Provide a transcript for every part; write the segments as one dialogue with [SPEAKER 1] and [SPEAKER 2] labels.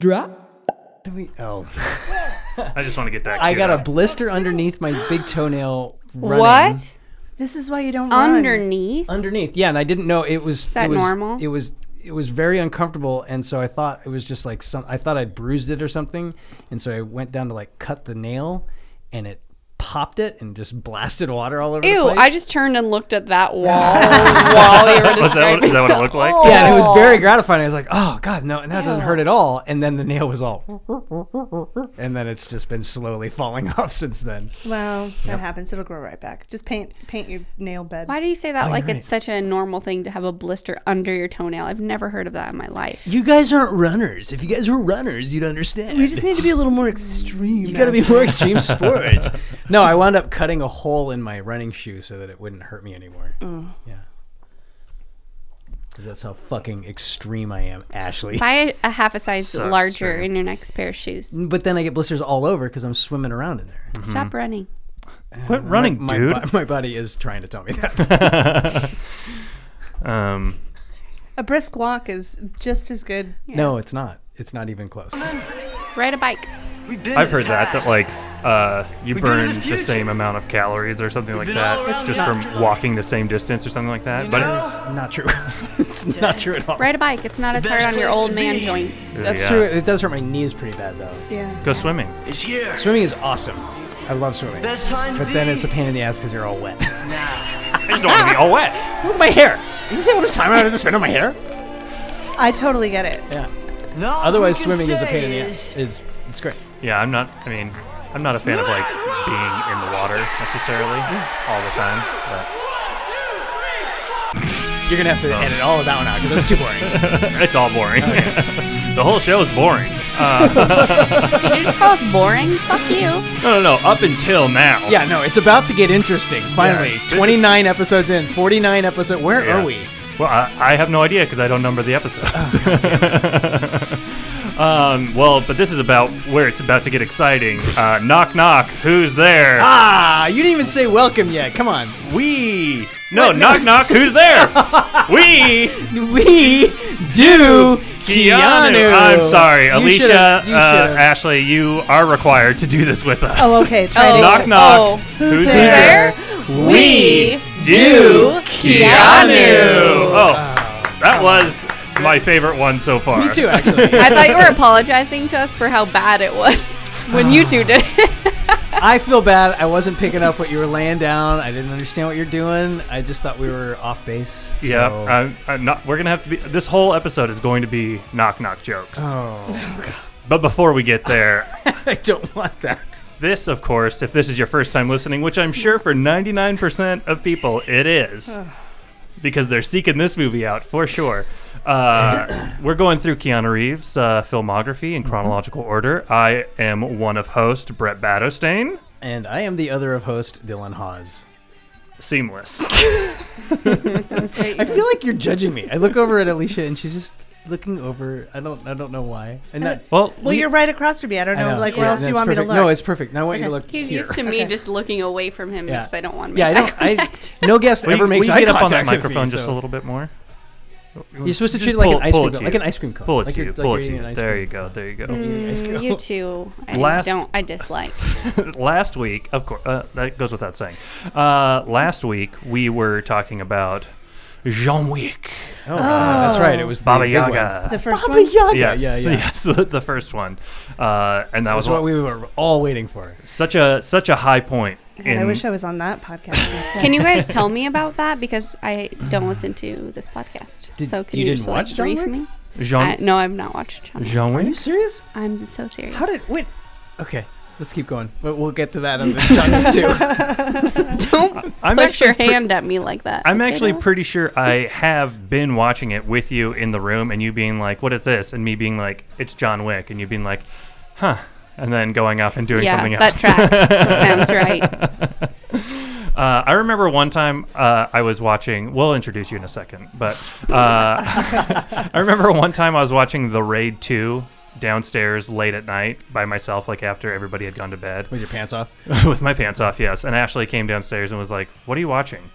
[SPEAKER 1] Drop.
[SPEAKER 2] Oh,
[SPEAKER 3] I just want to get that.
[SPEAKER 2] I
[SPEAKER 3] kid
[SPEAKER 2] got a
[SPEAKER 3] out.
[SPEAKER 2] blister underneath my big toenail. Running.
[SPEAKER 4] What?
[SPEAKER 2] This is why you don't run.
[SPEAKER 4] Underneath?
[SPEAKER 2] Underneath, yeah, and I didn't know it was.
[SPEAKER 4] that
[SPEAKER 2] it was,
[SPEAKER 4] normal?
[SPEAKER 2] It was. It was very uncomfortable, and so I thought it was just like some. I thought I bruised it or something, and so I went down to like cut the nail, and it popped it and just blasted water all over. the
[SPEAKER 4] Ew,
[SPEAKER 2] place.
[SPEAKER 4] I just turned and looked at that wall while
[SPEAKER 3] Is that,
[SPEAKER 4] you were
[SPEAKER 3] what,
[SPEAKER 4] describing.
[SPEAKER 3] is that what it looked like?
[SPEAKER 2] Yeah, and it was very gratifying. I was like, oh god, no, and that doesn't hurt at all. And then the nail was all, and then it's just been slowly falling off since then.
[SPEAKER 5] Well, that happens. It'll grow right back. Just paint paint your nail bed.
[SPEAKER 4] Why do you say that like
[SPEAKER 2] you're
[SPEAKER 4] it's such a normal thing to have a blister under your toenail? I've never heard of that in my life.
[SPEAKER 2] You guys aren't runners. If you guys were runners, you'd understand.
[SPEAKER 5] We just need to be a little more extreme.
[SPEAKER 2] you gotta be more extreme sports. No, I wound up cutting a hole in my running shoe so that it wouldn't hurt me anymore. Yeah. Because that's how fucking extreme I am, Ashley.
[SPEAKER 4] Buy a, a half a size
[SPEAKER 3] Sucks,
[SPEAKER 4] larger
[SPEAKER 3] sir.
[SPEAKER 4] in your next pair of shoes.
[SPEAKER 2] But then I get blisters all over because I'm swimming around in there.
[SPEAKER 3] Mm-hmm.
[SPEAKER 4] Stop running.
[SPEAKER 3] Quit running,
[SPEAKER 2] my,
[SPEAKER 3] dude.
[SPEAKER 2] bo- my body is trying to tell me that.
[SPEAKER 3] um,
[SPEAKER 5] a brisk walk is just as good.
[SPEAKER 2] No, it's not. It's not even close.
[SPEAKER 4] Ride a bike.
[SPEAKER 3] I've heard that that like uh, you burn the, same amount of calories or something like that. It's just from walking the same distance or something like that. but it's,
[SPEAKER 2] Not true. it's not true at all.
[SPEAKER 4] Ride a bike. It's not as hard on your old man joints.
[SPEAKER 2] That's
[SPEAKER 3] yeah.
[SPEAKER 2] true. It does hurt my knees pretty bad though.
[SPEAKER 5] Yeah.
[SPEAKER 3] Go swimming.
[SPEAKER 2] Swimming is awesome. I love swimming. but then it's a pain in the ass because you're all wet.
[SPEAKER 3] I just don't want to be all wet.
[SPEAKER 2] Look at my hair. Did you see how much time I had to spend on my hair?
[SPEAKER 5] I totally get it.
[SPEAKER 2] Yeah. Otherwise, swimming is a pain in the ass. Is it's great.
[SPEAKER 3] Yeah, I'm not. I mean, I'm not a fan of like being in the water necessarily all the time. But
[SPEAKER 2] You're gonna have to edit all of that one out because that's too boring.
[SPEAKER 3] it's all boring. the whole show is boring.
[SPEAKER 4] Did you just call us boring? Fuck you.
[SPEAKER 3] No, no, no. Up until now.
[SPEAKER 2] yeah, no, it's about to get interesting. Finally,
[SPEAKER 3] Yeah, this is-
[SPEAKER 2] 29 episodes in, 49 episodes. Where
[SPEAKER 3] Yeah.
[SPEAKER 2] are we? Ah,
[SPEAKER 3] Well, I, I have no idea because I don't number the episodes. um, well, but this is about where it's about to get exciting. Uh, knock, knock. Who's there?
[SPEAKER 2] Ah, you didn't even say welcome yet. Come on.
[SPEAKER 3] We. No, knock, knock. Who's there? we.
[SPEAKER 2] We do Keanu.
[SPEAKER 3] Keanu. I'm sorry,
[SPEAKER 2] You
[SPEAKER 3] Alicia,
[SPEAKER 2] should've- you
[SPEAKER 3] uh,
[SPEAKER 2] should've.
[SPEAKER 3] Ashley. You are required to do this with us.
[SPEAKER 5] Oh, okay. Try
[SPEAKER 4] Oh.
[SPEAKER 5] to
[SPEAKER 3] Knock, knock.
[SPEAKER 4] Oh.
[SPEAKER 3] Who's,
[SPEAKER 4] there?
[SPEAKER 2] We
[SPEAKER 3] do
[SPEAKER 4] Keanu.
[SPEAKER 3] Oh, that was my favorite one so far.
[SPEAKER 2] Ah, Me too, actually.
[SPEAKER 4] I thought you were apologizing to us for how bad it was when you two did it.
[SPEAKER 2] I feel bad. I wasn't picking up what you were laying down. I didn't understand what you're doing. I just thought we were off base.
[SPEAKER 3] Yeah,
[SPEAKER 2] so-
[SPEAKER 3] I'm, I'm not, we're gonna have to be. This whole episode is going to be knock knock jokes.
[SPEAKER 2] oh,
[SPEAKER 3] But before we get there,
[SPEAKER 2] I don't want that.
[SPEAKER 3] this, of course, if this is your first time listening, which I'm sure for 99% of people it is, because they're seeking this movie out for sure. Uh, we're going through Keanu Reeves' uh, filmography in
[SPEAKER 2] Mm-hmm.
[SPEAKER 3] chronological order. I am one of host Brett Battostain.
[SPEAKER 2] And I am the other of host, Dylan Hawes.
[SPEAKER 3] Seamless.
[SPEAKER 2] I feel like you're judging me. I look over at Alicia, and she's just looking over. I don't. I don't know why. And that.
[SPEAKER 3] Well,
[SPEAKER 5] Well, you're right across from me. I don't know, like where
[SPEAKER 2] Yeah,
[SPEAKER 5] else do you
[SPEAKER 2] that's
[SPEAKER 5] want me
[SPEAKER 2] perfect.
[SPEAKER 5] to look?
[SPEAKER 2] No, it's perfect. Now I want you to look
[SPEAKER 4] He's
[SPEAKER 2] here.
[SPEAKER 4] used to me just looking away from him because I don't want to
[SPEAKER 2] yeah, I
[SPEAKER 4] make
[SPEAKER 2] don't.
[SPEAKER 4] eye
[SPEAKER 2] I,
[SPEAKER 4] contact.
[SPEAKER 2] no guest
[SPEAKER 3] will you-
[SPEAKER 2] ever makes
[SPEAKER 3] will you
[SPEAKER 2] eye
[SPEAKER 3] get up on
[SPEAKER 2] contact
[SPEAKER 3] that
[SPEAKER 2] with
[SPEAKER 3] microphone
[SPEAKER 2] me,
[SPEAKER 3] just
[SPEAKER 2] so-
[SPEAKER 3] a little bit more.
[SPEAKER 2] You're supposed to
[SPEAKER 3] Just
[SPEAKER 2] treat it like
[SPEAKER 3] pull-
[SPEAKER 2] an ice
[SPEAKER 3] pull
[SPEAKER 2] cream
[SPEAKER 3] it to
[SPEAKER 2] cone, like
[SPEAKER 3] you.
[SPEAKER 2] an ice cream cone.
[SPEAKER 3] Pull it
[SPEAKER 2] like
[SPEAKER 3] to
[SPEAKER 2] you're-
[SPEAKER 3] you.
[SPEAKER 2] like
[SPEAKER 3] Pull
[SPEAKER 2] you're
[SPEAKER 3] it to
[SPEAKER 2] eating
[SPEAKER 3] you.
[SPEAKER 2] an ice
[SPEAKER 3] There
[SPEAKER 2] cream
[SPEAKER 3] you go.
[SPEAKER 2] cone.
[SPEAKER 3] There you go.
[SPEAKER 2] Eating ice cream.
[SPEAKER 4] Mm, You two, I
[SPEAKER 3] Last-
[SPEAKER 4] don't. I dislike.
[SPEAKER 3] last week, of course, uh, that goes without saying. Uh, last week we were talking about Jean Wick,
[SPEAKER 2] Oh, uh, that's right. It was the
[SPEAKER 3] Baba
[SPEAKER 2] big one.
[SPEAKER 3] Yaga.
[SPEAKER 5] the first
[SPEAKER 2] Baba
[SPEAKER 5] one.
[SPEAKER 2] Yaga.
[SPEAKER 3] Yes,
[SPEAKER 2] Yeah, yeah.
[SPEAKER 3] yes, the, the first one, uh, and that
[SPEAKER 2] That's
[SPEAKER 3] was
[SPEAKER 2] what
[SPEAKER 3] one-
[SPEAKER 2] we were all waiting for.
[SPEAKER 3] such a such a high point.
[SPEAKER 5] God,
[SPEAKER 3] in-
[SPEAKER 5] I wish I was on that podcast. instead.
[SPEAKER 4] Can you guys tell me about that? Because I don't listen to this podcast.
[SPEAKER 2] Did-
[SPEAKER 4] so can
[SPEAKER 2] you
[SPEAKER 4] you,
[SPEAKER 2] didn't
[SPEAKER 4] just
[SPEAKER 2] watch
[SPEAKER 4] like,
[SPEAKER 2] John
[SPEAKER 4] brief
[SPEAKER 2] Wick?
[SPEAKER 4] me?
[SPEAKER 3] Jean
[SPEAKER 4] I, no, I've not watched John. Wick.
[SPEAKER 3] Jean
[SPEAKER 2] Are you
[SPEAKER 3] Wick.
[SPEAKER 2] serious?
[SPEAKER 4] I'm so serious.
[SPEAKER 2] How did wait? Okay, let's keep going. But we'll get to that on the chunk too.
[SPEAKER 4] don't
[SPEAKER 3] I'm
[SPEAKER 4] push your
[SPEAKER 3] actually pre-
[SPEAKER 4] hand at me like that?
[SPEAKER 3] I'm
[SPEAKER 4] okay,
[SPEAKER 3] actually
[SPEAKER 4] Dylan?
[SPEAKER 3] pretty sure I have been watching it with you in the room, and you being like, "What is this?" and me being like, "It's John Wick," and you being like, "Huh," and then going off and doing
[SPEAKER 4] yeah,
[SPEAKER 3] something
[SPEAKER 4] that
[SPEAKER 3] else.
[SPEAKER 4] tracks. that sounds right.
[SPEAKER 3] Uh, I remember one time uh, I was watching. We'll introduce you in a second, but uh, I remember one time I was watching The Raid Two downstairs late at night by myself, like after everybody had gone to bed,
[SPEAKER 2] With your pants off.
[SPEAKER 3] with my pants off. Yes, and Ashley came downstairs and was like, "What are you watching?"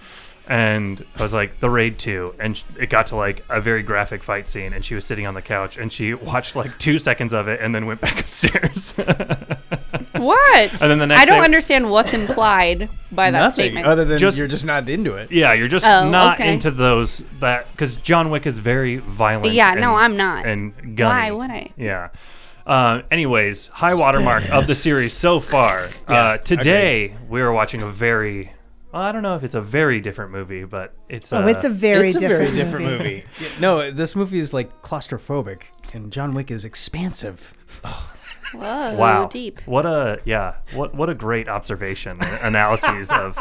[SPEAKER 3] and I was like, "The Raid 2," and sh- it got to like a very graphic fight scene, and she was sitting on the couch and she watched like two seconds of it and then went back upstairs.
[SPEAKER 4] What?
[SPEAKER 3] And then the next
[SPEAKER 4] I don't
[SPEAKER 3] day-
[SPEAKER 4] understand what's implied by that
[SPEAKER 2] Nothing
[SPEAKER 4] statement.
[SPEAKER 2] other than
[SPEAKER 3] Just-
[SPEAKER 2] you're just not into it.
[SPEAKER 3] yeah, you're just
[SPEAKER 4] Oh,
[SPEAKER 3] not
[SPEAKER 4] okay.
[SPEAKER 3] into those that because John Wick is very violent.
[SPEAKER 4] Yeah, no,
[SPEAKER 3] and-
[SPEAKER 4] I'm not.
[SPEAKER 3] And gunny.
[SPEAKER 4] Why would I?
[SPEAKER 3] Yeah. Uh, anyways, high watermark of the series so far. uh, today we are watching a very. Well, I don't know if it's a very different movie, but it's.
[SPEAKER 5] Oh,
[SPEAKER 3] uh,
[SPEAKER 5] it's a very
[SPEAKER 2] it's a
[SPEAKER 5] different
[SPEAKER 2] very different
[SPEAKER 5] movie.
[SPEAKER 2] movie. Yeah, no, this movie is like claustrophobic, and John Wick is expansive.
[SPEAKER 4] Whoa,
[SPEAKER 3] wow.
[SPEAKER 4] deep.
[SPEAKER 3] What a yeah. What what a great observation and analyses of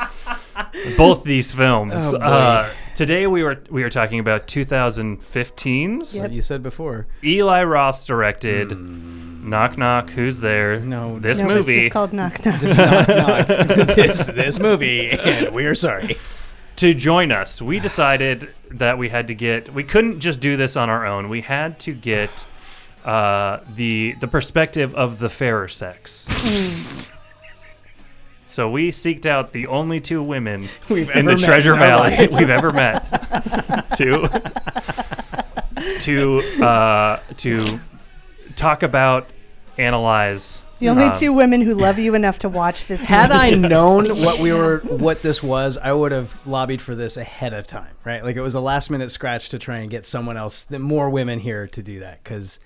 [SPEAKER 3] both these films.
[SPEAKER 2] Oh, boy.
[SPEAKER 3] uh, today we were we are talking about 2015's
[SPEAKER 2] What you said before.
[SPEAKER 3] Eli Roth directed Knock Knock Who's There?
[SPEAKER 2] No,
[SPEAKER 3] this
[SPEAKER 5] No, but
[SPEAKER 3] movie
[SPEAKER 5] it's just called Knock Knock.
[SPEAKER 2] it's this movie, and we're sorry.
[SPEAKER 3] to join us, we decided that we had to get. We couldn't just do this on our own. We had to get uh, the the perspective of the fairer sex. so we seeked out the only two women
[SPEAKER 2] We've
[SPEAKER 3] in
[SPEAKER 2] ever met
[SPEAKER 3] the Treasure
[SPEAKER 2] in our
[SPEAKER 3] Valley
[SPEAKER 2] lives.
[SPEAKER 3] we've ever met to to uh, to talk about, analyze.
[SPEAKER 5] The only
[SPEAKER 3] um,
[SPEAKER 5] two women who love you enough to watch this.
[SPEAKER 2] Had
[SPEAKER 5] movie.
[SPEAKER 2] I known what we were, what this was, I would have lobbied for this ahead of time, right? Like it was a last minute scratch to try and get someone else, th- more women here to do that, because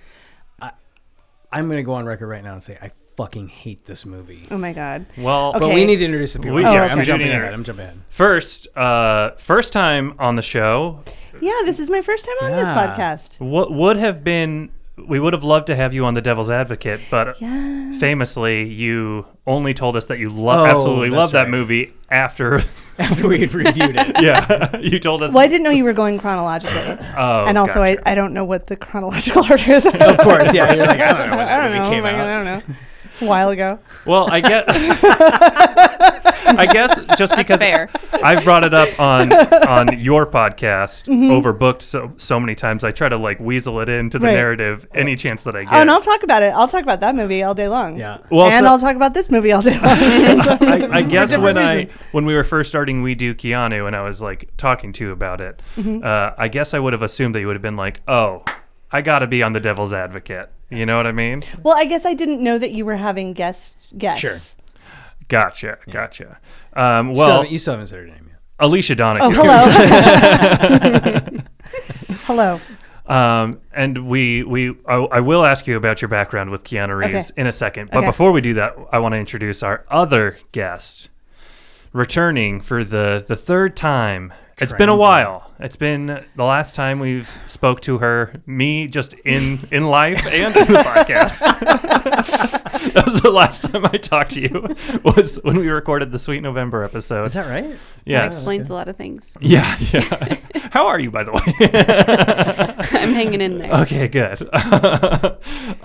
[SPEAKER 2] I'm going to go on record right now and say I fucking hate this movie.
[SPEAKER 5] Oh my god.
[SPEAKER 3] Well,
[SPEAKER 2] But we
[SPEAKER 5] Okay.
[SPEAKER 2] need to introduce the people.
[SPEAKER 3] We-
[SPEAKER 2] Sorry,
[SPEAKER 5] yes,
[SPEAKER 2] I'm
[SPEAKER 5] we do
[SPEAKER 2] jumping
[SPEAKER 3] need to-
[SPEAKER 2] ahead. I'm jumping ahead.
[SPEAKER 3] first uh, first time on the show,
[SPEAKER 5] Yeah, this is my first time on this
[SPEAKER 2] Yeah.
[SPEAKER 5] podcast.
[SPEAKER 3] What would have been? We would have loved to have you on the Devil's Advocate, but
[SPEAKER 5] Yes.
[SPEAKER 3] famously, you only told us that you lo-
[SPEAKER 2] Oh,
[SPEAKER 3] absolutely
[SPEAKER 2] that's
[SPEAKER 3] loved that
[SPEAKER 2] right.
[SPEAKER 3] movie after.
[SPEAKER 2] After we had reviewed it.
[SPEAKER 3] yeah, you told us.
[SPEAKER 5] Well, I didn't know you were going chronologically,
[SPEAKER 3] Oh,
[SPEAKER 5] and also
[SPEAKER 3] gotcha.
[SPEAKER 5] I, I don't know what the chronological order is.
[SPEAKER 2] Of course, yeah. You're like, I don't know when that
[SPEAKER 5] I don't
[SPEAKER 2] movie
[SPEAKER 5] know.
[SPEAKER 2] came
[SPEAKER 5] like,
[SPEAKER 2] out.
[SPEAKER 5] I don't know. A while ago.
[SPEAKER 3] Well, I get. I guess just because
[SPEAKER 4] fair.
[SPEAKER 3] I've brought it up on on your podcast,
[SPEAKER 5] Mm-hmm.
[SPEAKER 3] overbooked so so many times, I try to like weasel it into the
[SPEAKER 5] Right.
[SPEAKER 3] narrative any chance that I get.
[SPEAKER 5] Oh, and I'll talk about it. I'll talk about that movie all day long.
[SPEAKER 2] Yeah.
[SPEAKER 3] Well,
[SPEAKER 5] and
[SPEAKER 3] so-
[SPEAKER 5] I'll talk about this movie all day long.
[SPEAKER 3] I, I guess
[SPEAKER 5] different
[SPEAKER 3] when I
[SPEAKER 5] reasons.
[SPEAKER 3] when we were first starting We Do Keanu and I was like talking to you about it,
[SPEAKER 5] Mm-hmm.
[SPEAKER 3] uh, I guess I would have assumed that you would have been like, oh, I got to be on the devil's advocate. You know what I mean?
[SPEAKER 5] well, I guess I didn't know that you were having guest guests.
[SPEAKER 2] Sure.
[SPEAKER 3] Gotcha, gotcha. Um,
[SPEAKER 2] Still
[SPEAKER 3] well,
[SPEAKER 2] haven't- you still haven't said her name yet.
[SPEAKER 3] Alicia Donahue.
[SPEAKER 5] Oh, hello. hello.
[SPEAKER 3] Um, and we we I, I will ask you about your background with Keanu Reeves
[SPEAKER 5] Okay.
[SPEAKER 3] in a second, but
[SPEAKER 5] Okay.
[SPEAKER 3] before we do that, I want to introduce our other guest, returning for the the third time. It's been a
[SPEAKER 2] Triumphant.
[SPEAKER 3] while. It's been the last time we've spoke to her, me just in in life and in the podcast. that was the last time I talked to you was when we recorded the Sweet November episode.
[SPEAKER 2] Is that right?
[SPEAKER 4] That
[SPEAKER 3] yes.
[SPEAKER 4] explains a lot of things.
[SPEAKER 3] Yeah, yeah. How are you by the way?
[SPEAKER 4] I'm hanging in there.
[SPEAKER 3] Okay, good.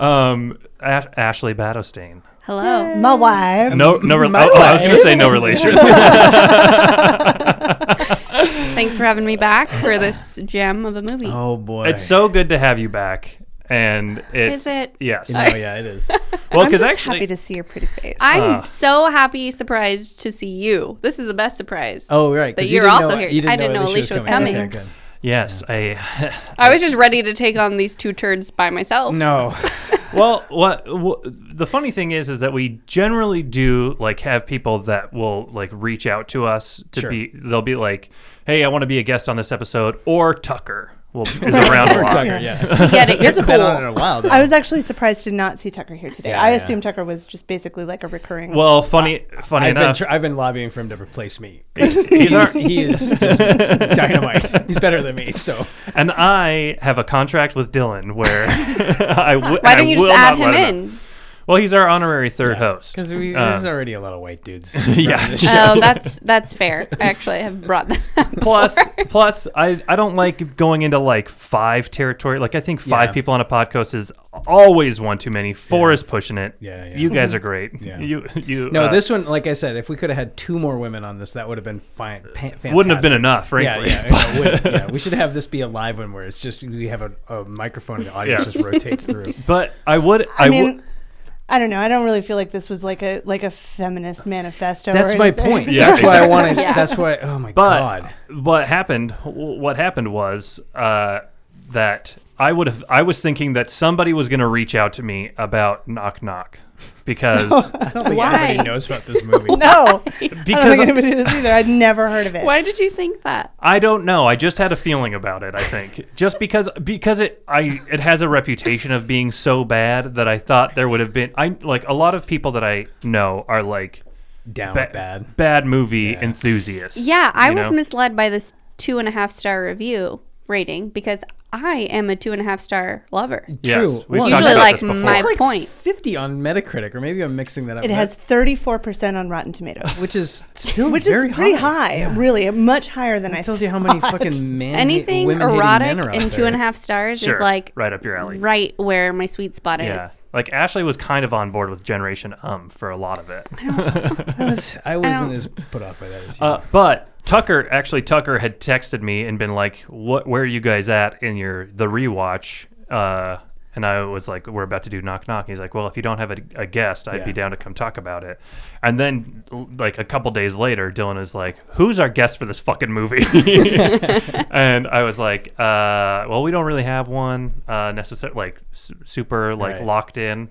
[SPEAKER 3] um, Ash- Ashley Battostain.
[SPEAKER 4] Hello.
[SPEAKER 5] My wife.
[SPEAKER 3] No, no. Re-
[SPEAKER 2] My
[SPEAKER 3] oh, oh, I was
[SPEAKER 2] wife.
[SPEAKER 3] going to say no relation.
[SPEAKER 4] Thanks for having me back for this gem of a movie.
[SPEAKER 2] Oh boy.
[SPEAKER 3] it's so good to have you back, and it's
[SPEAKER 4] Is it?
[SPEAKER 3] yes.
[SPEAKER 2] Oh yeah, it is.
[SPEAKER 3] Well,
[SPEAKER 5] I'm
[SPEAKER 3] because
[SPEAKER 5] just
[SPEAKER 3] actually,
[SPEAKER 5] happy to see your pretty face.
[SPEAKER 4] I'm
[SPEAKER 3] Ah.
[SPEAKER 4] so happy, surprised to see you. This is the best surprise.
[SPEAKER 2] Oh right. 'cause
[SPEAKER 4] That
[SPEAKER 2] you
[SPEAKER 4] you're
[SPEAKER 2] didn't
[SPEAKER 4] also
[SPEAKER 2] know-
[SPEAKER 4] here.
[SPEAKER 2] you
[SPEAKER 4] I didn't know Alicia was coming.
[SPEAKER 2] Okay, good.
[SPEAKER 3] yes, I.
[SPEAKER 4] I was just ready to take on these two turds by myself.
[SPEAKER 2] No.
[SPEAKER 3] well, what, wh- the funny thing is, is that we generally do like have people that will like reach out to us to
[SPEAKER 2] Sure.
[SPEAKER 3] be. They'll be like, "Hey, I want to be a guest on this episode," or Tucker will is around a lot.
[SPEAKER 2] Tucker, yeah.
[SPEAKER 4] We get it. You're
[SPEAKER 2] It's been on in
[SPEAKER 4] cool.
[SPEAKER 2] a while. though.
[SPEAKER 5] I was actually surprised to not see Tucker here today.
[SPEAKER 2] Yeah,
[SPEAKER 5] I
[SPEAKER 2] yeah.
[SPEAKER 5] assume Tucker was just basically like a recurring.
[SPEAKER 3] Well, funny, funny
[SPEAKER 2] I've been,
[SPEAKER 3] enough,
[SPEAKER 2] tr- I've been lobbying for him to replace me.
[SPEAKER 3] He's- he's
[SPEAKER 2] He's,
[SPEAKER 3] our-
[SPEAKER 2] he is just dynamite. He's better than me. So
[SPEAKER 3] And I have a contract with Dylan where I w-
[SPEAKER 4] Why
[SPEAKER 3] I
[SPEAKER 4] don't you just
[SPEAKER 3] will
[SPEAKER 4] add
[SPEAKER 3] not
[SPEAKER 4] him
[SPEAKER 3] let
[SPEAKER 4] in?
[SPEAKER 3] Well, he's our honorary third host.
[SPEAKER 2] because we,
[SPEAKER 3] Um,
[SPEAKER 2] there's already a lot of white dudes.
[SPEAKER 3] yeah.
[SPEAKER 4] Oh, that's that's fair. Actually, I have brought that. up.
[SPEAKER 3] plus, plus, I, I don't like going into like five territory. Like I think five
[SPEAKER 2] Yeah.
[SPEAKER 3] people on a podcast is always one too many. Four is pushing it.
[SPEAKER 2] Yeah, yeah.
[SPEAKER 3] You guys are great.
[SPEAKER 2] Yeah.
[SPEAKER 3] You you
[SPEAKER 2] No,
[SPEAKER 3] uh,
[SPEAKER 2] this one, like I said, if we could have had two more women on this, that would have been fine. pa-
[SPEAKER 3] wouldn't have been
[SPEAKER 2] fantastic.
[SPEAKER 3] enough,
[SPEAKER 2] Yeah,
[SPEAKER 3] frankly.
[SPEAKER 2] yeah, yeah, it would- yeah. We should have this be a live one where it's just we have a, a microphone and the audience
[SPEAKER 3] Yes.
[SPEAKER 2] just rotates through.
[SPEAKER 3] But I would. I,
[SPEAKER 5] I
[SPEAKER 3] would.
[SPEAKER 5] mean, I don't know. I don't really feel like this was like a like a feminist manifesto.
[SPEAKER 2] That's
[SPEAKER 5] or
[SPEAKER 2] my
[SPEAKER 5] anything.
[SPEAKER 2] point.
[SPEAKER 3] Yeah,
[SPEAKER 2] that's why I
[SPEAKER 3] exactly.
[SPEAKER 2] wanted.
[SPEAKER 4] Yeah.
[SPEAKER 2] That's why. Oh my
[SPEAKER 3] But
[SPEAKER 2] god.
[SPEAKER 3] what happened? What happened was uh, that I would have. I was thinking that somebody was going to reach out to me about knock knock because
[SPEAKER 2] I don't think
[SPEAKER 4] Why?
[SPEAKER 2] anybody knows about this movie.
[SPEAKER 5] No, I don't
[SPEAKER 3] because
[SPEAKER 5] think anybody does either. I'd never heard of it.
[SPEAKER 4] Why did you think that?
[SPEAKER 3] I don't know. I just had a feeling about it. I think just because because it I it has a reputation of being so bad that I thought there would have been I like a lot of people that I know are like
[SPEAKER 2] Down
[SPEAKER 3] ba-
[SPEAKER 2] with bad.
[SPEAKER 3] bad movie enthusiasts.
[SPEAKER 4] Yeah, I
[SPEAKER 3] you
[SPEAKER 4] was
[SPEAKER 3] know?
[SPEAKER 4] misled by this two and a half star review rating because I am a two and a half star lover.
[SPEAKER 3] Yes,
[SPEAKER 2] True.
[SPEAKER 3] we've
[SPEAKER 2] Well,
[SPEAKER 3] talked
[SPEAKER 4] Usually,
[SPEAKER 3] about
[SPEAKER 4] like,
[SPEAKER 3] this before.
[SPEAKER 4] my
[SPEAKER 2] It's like
[SPEAKER 4] point.
[SPEAKER 2] fifty on Metacritic, or maybe I'm mixing that up.
[SPEAKER 5] It has thirty four percent on Rotten Tomatoes,
[SPEAKER 2] which is still
[SPEAKER 5] which
[SPEAKER 2] Oh, very
[SPEAKER 5] is pretty
[SPEAKER 2] high.
[SPEAKER 5] high, really, uh, much higher than I.
[SPEAKER 2] It tells you how many
[SPEAKER 5] thought.
[SPEAKER 2] fucking men,
[SPEAKER 4] Anything
[SPEAKER 2] women
[SPEAKER 4] erotic
[SPEAKER 2] men are out
[SPEAKER 4] and two
[SPEAKER 2] there.
[SPEAKER 4] and a half stars
[SPEAKER 3] Sure,
[SPEAKER 4] is like
[SPEAKER 3] right up your alley.
[SPEAKER 4] right where my sweet spot
[SPEAKER 3] Yeah,
[SPEAKER 4] is.
[SPEAKER 3] like Ashley was kind of on board with Generation Um for a lot of it.
[SPEAKER 2] I, was, I wasn't
[SPEAKER 4] don't-
[SPEAKER 2] as put off by that as you.
[SPEAKER 3] Uh, but Tucker actually Tucker had texted me and been like, "What? Where are you guys at in your the rewatch?" Uh, and I was like, "We're about to do knock knock." He's like, "Well, if you don't have a, a guest, I'd
[SPEAKER 2] Yeah.
[SPEAKER 3] be down to come talk about it." And then, l- like a couple days later, Dylan is like, "Who's our guest for this fucking movie?" and I was like, uh, "Well, we don't really have one uh, necessarily, like su- super like
[SPEAKER 2] Right.
[SPEAKER 3] locked in."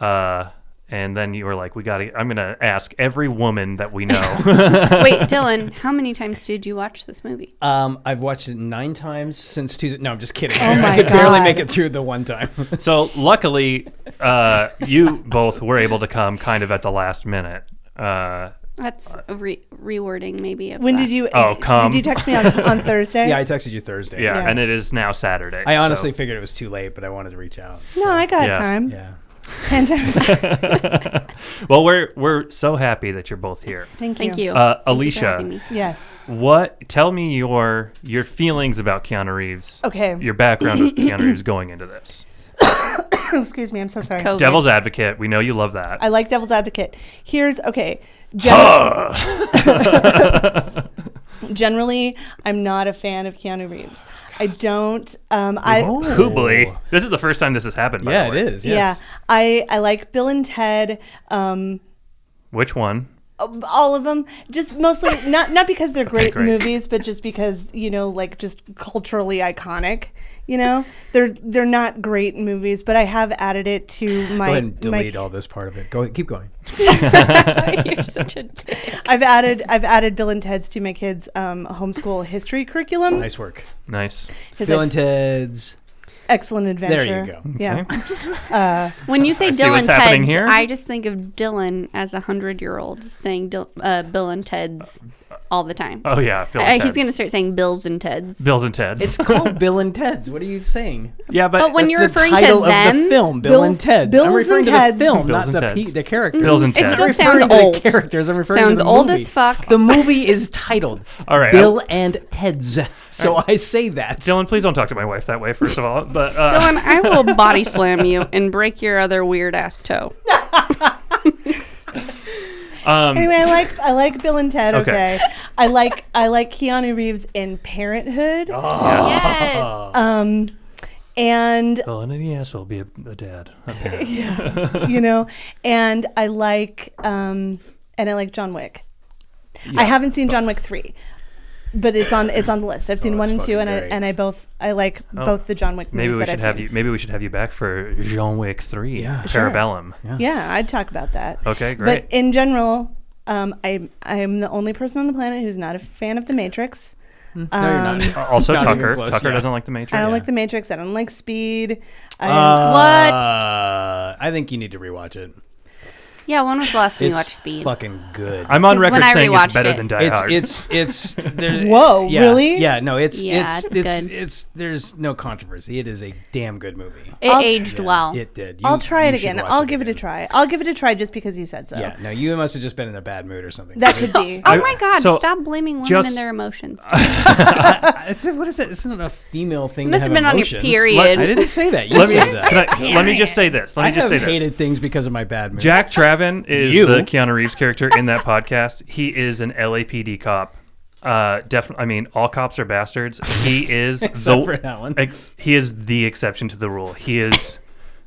[SPEAKER 3] Uh, and then you were like, "We got to." I'm gonna ask every woman that we know.
[SPEAKER 4] Wait, Dylan, how many times did you watch this movie?
[SPEAKER 2] um, I've watched it nine times since Tuesday. No, I'm just kidding. I
[SPEAKER 5] my
[SPEAKER 2] could barely
[SPEAKER 5] God.
[SPEAKER 2] make it through the one time.
[SPEAKER 3] So luckily, uh, you both were able to come kind of at the last minute. Uh,
[SPEAKER 4] That's a re- rewarding, maybe. Of
[SPEAKER 5] When
[SPEAKER 4] that.
[SPEAKER 5] did you?
[SPEAKER 3] Oh, come.
[SPEAKER 5] Did you text me on, on Thursday?
[SPEAKER 2] yeah, I texted you Thursday.
[SPEAKER 3] yeah,
[SPEAKER 5] Yeah.
[SPEAKER 3] and it is now Saturday.
[SPEAKER 2] I honestly
[SPEAKER 3] so-
[SPEAKER 2] figured it was too late, but I wanted to reach out.
[SPEAKER 5] No, I got
[SPEAKER 3] Yeah.
[SPEAKER 5] time.
[SPEAKER 2] Yeah.
[SPEAKER 5] Pandemic.
[SPEAKER 3] well, we're we're so happy that you're both here.
[SPEAKER 5] Thank you.
[SPEAKER 4] Thank you,
[SPEAKER 3] Uh,
[SPEAKER 4] Thank you for
[SPEAKER 3] Alicia.
[SPEAKER 4] having me.
[SPEAKER 5] Yes.
[SPEAKER 3] What? Tell me your your feelings about Keanu Reeves.
[SPEAKER 5] Okay.
[SPEAKER 3] Your background with Keanu Reeves going into this.
[SPEAKER 5] Excuse me. I'm so sorry.
[SPEAKER 4] COVID.
[SPEAKER 3] Devil's Advocate. We know you love that.
[SPEAKER 5] I like Devil's Advocate. Here's okay. Gen- generally, I'm not a fan of Keanu Reeves. I don't. Um, I
[SPEAKER 3] Hoobly. This is the first time this has happened. By
[SPEAKER 2] Yeah,
[SPEAKER 3] the way.
[SPEAKER 2] it is. Yes.
[SPEAKER 5] yeah. I I like Bill and Ted. Um,
[SPEAKER 3] Which one?
[SPEAKER 5] all of them just mostly not not because they're great,
[SPEAKER 3] great.
[SPEAKER 5] movies but just because you know like just culturally iconic you know they're they're not great movies but i have added it to my
[SPEAKER 2] Go ahead and
[SPEAKER 5] my-
[SPEAKER 2] delete all this part of it. Go ahead, keep going.
[SPEAKER 4] You're such a dick.
[SPEAKER 5] i've added i've added bill and ted's to my kids um, homeschool history curriculum
[SPEAKER 2] Nice work.
[SPEAKER 3] Nice.
[SPEAKER 5] 'cause
[SPEAKER 2] Bill
[SPEAKER 5] I-
[SPEAKER 2] and Ted's.
[SPEAKER 5] excellent adventure
[SPEAKER 2] There you go.
[SPEAKER 5] yeah
[SPEAKER 4] When you say
[SPEAKER 3] see what's
[SPEAKER 4] Dylan
[SPEAKER 3] happening
[SPEAKER 4] Ted's,
[SPEAKER 3] here.
[SPEAKER 4] I just think of Dylan as a hundred-year-old saying Dil- uh, Bill and Ted's all the time.
[SPEAKER 3] Oh yeah. Bill
[SPEAKER 4] Uh,
[SPEAKER 3] and
[SPEAKER 4] he's
[SPEAKER 3] Ted's.
[SPEAKER 4] going to start saying Bills and Teds.
[SPEAKER 3] Bills and Ted's.
[SPEAKER 2] It's called Bill and Ted's. What are you saying?
[SPEAKER 3] yeah, but,
[SPEAKER 4] But when
[SPEAKER 2] That's
[SPEAKER 4] you're
[SPEAKER 2] the
[SPEAKER 4] referring
[SPEAKER 2] title
[SPEAKER 4] to
[SPEAKER 2] of the
[SPEAKER 4] them,
[SPEAKER 2] film, Bill
[SPEAKER 5] Bills-
[SPEAKER 2] and Ted's. I'm
[SPEAKER 5] Bills
[SPEAKER 2] referring
[SPEAKER 5] and
[SPEAKER 2] to
[SPEAKER 5] Ted's.
[SPEAKER 2] the film,
[SPEAKER 3] Bills
[SPEAKER 2] not
[SPEAKER 3] and
[SPEAKER 2] the,
[SPEAKER 3] Ted's.
[SPEAKER 2] pe- the character.
[SPEAKER 3] Bills and
[SPEAKER 4] It
[SPEAKER 3] Ted's.
[SPEAKER 4] Mm. still
[SPEAKER 2] I'm
[SPEAKER 4] sounds
[SPEAKER 2] referring to the
[SPEAKER 4] old.
[SPEAKER 2] characters. I'm referring
[SPEAKER 4] Sounds
[SPEAKER 2] to the
[SPEAKER 4] old
[SPEAKER 2] movie.
[SPEAKER 4] as fuck.
[SPEAKER 2] The movie is titled
[SPEAKER 3] All right, I-
[SPEAKER 2] Bill and Ted's. So I say that.
[SPEAKER 3] Dylan, please don't talk to my wife that way. First of all, but uh,
[SPEAKER 4] Dylan, I will body slam you and break your other weird ass toe.
[SPEAKER 3] um,
[SPEAKER 5] anyway i like i like bill and ted
[SPEAKER 3] Okay.
[SPEAKER 5] okay, i like i like keanu reeves in parenthood
[SPEAKER 2] Ah.
[SPEAKER 4] Yes.
[SPEAKER 5] um and
[SPEAKER 3] Well, and any asshole be a, a dad. a parent.
[SPEAKER 5] you know and i like um and i like john wick i haven't seen john wick 3 but it's on it's on the list i've seen
[SPEAKER 2] Oh, that's
[SPEAKER 5] one and two
[SPEAKER 2] fucking
[SPEAKER 5] and i
[SPEAKER 2] great. Oh,
[SPEAKER 5] and i both i like both the john wick movies
[SPEAKER 3] Maybe we
[SPEAKER 5] that
[SPEAKER 3] should
[SPEAKER 5] I've
[SPEAKER 3] have
[SPEAKER 5] seen.
[SPEAKER 3] you. Maybe we should have you back for Jean Wick Three.
[SPEAKER 2] Yeah. Sure.
[SPEAKER 3] Parabellum.
[SPEAKER 5] yeah i'd talk about that
[SPEAKER 3] Okay, great.
[SPEAKER 5] but in general um i i am the only person on the planet who's not a fan of the matrix
[SPEAKER 2] Hmm.
[SPEAKER 4] Um,
[SPEAKER 5] Um,
[SPEAKER 2] no, you're not.
[SPEAKER 3] Uh, Also,
[SPEAKER 2] Not even
[SPEAKER 3] Tucker.
[SPEAKER 2] close,
[SPEAKER 3] Tucker
[SPEAKER 2] yeah.
[SPEAKER 3] doesn't like the Matrix.
[SPEAKER 5] i don't like the matrix i don't like speed I
[SPEAKER 2] Uh, I think you need to rewatch it.
[SPEAKER 4] Yeah, when was the last time you
[SPEAKER 2] It's
[SPEAKER 4] watched Speed?
[SPEAKER 2] fucking good.
[SPEAKER 3] I'm on
[SPEAKER 4] 'Cause when
[SPEAKER 3] record
[SPEAKER 4] I
[SPEAKER 3] saying it's
[SPEAKER 4] rewatched
[SPEAKER 3] better
[SPEAKER 4] it-
[SPEAKER 3] than Die
[SPEAKER 2] it's
[SPEAKER 3] Hard.
[SPEAKER 2] it's it's there-
[SPEAKER 5] Whoa,
[SPEAKER 2] yeah,
[SPEAKER 5] really?
[SPEAKER 2] Yeah, no, it's
[SPEAKER 4] Yeah,
[SPEAKER 2] it's
[SPEAKER 4] it's
[SPEAKER 2] it's it's,
[SPEAKER 4] good.
[SPEAKER 2] there's no controversy. It is a damn good movie.
[SPEAKER 4] It
[SPEAKER 5] I'll-
[SPEAKER 4] aged
[SPEAKER 2] Yeah,
[SPEAKER 4] well.
[SPEAKER 2] It did.
[SPEAKER 5] I'll
[SPEAKER 2] You-
[SPEAKER 5] try it
[SPEAKER 2] you should
[SPEAKER 5] again.
[SPEAKER 2] watch
[SPEAKER 5] I'll give it a
[SPEAKER 2] again.
[SPEAKER 5] try. I'll give it a try just because you said so.
[SPEAKER 2] Yeah, no, you must have just been in a bad mood or something.
[SPEAKER 5] That could
[SPEAKER 2] It's-
[SPEAKER 5] be.
[SPEAKER 4] oh my God!
[SPEAKER 3] so,
[SPEAKER 4] stop blaming women
[SPEAKER 3] just-
[SPEAKER 4] and their emotions.
[SPEAKER 2] It's, what is it? It's not a female thing.
[SPEAKER 4] Must
[SPEAKER 2] to
[SPEAKER 4] have been on your
[SPEAKER 2] emotions.
[SPEAKER 4] period.
[SPEAKER 2] I didn't say that. You
[SPEAKER 3] Let me.
[SPEAKER 2] said that.
[SPEAKER 3] Can I, let me just say this. Let me
[SPEAKER 2] I
[SPEAKER 3] just
[SPEAKER 2] have
[SPEAKER 3] say this.
[SPEAKER 2] hated things because of my bad mood.
[SPEAKER 3] Jack Traven is
[SPEAKER 2] You.
[SPEAKER 3] the Keanu Reeves character in that podcast. He is an LAPD cop. Uh, definitely. I mean, all cops are bastards. He is the
[SPEAKER 2] for that one.
[SPEAKER 3] ex- he is the exception to the rule. He is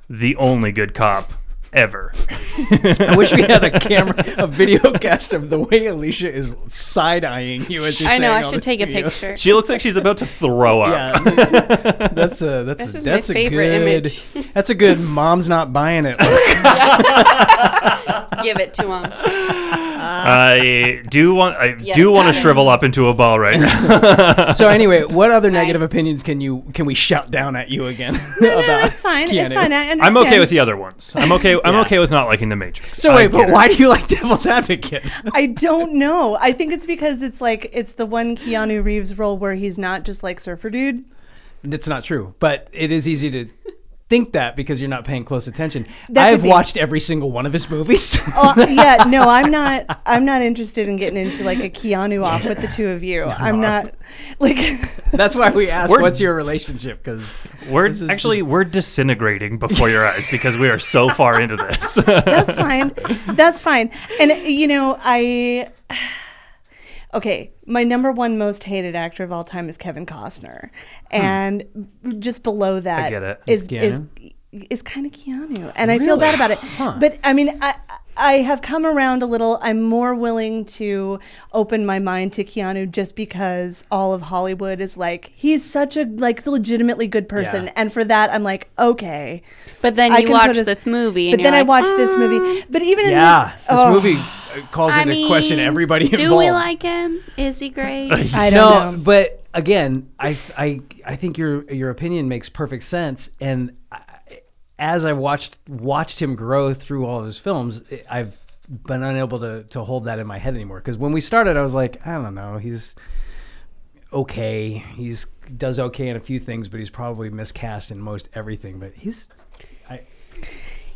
[SPEAKER 3] the only good cop ever.
[SPEAKER 2] I wish we had a camera, a video cast of the way Alicia is side eyeing you as you're
[SPEAKER 4] I know.
[SPEAKER 2] saying
[SPEAKER 4] I
[SPEAKER 2] all
[SPEAKER 4] should
[SPEAKER 2] this
[SPEAKER 4] take
[SPEAKER 2] to
[SPEAKER 4] a
[SPEAKER 2] you.
[SPEAKER 4] picture.
[SPEAKER 3] She looks like she's about to throw up.
[SPEAKER 2] Yeah, that's a that's
[SPEAKER 4] This
[SPEAKER 2] a,
[SPEAKER 4] is my
[SPEAKER 2] that's a
[SPEAKER 4] favorite
[SPEAKER 2] good
[SPEAKER 4] image.
[SPEAKER 2] that's a good mom's not buying it. look.
[SPEAKER 4] Give it to him.
[SPEAKER 3] I do want I
[SPEAKER 4] Yeah,
[SPEAKER 3] do want
[SPEAKER 4] got
[SPEAKER 3] to
[SPEAKER 4] it.
[SPEAKER 3] shrivel up into a ball right now.
[SPEAKER 2] so anyway, what other
[SPEAKER 4] Nice.
[SPEAKER 2] negative opinions can you can we shout down at you again?
[SPEAKER 5] No, no,
[SPEAKER 2] about
[SPEAKER 5] it's fine. It's
[SPEAKER 2] Keanu?
[SPEAKER 5] fine. I understand.
[SPEAKER 3] I'm okay with the other ones. I'm okay. I'm
[SPEAKER 2] Yeah.
[SPEAKER 3] okay with not liking the Matrix.
[SPEAKER 2] So
[SPEAKER 3] I
[SPEAKER 2] wait, but
[SPEAKER 3] get it.
[SPEAKER 2] why do you like Devil's Advocate?
[SPEAKER 5] I don't know. I think it's because it's like it's the one Keanu Reeves role where he's not just like surfer dude.
[SPEAKER 2] That's not true, but it is easy to think that because you're not paying close attention.
[SPEAKER 5] That could
[SPEAKER 2] I've
[SPEAKER 5] be.
[SPEAKER 2] watched every single one of his movies.
[SPEAKER 5] Oh, yeah, no, I'm not. I'm not interested in getting into like a Keanu off with the two of you. I'm not like.
[SPEAKER 2] That's why we asked,
[SPEAKER 3] We're-
[SPEAKER 2] "What's your relationship?" Because
[SPEAKER 3] We're
[SPEAKER 2] This is
[SPEAKER 3] actually
[SPEAKER 2] just-
[SPEAKER 3] we're disintegrating before your eyes because we are so far into this.
[SPEAKER 5] That's fine. That's fine. And you know, I. Okay, my number one most hated actor of all time is Kevin
[SPEAKER 2] Hmm.
[SPEAKER 5] Costner, and just below that
[SPEAKER 3] get it.
[SPEAKER 5] is is
[SPEAKER 2] Keanu?
[SPEAKER 5] is kind of Keanu, and I feel
[SPEAKER 2] Really?
[SPEAKER 5] bad about it. But I mean, I I have come around a little. I'm more willing to open my mind to Keanu just because all of Hollywood is like he's such a like legitimately good person,
[SPEAKER 2] Yeah.
[SPEAKER 5] and for that I'm like okay.
[SPEAKER 4] But then
[SPEAKER 5] I
[SPEAKER 4] you
[SPEAKER 5] can
[SPEAKER 4] watch
[SPEAKER 5] put his-
[SPEAKER 4] this movie.
[SPEAKER 5] But
[SPEAKER 4] And
[SPEAKER 5] then
[SPEAKER 4] you're
[SPEAKER 5] I
[SPEAKER 4] like,
[SPEAKER 5] watched
[SPEAKER 4] "Ah,
[SPEAKER 5] this movie. But even in
[SPEAKER 2] yeah,
[SPEAKER 5] this,
[SPEAKER 2] this,
[SPEAKER 5] oh,
[SPEAKER 2] movie uh, calls
[SPEAKER 4] I
[SPEAKER 2] into
[SPEAKER 4] mean,
[SPEAKER 2] question everybody
[SPEAKER 4] do
[SPEAKER 2] involved.
[SPEAKER 4] we like him? Is he great?
[SPEAKER 5] I don't
[SPEAKER 2] no,
[SPEAKER 5] know.
[SPEAKER 2] but again, I, I, I think your your opinion makes perfect sense. And I, as I watched watched him grow through all of his films, I've been unable to to hold that in my head anymore. Because when we started, I was like, I don't know, he's okay. He's does okay in a few things, but he's probably miscast in most everything. But he's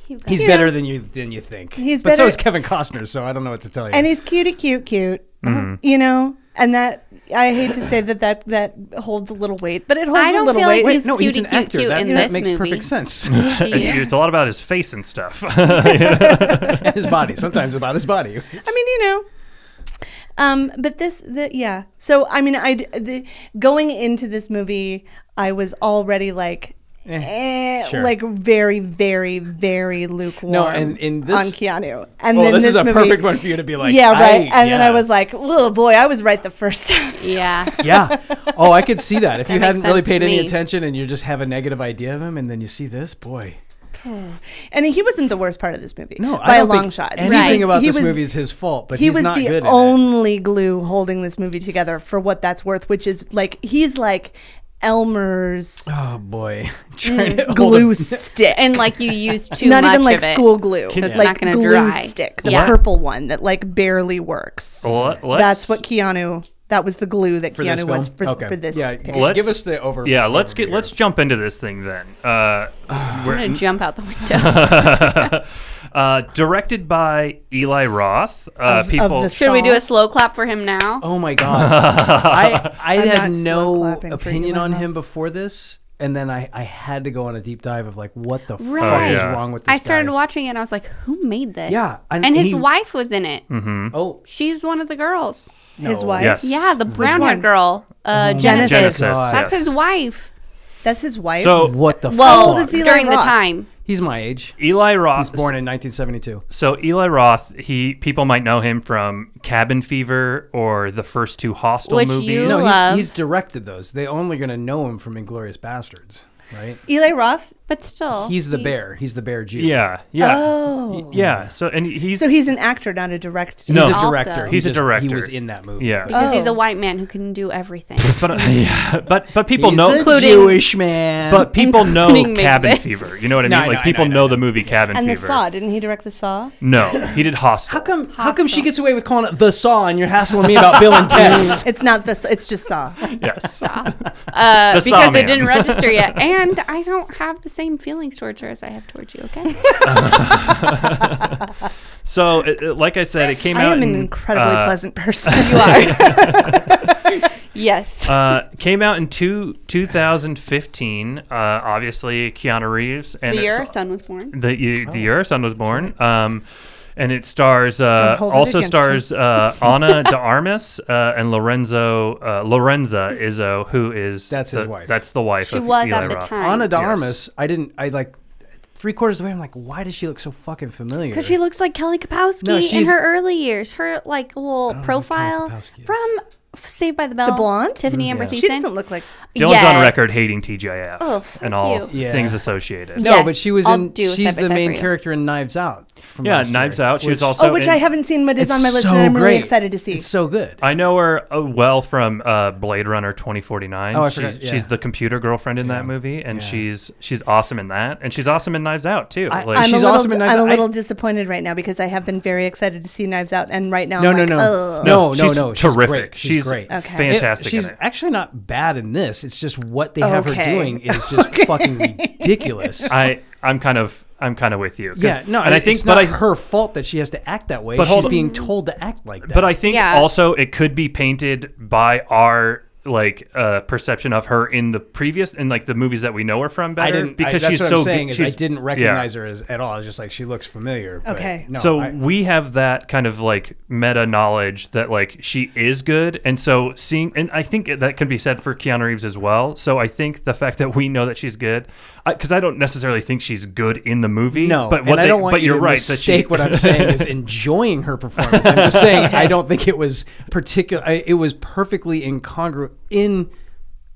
[SPEAKER 4] You got
[SPEAKER 2] he's
[SPEAKER 4] it.
[SPEAKER 2] better than you than you think.
[SPEAKER 5] He's
[SPEAKER 2] but so
[SPEAKER 5] better-
[SPEAKER 2] is Kevin Costner. So I don't know what to tell you.
[SPEAKER 5] and he's cutie, cute, cute.
[SPEAKER 2] Mm-hmm.
[SPEAKER 5] You know, and that I hate to say that that that holds a little weight, but it holds
[SPEAKER 4] don't
[SPEAKER 5] a little
[SPEAKER 4] feel like
[SPEAKER 5] weight.
[SPEAKER 4] he's cutie, cute, cute
[SPEAKER 2] that,
[SPEAKER 4] in
[SPEAKER 2] that
[SPEAKER 4] this
[SPEAKER 2] makes
[SPEAKER 4] movie.
[SPEAKER 2] perfect sense.
[SPEAKER 4] Do you?
[SPEAKER 3] It's a lot about his face and stuff.
[SPEAKER 2] and his body. Sometimes about his body.
[SPEAKER 5] I mean, you know. Um, but this, the, yeah. So I mean, I the, going into this movie, I was already like. Eh,
[SPEAKER 2] sure.
[SPEAKER 5] Like very, very, very lukewarm
[SPEAKER 2] and in this-
[SPEAKER 5] on Keanu, and
[SPEAKER 2] Well,
[SPEAKER 5] then
[SPEAKER 2] this is a
[SPEAKER 5] movie,
[SPEAKER 2] perfect one for you to be like,
[SPEAKER 5] yeah, right.
[SPEAKER 2] I-
[SPEAKER 5] and then
[SPEAKER 2] yeah.
[SPEAKER 5] I was like, oh boy, I was right the first time.
[SPEAKER 4] Yeah.
[SPEAKER 2] yeah. Oh, I could see that. If you
[SPEAKER 4] makes
[SPEAKER 2] hadn't really
[SPEAKER 4] sense to
[SPEAKER 2] paid any
[SPEAKER 4] me.
[SPEAKER 2] attention and you just have a negative idea of him and then you see this, boy.
[SPEAKER 5] And he wasn't the worst part of this movie.
[SPEAKER 2] No,
[SPEAKER 5] by
[SPEAKER 2] I
[SPEAKER 5] a
[SPEAKER 2] don't
[SPEAKER 5] long
[SPEAKER 2] think
[SPEAKER 5] shot.
[SPEAKER 2] Anything
[SPEAKER 4] Right.
[SPEAKER 2] about
[SPEAKER 5] He
[SPEAKER 2] this
[SPEAKER 5] was-
[SPEAKER 2] movie is his fault, but
[SPEAKER 5] He
[SPEAKER 2] he's
[SPEAKER 5] was
[SPEAKER 2] not
[SPEAKER 5] the
[SPEAKER 2] good at it.
[SPEAKER 5] only glue holding this movie together for what that's worth, which is like he's like Elmer's
[SPEAKER 2] Oh boy. Trying to hold
[SPEAKER 5] glue
[SPEAKER 2] him-
[SPEAKER 5] stick,
[SPEAKER 4] And like you used too
[SPEAKER 5] not
[SPEAKER 4] much
[SPEAKER 5] even like
[SPEAKER 4] of it.
[SPEAKER 5] school glue,
[SPEAKER 4] it's
[SPEAKER 5] like
[SPEAKER 4] not gonna
[SPEAKER 5] glue
[SPEAKER 4] dry.
[SPEAKER 5] stick, the
[SPEAKER 4] Yeah.
[SPEAKER 5] purple one that like barely works.
[SPEAKER 3] Let- let's-
[SPEAKER 5] that's what Keanu. That was the glue that
[SPEAKER 2] for this
[SPEAKER 5] Keanu was
[SPEAKER 2] film?
[SPEAKER 5] for,
[SPEAKER 2] okay.
[SPEAKER 5] for this.
[SPEAKER 2] Yeah,
[SPEAKER 5] picture.
[SPEAKER 3] Let's-
[SPEAKER 2] give us the over.
[SPEAKER 3] Yeah, let's get
[SPEAKER 2] overview.
[SPEAKER 3] let's jump into this thing then. Uh,
[SPEAKER 4] I'm
[SPEAKER 3] we're-
[SPEAKER 4] gonna jump out the window.
[SPEAKER 3] uh, directed by Eli Roth. Uh,
[SPEAKER 5] Of- of
[SPEAKER 3] people,
[SPEAKER 5] the
[SPEAKER 4] Should we do
[SPEAKER 5] Solid.
[SPEAKER 4] a slow clap for him now?
[SPEAKER 2] Oh my god. I I
[SPEAKER 5] I'm
[SPEAKER 2] had
[SPEAKER 5] not slow
[SPEAKER 2] no
[SPEAKER 5] clapping for
[SPEAKER 2] opinion
[SPEAKER 5] Elon
[SPEAKER 2] on
[SPEAKER 5] Musk.
[SPEAKER 2] him before this. And then I, I had to go on a deep dive of like what the fuck
[SPEAKER 4] Right.
[SPEAKER 2] is
[SPEAKER 3] Oh, yeah.
[SPEAKER 2] wrong with this
[SPEAKER 4] I started
[SPEAKER 2] guy?
[SPEAKER 4] watching it and I was like, who made this?
[SPEAKER 2] Yeah, and
[SPEAKER 4] And, his
[SPEAKER 2] he-
[SPEAKER 4] wife was in it.
[SPEAKER 2] Oh
[SPEAKER 4] She's one of the girls.
[SPEAKER 5] his
[SPEAKER 2] no.
[SPEAKER 5] wife.
[SPEAKER 3] Yes.
[SPEAKER 4] Yeah, the brown
[SPEAKER 5] one?
[SPEAKER 4] haired girl. Uh,
[SPEAKER 2] Oh,
[SPEAKER 4] Genesis.
[SPEAKER 5] Genesis,
[SPEAKER 4] That's
[SPEAKER 3] yes.
[SPEAKER 4] his wife.
[SPEAKER 5] That's his wife.
[SPEAKER 3] So
[SPEAKER 2] What the
[SPEAKER 4] Well,
[SPEAKER 5] old
[SPEAKER 2] fuck?
[SPEAKER 5] is he? Eli
[SPEAKER 4] during the
[SPEAKER 5] Roth?
[SPEAKER 4] time.
[SPEAKER 2] He's my age.
[SPEAKER 3] Eli Roth
[SPEAKER 2] was born in 1972.
[SPEAKER 3] So Eli Roth, he people might know him from Cabin Fever or the first two Hostel
[SPEAKER 4] Which
[SPEAKER 3] movies.
[SPEAKER 4] you-
[SPEAKER 2] No, he's,
[SPEAKER 4] Love.
[SPEAKER 2] he's directed those. They only going to know him from Inglorious Bastards, right?
[SPEAKER 5] Eli Roth.
[SPEAKER 4] But still.
[SPEAKER 2] He's the
[SPEAKER 4] he-
[SPEAKER 2] bear. He's the bear Jew.
[SPEAKER 3] Yeah, yeah,
[SPEAKER 5] Oh,
[SPEAKER 3] yeah. So and he's,
[SPEAKER 5] so he's an actor, not a director.
[SPEAKER 2] He's
[SPEAKER 3] No.
[SPEAKER 2] a
[SPEAKER 4] Also.
[SPEAKER 2] director. He
[SPEAKER 3] He's a
[SPEAKER 2] just- He
[SPEAKER 3] director.
[SPEAKER 2] was in that movie.
[SPEAKER 3] Yeah.
[SPEAKER 4] Because he's
[SPEAKER 5] Oh.
[SPEAKER 4] a white man who can do everything.
[SPEAKER 3] but yeah, but but people
[SPEAKER 2] He's
[SPEAKER 3] know
[SPEAKER 2] a
[SPEAKER 4] Including-
[SPEAKER 2] Jewish man.
[SPEAKER 3] but people know
[SPEAKER 4] including
[SPEAKER 3] Cabin
[SPEAKER 4] Macbeth.
[SPEAKER 3] Fever. You know what I
[SPEAKER 2] No,
[SPEAKER 3] mean?
[SPEAKER 2] I
[SPEAKER 3] like
[SPEAKER 2] know, I
[SPEAKER 3] people
[SPEAKER 2] know, I
[SPEAKER 3] know
[SPEAKER 2] know.
[SPEAKER 3] the movie Cabin
[SPEAKER 5] And the
[SPEAKER 3] Fever.
[SPEAKER 5] Saw. Didn't he direct the Saw?
[SPEAKER 3] No, he did Hostel.
[SPEAKER 2] how come? How come she gets away with calling it the Saw, and you're hassling me about Bill and Ted's?
[SPEAKER 5] It's not this. It's just Saw.
[SPEAKER 3] Yes.
[SPEAKER 4] Uh,
[SPEAKER 3] The
[SPEAKER 4] because
[SPEAKER 3] Sawman.
[SPEAKER 4] it didn't register yet. And I don't have the same feelings towards her as I have towards you, okay?
[SPEAKER 3] So, it, it- like I said, it came
[SPEAKER 5] I
[SPEAKER 3] out.
[SPEAKER 5] am an
[SPEAKER 3] in,
[SPEAKER 5] incredibly
[SPEAKER 3] uh,
[SPEAKER 5] pleasant person.
[SPEAKER 4] you are. yes.
[SPEAKER 3] uh, came out in two, 2015. Uh, obviously, Keanu Reeves and
[SPEAKER 4] the year
[SPEAKER 3] it's-
[SPEAKER 4] our son was born.
[SPEAKER 3] the year, the
[SPEAKER 2] Oh.
[SPEAKER 3] year our son was born. Um, and it stars uh,
[SPEAKER 5] hold it
[SPEAKER 3] also
[SPEAKER 5] against him.
[SPEAKER 3] stars uh, Anna de Armas uh, and Lorenzo uh, Lorenza Izzo, who is
[SPEAKER 2] That's
[SPEAKER 3] the,
[SPEAKER 2] his wife.
[SPEAKER 3] That's the wife.
[SPEAKER 4] She
[SPEAKER 3] of
[SPEAKER 4] was
[SPEAKER 3] Eli
[SPEAKER 4] at the
[SPEAKER 3] Roth.
[SPEAKER 4] time.
[SPEAKER 2] Anna de Armas, I didn't. I like three quarters of the way, I'm like, why does she look so fucking familiar?
[SPEAKER 4] Because she looks like Kelly Kapowski
[SPEAKER 2] No,
[SPEAKER 4] in
[SPEAKER 2] she's-
[SPEAKER 4] her early years. Her like
[SPEAKER 3] Oh,
[SPEAKER 4] little
[SPEAKER 2] who Kelly
[SPEAKER 4] profile
[SPEAKER 2] Kapowski is.
[SPEAKER 4] from F- Saved by the Bell.
[SPEAKER 5] The blonde?
[SPEAKER 4] Tiffany
[SPEAKER 3] Mm,
[SPEAKER 2] Mhm.
[SPEAKER 4] Amber
[SPEAKER 2] Yeah.
[SPEAKER 4] Thiessen.
[SPEAKER 5] She doesn't look like.
[SPEAKER 3] Dylan's on
[SPEAKER 4] Yes.
[SPEAKER 3] record hating TGIF
[SPEAKER 4] Oh, fuck
[SPEAKER 3] and all
[SPEAKER 4] you.
[SPEAKER 2] Yeah.
[SPEAKER 3] things associated.
[SPEAKER 2] no,
[SPEAKER 4] Yes,
[SPEAKER 2] but she was
[SPEAKER 4] I'll
[SPEAKER 2] in.
[SPEAKER 4] do a
[SPEAKER 2] She's
[SPEAKER 4] side by
[SPEAKER 2] the
[SPEAKER 4] side
[SPEAKER 2] main
[SPEAKER 4] for you.
[SPEAKER 2] character in Knives Out. From
[SPEAKER 3] Yeah,
[SPEAKER 2] last
[SPEAKER 3] Knives
[SPEAKER 2] year,
[SPEAKER 3] Out. She was
[SPEAKER 2] which-
[SPEAKER 3] also
[SPEAKER 5] Oh, which
[SPEAKER 3] in-
[SPEAKER 5] I haven't seen, but is
[SPEAKER 2] It's
[SPEAKER 5] on my list,
[SPEAKER 2] so
[SPEAKER 5] and I'm really
[SPEAKER 2] great.
[SPEAKER 5] excited to see.
[SPEAKER 2] It's so good.
[SPEAKER 3] I know her uh, well from uh, Blade Runner 2049.
[SPEAKER 2] Oh, I
[SPEAKER 3] She-
[SPEAKER 2] forgot, yeah.
[SPEAKER 3] She's the computer girlfriend in that movie, and
[SPEAKER 2] Yeah.
[SPEAKER 3] she's she's awesome in that, and she's awesome in Knives Out too.
[SPEAKER 2] I-
[SPEAKER 3] like,
[SPEAKER 5] I'm
[SPEAKER 2] she's
[SPEAKER 5] a little,
[SPEAKER 2] awesome in Knives
[SPEAKER 5] I'm a
[SPEAKER 2] Out. I-
[SPEAKER 5] little disappointed right now because I have been very excited to see Knives Out, and right now
[SPEAKER 2] No,
[SPEAKER 5] I'm
[SPEAKER 2] no,
[SPEAKER 5] like,
[SPEAKER 2] no,
[SPEAKER 5] "Ugh."
[SPEAKER 2] no, no,
[SPEAKER 3] she's
[SPEAKER 2] no.
[SPEAKER 3] terrific.
[SPEAKER 2] great. She's, great.
[SPEAKER 5] Okay.
[SPEAKER 2] It-
[SPEAKER 3] fantastic.
[SPEAKER 2] she's
[SPEAKER 3] in it.
[SPEAKER 2] actually not bad in this. It's just what they have
[SPEAKER 5] Okay.
[SPEAKER 2] her doing is just fucking ridiculous.
[SPEAKER 3] I I'm kind of I'm kind of with you. 'cause-
[SPEAKER 2] yeah, no,
[SPEAKER 3] and I think,
[SPEAKER 2] it's
[SPEAKER 3] but
[SPEAKER 2] not
[SPEAKER 3] I
[SPEAKER 2] her fault that she has to act that way.
[SPEAKER 3] But
[SPEAKER 2] But
[SPEAKER 3] hold
[SPEAKER 2] she's
[SPEAKER 3] on.
[SPEAKER 2] being told to act like that.
[SPEAKER 3] but I think
[SPEAKER 4] Yeah.
[SPEAKER 3] also it could be painted by our like uh perception of her in the previous and like the movies that we know her from better
[SPEAKER 2] I didn't
[SPEAKER 3] because
[SPEAKER 2] I, that's
[SPEAKER 3] she's
[SPEAKER 2] what
[SPEAKER 3] so
[SPEAKER 2] I'm saying
[SPEAKER 3] good.
[SPEAKER 2] is I
[SPEAKER 3] she's-
[SPEAKER 2] didn't
[SPEAKER 3] yeah.
[SPEAKER 2] recognize her as, at all. I was just like she looks familiar. but
[SPEAKER 5] Okay.
[SPEAKER 2] no,
[SPEAKER 3] so
[SPEAKER 2] I-
[SPEAKER 3] we have that kind of like meta knowledge that like she is good and so seeing and i think that can be said for keanu reeves as well so i think the fact that we know that she's good because I, don't necessarily think she's good in the movie
[SPEAKER 2] no,
[SPEAKER 3] but
[SPEAKER 2] and
[SPEAKER 3] what
[SPEAKER 2] I
[SPEAKER 3] they-
[SPEAKER 2] don't want
[SPEAKER 3] but
[SPEAKER 2] you
[SPEAKER 3] you're
[SPEAKER 2] to
[SPEAKER 3] right
[SPEAKER 2] mistake
[SPEAKER 3] that she,
[SPEAKER 2] what I'm saying is enjoying her performance. I'm just saying I don't think it was particular. I, it was perfectly incongruent in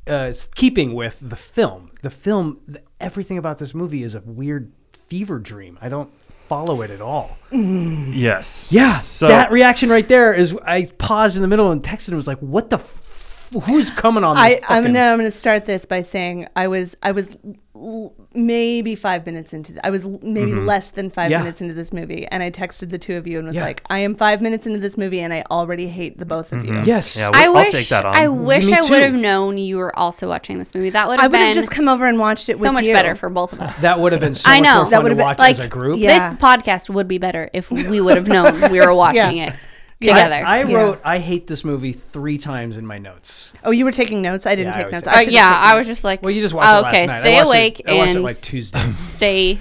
[SPEAKER 2] uh, s- keeping with the film. The film, the, everything about this movie is a weird fever dream. I don't follow it at all.
[SPEAKER 3] yes
[SPEAKER 2] Yeah.
[SPEAKER 3] so
[SPEAKER 2] that reaction right there is I paused in the middle and texted him was like, "What the f- who's coming on this?"
[SPEAKER 5] I, I'm
[SPEAKER 2] fucking-
[SPEAKER 5] gonna I'm gonna start this by saying I was I was l- maybe five minutes into th- I was l- maybe less than five
[SPEAKER 2] Mm-hmm. Yeah.
[SPEAKER 5] minutes into this movie, and I texted the two of you and was
[SPEAKER 2] Yeah.
[SPEAKER 5] like, I am five minutes into this movie, and I already hate the both of you.
[SPEAKER 2] Yes.
[SPEAKER 3] yeah
[SPEAKER 4] I
[SPEAKER 3] will
[SPEAKER 4] wish
[SPEAKER 3] I'll take that on
[SPEAKER 4] I wish
[SPEAKER 2] Me
[SPEAKER 4] I would have
[SPEAKER 2] too.
[SPEAKER 4] known you were also watching this movie. That would
[SPEAKER 5] I
[SPEAKER 4] have
[SPEAKER 5] would have
[SPEAKER 4] been
[SPEAKER 5] just come over and watched it with
[SPEAKER 4] so much
[SPEAKER 5] you.
[SPEAKER 4] better for both of us.
[SPEAKER 2] That would have been so
[SPEAKER 4] I
[SPEAKER 2] much
[SPEAKER 4] know.
[SPEAKER 2] more fun
[SPEAKER 4] That
[SPEAKER 2] to
[SPEAKER 5] would've been-
[SPEAKER 2] watch
[SPEAKER 4] like
[SPEAKER 2] as a group.
[SPEAKER 5] Yeah.
[SPEAKER 4] this podcast would be better if we would have known we were watching
[SPEAKER 5] Yeah.
[SPEAKER 4] it together.
[SPEAKER 2] I, I
[SPEAKER 5] Yeah.
[SPEAKER 2] wrote I hate this movie three times in my notes.
[SPEAKER 5] Oh, you were taking notes. I didn't
[SPEAKER 2] Yeah, I
[SPEAKER 5] take
[SPEAKER 2] was
[SPEAKER 5] notes.
[SPEAKER 2] taking-
[SPEAKER 4] Uh,
[SPEAKER 5] I should've
[SPEAKER 4] yeah,
[SPEAKER 5] taken
[SPEAKER 4] I
[SPEAKER 5] notes.
[SPEAKER 4] was just like,
[SPEAKER 2] Well, you just watched it
[SPEAKER 4] oh,
[SPEAKER 2] last
[SPEAKER 4] okay,
[SPEAKER 2] night. I
[SPEAKER 4] stay
[SPEAKER 2] watched it-
[SPEAKER 4] awake
[SPEAKER 2] I watched it
[SPEAKER 4] and
[SPEAKER 2] like Tuesday.
[SPEAKER 4] stay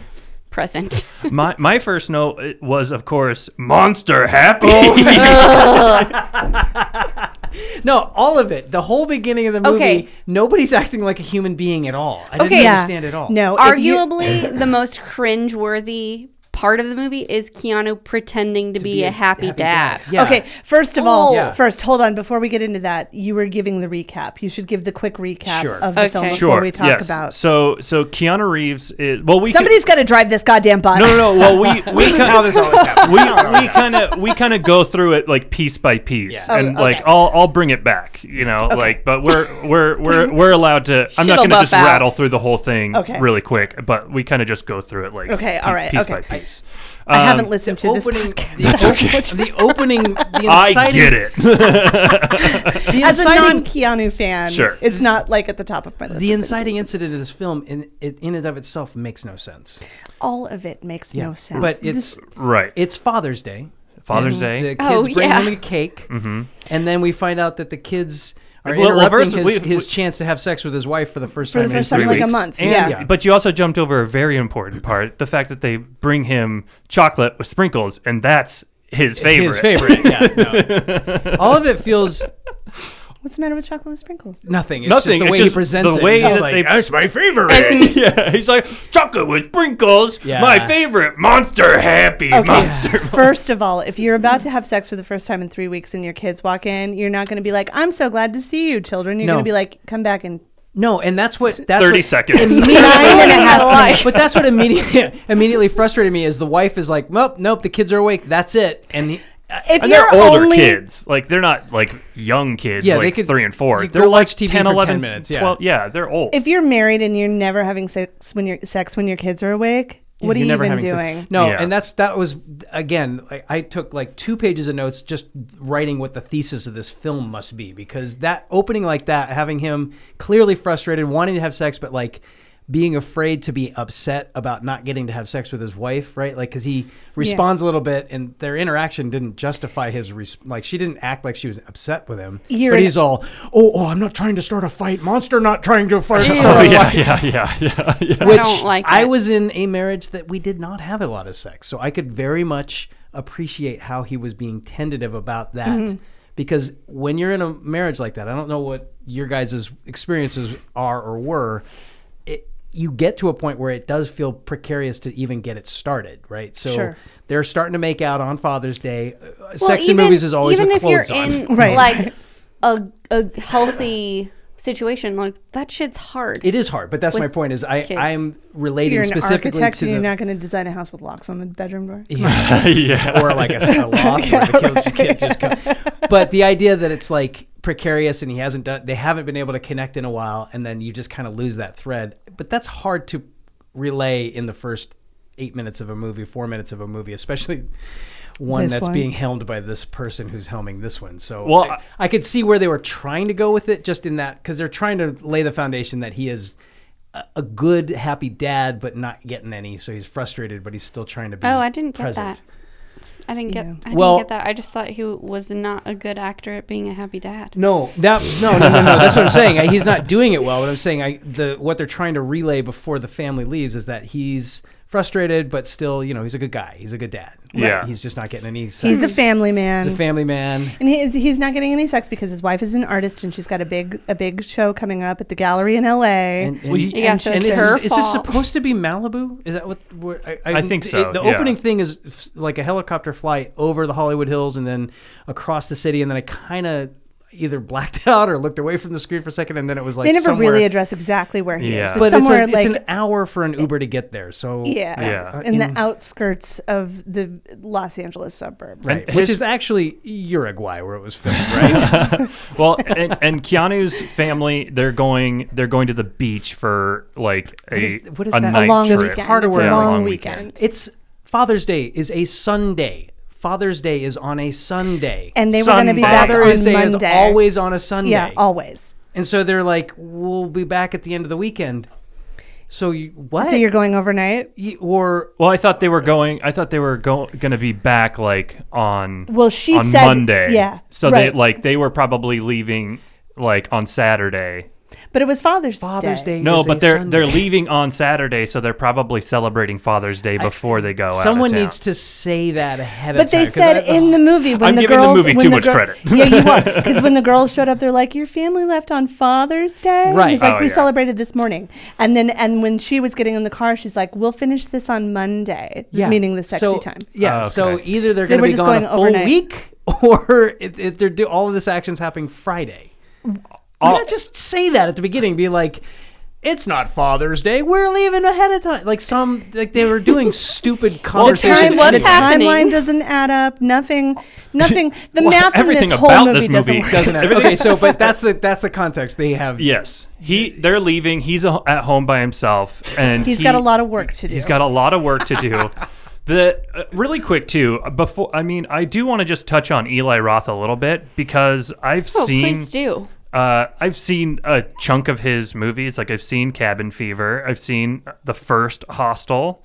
[SPEAKER 4] present.
[SPEAKER 3] my my first note uh, was of course monster happy
[SPEAKER 2] Oh, No, all of it. The whole beginning of the movie.
[SPEAKER 4] Okay.
[SPEAKER 2] Nobody's acting like a human being at all. I
[SPEAKER 4] Okay.
[SPEAKER 2] didn't
[SPEAKER 4] Yeah.
[SPEAKER 2] understand at all.
[SPEAKER 5] No, if you-
[SPEAKER 4] Arguably, the most cringe-worthy part of the movie is Keanu pretending to, be, a happy, dad.
[SPEAKER 2] Yeah.
[SPEAKER 5] Okay, first of all,
[SPEAKER 4] Oh. Yeah.
[SPEAKER 5] first hold on before we get into that. You were giving the recap. You should give the quick recap
[SPEAKER 2] Sure.
[SPEAKER 5] of the film
[SPEAKER 4] Okay.
[SPEAKER 5] before
[SPEAKER 3] sure
[SPEAKER 5] we talk
[SPEAKER 3] yes.
[SPEAKER 5] about.
[SPEAKER 3] so so keanu reeves is well we could-
[SPEAKER 5] Somebody's got to drive this goddamn bus.
[SPEAKER 3] no no no well we we
[SPEAKER 2] This is
[SPEAKER 3] could-
[SPEAKER 2] how this always happens.
[SPEAKER 3] we we kind of we kind of go through it like piece by piece,
[SPEAKER 2] Yeah.
[SPEAKER 3] and
[SPEAKER 4] Oh,
[SPEAKER 3] like
[SPEAKER 4] okay.
[SPEAKER 3] I'll I'll bring it back, you know, like but we're we're we're we're allowed to. I'm not
[SPEAKER 4] Shit'll
[SPEAKER 3] going to just
[SPEAKER 4] buff out.
[SPEAKER 3] rattle through the whole thing
[SPEAKER 5] Okay.
[SPEAKER 3] really quick, but we kind of just go through it like pe-
[SPEAKER 5] Okay, all right,
[SPEAKER 3] piece
[SPEAKER 5] okay.
[SPEAKER 3] by piece.
[SPEAKER 5] I haven't
[SPEAKER 3] Um,
[SPEAKER 5] listened to this
[SPEAKER 2] Opening,
[SPEAKER 5] podcast.
[SPEAKER 2] the, opening, the opening, the
[SPEAKER 3] I
[SPEAKER 2] inciting,
[SPEAKER 3] get it.
[SPEAKER 2] The
[SPEAKER 5] As a
[SPEAKER 2] inciting-
[SPEAKER 5] non Keanu fan,
[SPEAKER 3] Sure.
[SPEAKER 5] it's not like at the top of my list.
[SPEAKER 2] the inciting incident of this film in in in and of itself makes no sense.
[SPEAKER 5] All of it makes no sense.
[SPEAKER 2] But
[SPEAKER 5] This-
[SPEAKER 2] it's
[SPEAKER 3] right.
[SPEAKER 2] it's Father's Day.
[SPEAKER 3] Father's
[SPEAKER 2] and
[SPEAKER 3] Day. Mm-hmm.
[SPEAKER 2] The kids
[SPEAKER 4] Oh,
[SPEAKER 2] bring
[SPEAKER 4] yeah.
[SPEAKER 2] him a cake, and then we find out that the kids are
[SPEAKER 3] Well, well,
[SPEAKER 2] interrupting
[SPEAKER 3] first
[SPEAKER 2] his,
[SPEAKER 3] we-
[SPEAKER 2] his
[SPEAKER 3] we-
[SPEAKER 2] chance to have sex with his wife for the first
[SPEAKER 5] the
[SPEAKER 2] time
[SPEAKER 5] first
[SPEAKER 2] in
[SPEAKER 5] time
[SPEAKER 2] three
[SPEAKER 5] in, like, a
[SPEAKER 2] weeks.
[SPEAKER 5] month.
[SPEAKER 3] And-
[SPEAKER 5] Yeah.
[SPEAKER 2] Yeah.
[SPEAKER 3] But you also jumped over a very important part: the fact that they bring him chocolate with sprinkles, and that's his favorite.
[SPEAKER 2] His favorite. Yeah, no. All of it feels
[SPEAKER 5] what's the matter with chocolate with sprinkles?
[SPEAKER 2] nothing. It's just
[SPEAKER 3] Nothing.
[SPEAKER 2] the
[SPEAKER 3] it's
[SPEAKER 2] way
[SPEAKER 3] just
[SPEAKER 2] he presents
[SPEAKER 3] the way
[SPEAKER 2] it. It's
[SPEAKER 3] that
[SPEAKER 2] like,
[SPEAKER 3] they, that's my favorite. yeah, he's like chocolate with sprinkles.
[SPEAKER 2] Yeah.
[SPEAKER 3] My favorite monster happy monster.
[SPEAKER 5] First of all, if you're about to have sex for the first time in three weeks and your kids walk in, you're not going to be like, I'm so glad to see you, children. You're
[SPEAKER 2] No.
[SPEAKER 5] going to be like, come back and.
[SPEAKER 2] no, and that's what that's
[SPEAKER 3] Thirty
[SPEAKER 2] what,
[SPEAKER 3] seconds.
[SPEAKER 5] Nine and a half
[SPEAKER 4] life.
[SPEAKER 2] But that's what immediately immediately frustrated me is the wife is like, nope, nope, the kids are awake. That's it. And the,
[SPEAKER 5] If
[SPEAKER 3] And
[SPEAKER 5] you're
[SPEAKER 3] they're older
[SPEAKER 5] only,
[SPEAKER 3] kids. Like they're not like young kids.
[SPEAKER 2] Yeah,
[SPEAKER 3] like
[SPEAKER 2] they could-
[SPEAKER 3] three and four.
[SPEAKER 2] you could
[SPEAKER 3] They're
[SPEAKER 2] go
[SPEAKER 3] like
[SPEAKER 2] watch TV
[SPEAKER 3] 10,
[SPEAKER 2] for 10
[SPEAKER 3] 11,
[SPEAKER 2] minutes, yeah.
[SPEAKER 3] 12 yeah, they're old.
[SPEAKER 5] If you're married and you're never having sex when you're sex when your kids are awake, what are
[SPEAKER 2] You're
[SPEAKER 5] you
[SPEAKER 2] never
[SPEAKER 5] even
[SPEAKER 2] having sex.
[SPEAKER 5] doing?
[SPEAKER 2] No,
[SPEAKER 3] Yeah.
[SPEAKER 2] and that's that was again. I, I took like two pages of notes just writing what the thesis of this film must be because that opening like that, having him clearly frustrated, wanting to have sex, but like being afraid to be upset about not getting to have sex with his wife, right? Like because he responds a little bit, and their interaction didn't justify his res- like she didn't act like she was upset with him,
[SPEAKER 5] You're
[SPEAKER 2] but
[SPEAKER 5] an-
[SPEAKER 2] he's all, oh, oh, I'm not trying to start a fight, monster, not trying to fight.
[SPEAKER 4] Ew.
[SPEAKER 3] oh yeah, yeah, yeah, yeah, yeah.
[SPEAKER 2] Which
[SPEAKER 4] don't like
[SPEAKER 2] I
[SPEAKER 4] it.
[SPEAKER 2] was in a marriage that we did not have a lot of sex, so I could very much appreciate how he was being tentative about that.
[SPEAKER 4] Mm-hmm.
[SPEAKER 2] Because when you're in a marriage like that, I don't know what your guys' experiences are or were. It, you get to a point where it does feel precarious to even get it started, right? So
[SPEAKER 5] Sure.
[SPEAKER 2] they're starting to make out on Father's Day. Uh,
[SPEAKER 4] Well,
[SPEAKER 2] Sex in
[SPEAKER 4] even-
[SPEAKER 2] movies is always
[SPEAKER 4] even
[SPEAKER 2] with
[SPEAKER 4] if you're
[SPEAKER 2] clothes on.
[SPEAKER 4] in
[SPEAKER 5] Right.
[SPEAKER 4] like a a healthy situation, like that shit's hard.
[SPEAKER 2] it is hard, but that's my point. Is I
[SPEAKER 4] kids.
[SPEAKER 2] I'm relating
[SPEAKER 5] You're an
[SPEAKER 2] specifically
[SPEAKER 5] architect
[SPEAKER 2] to
[SPEAKER 5] and
[SPEAKER 2] the
[SPEAKER 5] you're not going to design a house with locks on the bedroom door.
[SPEAKER 3] yeah.
[SPEAKER 2] or like a, a loft where the kid, kid just come. But the idea that it's like precarious and he hasn't done, they haven't been able to connect in a while, and then you just kind of lose that thread. But that's hard to relay in the first eight minutes of a movie, four minutes of a movie, especially one
[SPEAKER 5] This
[SPEAKER 2] that's
[SPEAKER 5] one.
[SPEAKER 2] being helmed by this person who's helming this one. So
[SPEAKER 3] Well,
[SPEAKER 2] I, I could see where they were trying to go with it, just in that because they're trying to lay the foundation that he is. a- A good, happy dad, but not getting any, so he's frustrated, but he's still trying to be.
[SPEAKER 4] Oh, I didn't get
[SPEAKER 2] present.
[SPEAKER 4] that. I didn't get. I didn't
[SPEAKER 2] Well-
[SPEAKER 4] get that. I just thought he was not a good actor at being a happy dad.
[SPEAKER 2] No, that no, no, no, no. That's what I'm saying. I, he's not doing it well. What I'm saying, I the what they're trying to relay before the family leaves is that he's frustrated, but still, you know, he's a good guy. He's a good dad. But
[SPEAKER 3] Yeah.
[SPEAKER 2] he's just not getting any. Sex.
[SPEAKER 5] He's a family man.
[SPEAKER 2] He's a family man.
[SPEAKER 5] and he is, he's not getting any sex because his wife is an artist and she's got a big a big show coming up at the gallery in LA.
[SPEAKER 2] And, and,
[SPEAKER 3] Well, you-
[SPEAKER 4] Yeah, so
[SPEAKER 2] and
[SPEAKER 4] it's
[SPEAKER 2] this
[SPEAKER 4] her
[SPEAKER 2] is, is this
[SPEAKER 4] fault.
[SPEAKER 2] supposed to be Malibu? Is that what? Where,
[SPEAKER 3] I think so,
[SPEAKER 2] the
[SPEAKER 3] yeah.
[SPEAKER 2] opening thing is f- like a helicopter flight over the Hollywood Hills and then across the city, and then I kind of either blacked out or looked away from the screen for a second, and then it was like
[SPEAKER 5] they never
[SPEAKER 2] somewhere-
[SPEAKER 5] really address exactly where he is,
[SPEAKER 3] Yeah.
[SPEAKER 2] but
[SPEAKER 5] but, somewhere
[SPEAKER 2] it's, a,
[SPEAKER 5] like
[SPEAKER 2] it's an hour for an Uber to get there. So
[SPEAKER 5] yeah,
[SPEAKER 3] Yeah.
[SPEAKER 5] in,
[SPEAKER 2] in-
[SPEAKER 5] the outskirts of the Los Angeles suburbs.
[SPEAKER 2] right,
[SPEAKER 3] And
[SPEAKER 2] which
[SPEAKER 3] his-
[SPEAKER 2] is actually Uruguay where it was filmed, right?
[SPEAKER 3] well, and, and Keanu's family, they're going they're going to the beach for like a
[SPEAKER 2] is- what is
[SPEAKER 3] a
[SPEAKER 2] that? A
[SPEAKER 3] night
[SPEAKER 5] long
[SPEAKER 3] trip.
[SPEAKER 5] weekend.
[SPEAKER 2] Hard
[SPEAKER 5] It's
[SPEAKER 2] work.
[SPEAKER 5] a
[SPEAKER 2] Yeah,
[SPEAKER 5] long,
[SPEAKER 3] long
[SPEAKER 5] weekend.
[SPEAKER 3] weekend.
[SPEAKER 2] it's Father's Day is a Sunday. Father's Day is on a Sunday.
[SPEAKER 5] And they were going to be
[SPEAKER 3] Sunday.
[SPEAKER 5] back
[SPEAKER 2] Father's
[SPEAKER 5] on
[SPEAKER 2] Day
[SPEAKER 5] Monday.
[SPEAKER 2] is always on a Sunday.
[SPEAKER 5] yeah, always.
[SPEAKER 2] and so they're like, we'll be back at the end of the weekend. So you what?
[SPEAKER 5] So you're going overnight.
[SPEAKER 2] You- or
[SPEAKER 3] Well, I thought they were going. I thought they were go, going to be back like on.
[SPEAKER 5] Well, she
[SPEAKER 3] on
[SPEAKER 5] said-
[SPEAKER 3] Monday.
[SPEAKER 5] yeah,
[SPEAKER 3] So
[SPEAKER 5] right.
[SPEAKER 3] they like they were probably leaving like on Saturday.
[SPEAKER 5] But it was Father's
[SPEAKER 2] Father's Day.
[SPEAKER 3] No,
[SPEAKER 2] is a
[SPEAKER 3] but they're
[SPEAKER 2] Sunday.
[SPEAKER 3] they're leaving on Saturday, so they're probably celebrating Father's Day before they go.
[SPEAKER 2] Someone
[SPEAKER 3] out of town.
[SPEAKER 2] needs to say that ahead of
[SPEAKER 5] But
[SPEAKER 2] time.
[SPEAKER 5] they
[SPEAKER 2] 'cause
[SPEAKER 5] said
[SPEAKER 2] I- oh.
[SPEAKER 5] in the movie when
[SPEAKER 3] I'm
[SPEAKER 5] the
[SPEAKER 3] giving the
[SPEAKER 5] girls
[SPEAKER 3] movie
[SPEAKER 5] when
[SPEAKER 3] too
[SPEAKER 5] the
[SPEAKER 3] much
[SPEAKER 5] girl-
[SPEAKER 3] credit.
[SPEAKER 5] yeah, you are. Because when the girls showed up, they're like, "Your family left on Father's Day." And
[SPEAKER 2] Right.
[SPEAKER 5] He's like,
[SPEAKER 3] Oh,
[SPEAKER 5] "We
[SPEAKER 3] yeah.
[SPEAKER 5] celebrated this morning." And then, and when she was getting in the car, she's like, "We'll finish this on Monday," meaning the sexy
[SPEAKER 2] so,
[SPEAKER 5] time.
[SPEAKER 2] Yeah.
[SPEAKER 3] Oh,
[SPEAKER 2] So
[SPEAKER 3] okay.
[SPEAKER 2] either they're
[SPEAKER 5] So they
[SPEAKER 2] going
[SPEAKER 5] were
[SPEAKER 2] to be
[SPEAKER 5] just
[SPEAKER 2] gone a
[SPEAKER 5] going
[SPEAKER 2] full
[SPEAKER 5] overnight.
[SPEAKER 2] week, or it, it, they're do all of this action's happening Friday. Why not just say that at the beginning? Be like, "It's not Father's Day. We're leaving ahead of time." Like some, like they were doing stupid
[SPEAKER 5] The,
[SPEAKER 2] conversations.
[SPEAKER 5] time,
[SPEAKER 4] what's
[SPEAKER 5] the
[SPEAKER 4] happening?
[SPEAKER 5] timeline doesn't add up. Nothing. Nothing. The
[SPEAKER 3] Well,
[SPEAKER 5] math in
[SPEAKER 3] everything
[SPEAKER 5] this whole
[SPEAKER 3] about
[SPEAKER 5] movie
[SPEAKER 3] this
[SPEAKER 5] doesn't
[SPEAKER 3] movie
[SPEAKER 5] work.
[SPEAKER 3] doesn't-
[SPEAKER 2] Everything- okay, so but that's the that's the context they have.
[SPEAKER 3] Yes, he they're leaving. He's a, at home by himself, and
[SPEAKER 5] He's
[SPEAKER 3] he-
[SPEAKER 5] got a lot of work to do.
[SPEAKER 3] He's got a lot of work to do. The uh, really quick too. uh, Before I mean, I do want to just touch on Eli Roth a little bit because I've
[SPEAKER 4] Oh,
[SPEAKER 3] seen
[SPEAKER 4] please do.
[SPEAKER 3] Uh, I've seen a chunk of his movies. Like I've seen Cabin Fever. I've seen the first Hostel.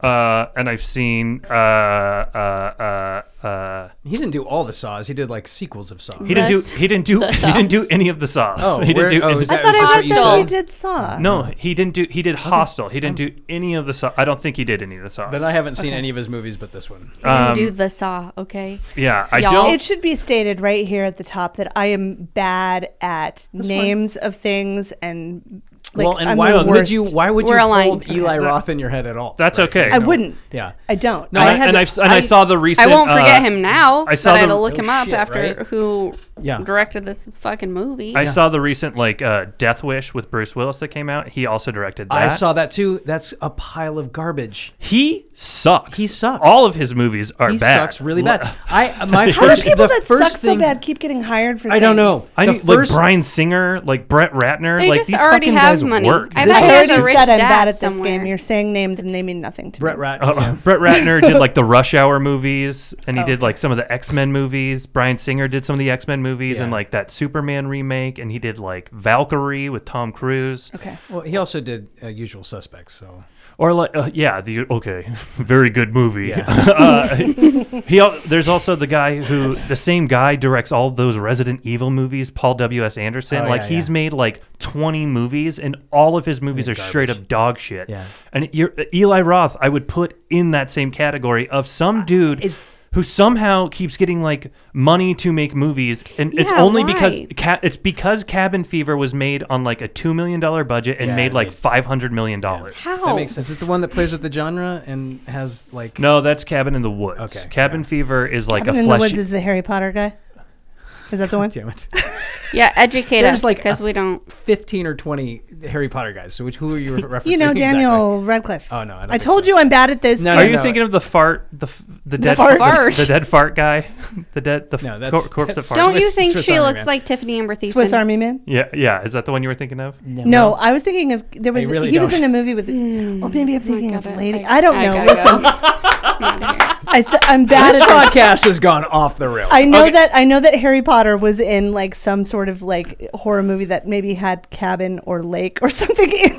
[SPEAKER 3] Uh, and I've seen uh, uh, uh, uh,
[SPEAKER 2] He didn't do all the saws. He did like sequels of saws.
[SPEAKER 3] he didn't do
[SPEAKER 4] That's
[SPEAKER 3] he didn't do he didn't do any of the sauce.
[SPEAKER 2] Oh,
[SPEAKER 3] he
[SPEAKER 2] where-
[SPEAKER 3] didn't do
[SPEAKER 2] oh,
[SPEAKER 3] any-
[SPEAKER 2] is that-
[SPEAKER 5] I thought
[SPEAKER 2] was
[SPEAKER 5] I
[SPEAKER 2] just
[SPEAKER 5] read
[SPEAKER 2] what you
[SPEAKER 5] that he
[SPEAKER 4] said?
[SPEAKER 5] did Saw.
[SPEAKER 3] no, he didn't do he did Hostel. He didn't do any of the sauce. I don't think he did any of the sauce.
[SPEAKER 2] Oh. Then I haven't seen any of his movies but this one.
[SPEAKER 4] You didn't do the saw, okay?
[SPEAKER 3] Yeah, I
[SPEAKER 4] Y'all.
[SPEAKER 2] Oh.
[SPEAKER 3] don't.
[SPEAKER 5] It should be stated right here at the top that I am bad at names of things and like
[SPEAKER 2] well, and
[SPEAKER 5] I'm
[SPEAKER 2] why
[SPEAKER 5] the
[SPEAKER 2] would
[SPEAKER 5] worst.
[SPEAKER 2] you? Why would you
[SPEAKER 4] We're
[SPEAKER 2] hold
[SPEAKER 4] aligned.
[SPEAKER 2] Eli Roth in your head at all?
[SPEAKER 3] That's
[SPEAKER 2] right?
[SPEAKER 3] okay.
[SPEAKER 5] I wouldn't.
[SPEAKER 2] Yeah.
[SPEAKER 5] I don't.
[SPEAKER 2] No,
[SPEAKER 3] And
[SPEAKER 2] I
[SPEAKER 3] I,
[SPEAKER 2] had
[SPEAKER 3] and
[SPEAKER 2] to-
[SPEAKER 3] I've s- and I,
[SPEAKER 2] I-
[SPEAKER 3] saw the recent.
[SPEAKER 4] I won't forget
[SPEAKER 3] uh,
[SPEAKER 4] him now.
[SPEAKER 3] I saw
[SPEAKER 4] but I had
[SPEAKER 3] the-
[SPEAKER 4] to look
[SPEAKER 2] Oh,
[SPEAKER 4] him up
[SPEAKER 2] shit,
[SPEAKER 4] after
[SPEAKER 2] right?
[SPEAKER 4] who
[SPEAKER 2] Yeah.
[SPEAKER 4] directed this fucking movie.
[SPEAKER 3] I saw the recent like uh, Death Wish with Bruce Willis that came out. He also directed that.
[SPEAKER 2] I saw that too. That's a pile of garbage.
[SPEAKER 3] He sucks.
[SPEAKER 2] He sucks.
[SPEAKER 3] All of his movies are
[SPEAKER 2] He
[SPEAKER 3] bad.
[SPEAKER 2] sucks really
[SPEAKER 3] L-
[SPEAKER 2] bad. I uh, my
[SPEAKER 5] How do
[SPEAKER 2] first
[SPEAKER 5] people
[SPEAKER 2] the
[SPEAKER 5] that
[SPEAKER 2] first
[SPEAKER 5] suck so
[SPEAKER 2] thing-
[SPEAKER 5] bad keep getting hired for?
[SPEAKER 2] I don't know.
[SPEAKER 5] things?
[SPEAKER 3] I
[SPEAKER 2] The
[SPEAKER 3] mean, like
[SPEAKER 2] first-
[SPEAKER 3] Brian Singer, like Brett Ratner,
[SPEAKER 4] They
[SPEAKER 3] like
[SPEAKER 4] just
[SPEAKER 3] these
[SPEAKER 4] already
[SPEAKER 3] fucking
[SPEAKER 4] have
[SPEAKER 3] guys
[SPEAKER 4] money.
[SPEAKER 3] work.
[SPEAKER 4] I
[SPEAKER 3] They
[SPEAKER 4] bet he
[SPEAKER 5] I
[SPEAKER 3] suck.
[SPEAKER 4] has
[SPEAKER 5] already
[SPEAKER 4] a rich
[SPEAKER 5] said I'm
[SPEAKER 4] dad
[SPEAKER 5] bad at this
[SPEAKER 4] somewhere.
[SPEAKER 5] game. You're saying names and they mean nothing to
[SPEAKER 2] Brett
[SPEAKER 5] me.
[SPEAKER 2] Ratner.
[SPEAKER 3] Uh, Brett Ratner did like the Rush Hour movies, and he
[SPEAKER 4] Oh,
[SPEAKER 3] did like some of the X Men movies. Brian Singer did some of the X Men movies, and
[SPEAKER 2] Yeah.
[SPEAKER 3] like that Superman remake, and he did like Valkyrie with Tom Cruise.
[SPEAKER 5] Okay.
[SPEAKER 2] Well, he also did uh, Usual Suspects. So
[SPEAKER 3] or like uh, yeah the okay very good movie uh, he al- there's also the guy who the same guy directs all those resident evil movies paul w.s anderson
[SPEAKER 2] Oh,
[SPEAKER 3] like
[SPEAKER 2] yeah,
[SPEAKER 3] he's
[SPEAKER 2] yeah.
[SPEAKER 3] made like 20 movies and all of his movies are
[SPEAKER 2] garbage.
[SPEAKER 3] straight up dog shit
[SPEAKER 2] Yeah.
[SPEAKER 3] and you're, eli roth i would put in that same category of some dude
[SPEAKER 2] Uh, Is-
[SPEAKER 3] who somehow keeps getting like money to make movies, and it's
[SPEAKER 4] Yeah,
[SPEAKER 3] only
[SPEAKER 4] why?
[SPEAKER 3] because ca- it's because Cabin Fever was made on like a two million dollar budget and
[SPEAKER 2] Yeah,
[SPEAKER 3] made
[SPEAKER 2] it
[SPEAKER 3] like
[SPEAKER 2] made-
[SPEAKER 3] five hundred million dollars.
[SPEAKER 4] How?
[SPEAKER 5] Oh.
[SPEAKER 2] That makes sense. Is it the one that plays with the genre and has like
[SPEAKER 3] No, that's Cabin in the Woods.
[SPEAKER 2] Okay,
[SPEAKER 3] Cabin Fever is like
[SPEAKER 5] Cabin
[SPEAKER 3] a
[SPEAKER 5] in the Woods
[SPEAKER 3] fleshy.
[SPEAKER 5] is the Harry Potter guy. Is that the one?
[SPEAKER 2] Damn it.
[SPEAKER 4] Yeah, educate
[SPEAKER 2] There's
[SPEAKER 4] us
[SPEAKER 2] like
[SPEAKER 4] because
[SPEAKER 2] a-
[SPEAKER 4] we don't.
[SPEAKER 2] 15 or 20 Harry Potter guys. So which who are you referencing?
[SPEAKER 5] You know,
[SPEAKER 2] exactly?
[SPEAKER 5] Daniel Radcliffe.
[SPEAKER 2] Oh, no, I don't
[SPEAKER 5] I
[SPEAKER 2] think
[SPEAKER 5] told
[SPEAKER 2] so.
[SPEAKER 5] you I'm bad at this.
[SPEAKER 2] No,
[SPEAKER 3] Are
[SPEAKER 2] no,
[SPEAKER 5] Damn
[SPEAKER 3] you
[SPEAKER 5] it.
[SPEAKER 2] no.
[SPEAKER 3] thinking of the fart, the f- the dead
[SPEAKER 5] fart.
[SPEAKER 3] The, the dead fart guy, the dead the
[SPEAKER 2] No,
[SPEAKER 3] f-
[SPEAKER 2] that's-
[SPEAKER 3] cor- corpse
[SPEAKER 2] that's-
[SPEAKER 3] of fart.
[SPEAKER 4] Don't you
[SPEAKER 2] Swiss-
[SPEAKER 4] think
[SPEAKER 2] Swiss
[SPEAKER 4] she
[SPEAKER 2] Army
[SPEAKER 4] looks
[SPEAKER 2] Man.
[SPEAKER 4] like Tiffany Amber Thiessen?
[SPEAKER 5] Swiss Army Man?
[SPEAKER 3] Yeah, yeah. Is that the one you were thinking of?
[SPEAKER 5] No, I was thinking of there was
[SPEAKER 2] really
[SPEAKER 5] he was
[SPEAKER 2] don't.
[SPEAKER 5] in a movie with.
[SPEAKER 4] Hmm.
[SPEAKER 5] Oh, maybe I'm thinking of
[SPEAKER 4] gotta-
[SPEAKER 5] Lady.
[SPEAKER 4] I-
[SPEAKER 5] I, don't
[SPEAKER 4] I
[SPEAKER 5] know.
[SPEAKER 4] gotta
[SPEAKER 5] Listen,
[SPEAKER 4] go. I'm outta here.
[SPEAKER 5] I, am bad
[SPEAKER 2] This
[SPEAKER 5] at. this.
[SPEAKER 2] podcast has gone off the rails.
[SPEAKER 5] I know
[SPEAKER 3] Okay.
[SPEAKER 5] that I know that Harry Potter was in like some sort of like horror movie that maybe had cabin or lake or something. in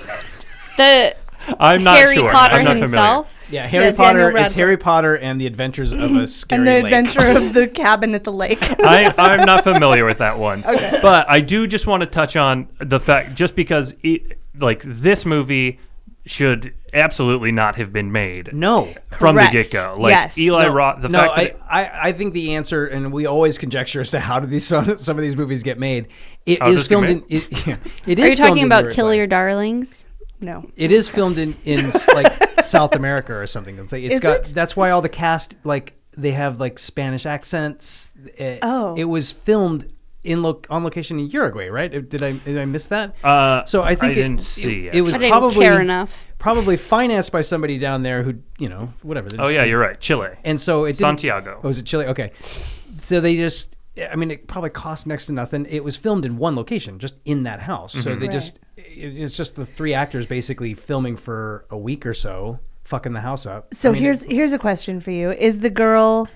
[SPEAKER 4] The
[SPEAKER 3] I'm not
[SPEAKER 4] Harry
[SPEAKER 3] sure.
[SPEAKER 4] Potter
[SPEAKER 3] I'm not
[SPEAKER 4] himself.
[SPEAKER 2] yeah, Harry
[SPEAKER 5] Yeah, Daniel
[SPEAKER 2] Potter. It's
[SPEAKER 5] Radcliffe.
[SPEAKER 2] Harry Potter and the Adventures of a Scary
[SPEAKER 5] and the
[SPEAKER 2] Lake. Uh,
[SPEAKER 5] adventure of the cabin at the lake.
[SPEAKER 3] familiar. I, I'm not familiar with that one. But I do just want to touch on the fact, just because, it, like, this movie should absolutely not have been made
[SPEAKER 2] No.
[SPEAKER 3] from the
[SPEAKER 5] Correct.
[SPEAKER 3] get go. Like
[SPEAKER 5] Yes.
[SPEAKER 3] Eli Roth, the
[SPEAKER 2] no,
[SPEAKER 3] fact
[SPEAKER 2] I,
[SPEAKER 3] that
[SPEAKER 2] I, I think the answer, and we always conjecture as to how do these some, some of these movies get made. It
[SPEAKER 3] How does
[SPEAKER 2] is
[SPEAKER 3] this get
[SPEAKER 2] filmed
[SPEAKER 3] made?
[SPEAKER 2] in. It, yeah, it
[SPEAKER 4] Are
[SPEAKER 2] is
[SPEAKER 4] you
[SPEAKER 2] filmed
[SPEAKER 4] talking
[SPEAKER 2] in
[SPEAKER 4] about
[SPEAKER 2] Uruguay.
[SPEAKER 4] Kill Your Darlings?
[SPEAKER 5] no,
[SPEAKER 2] It is filmed in in s- like South America or something. It's like it's
[SPEAKER 5] Is
[SPEAKER 2] got
[SPEAKER 5] it?
[SPEAKER 2] that's why all the cast like they have like Spanish accents. It-
[SPEAKER 5] Oh.
[SPEAKER 2] it was filmed in lo- on location in Uruguay, right? Uh, Did I did I miss that?
[SPEAKER 3] Uh,
[SPEAKER 2] so I think
[SPEAKER 3] I
[SPEAKER 2] it,
[SPEAKER 3] didn't see,
[SPEAKER 2] It, it was
[SPEAKER 4] I didn't
[SPEAKER 2] probably
[SPEAKER 4] care enough.
[SPEAKER 2] Probably financed by somebody down there who you know whatever.
[SPEAKER 3] oh yeah, you're right, Chile.
[SPEAKER 2] And so it didn't-
[SPEAKER 3] Santiago.
[SPEAKER 2] Oh, was it Chile? Okay. So they just, I mean, it probably cost next to nothing. It was filmed in one location, just in that house. So they
[SPEAKER 5] Right.
[SPEAKER 2] just, it, it's just the three actors basically filming for a week or so, fucking the house up.
[SPEAKER 5] So
[SPEAKER 2] I mean,
[SPEAKER 5] here's here's a question for you: Is the girl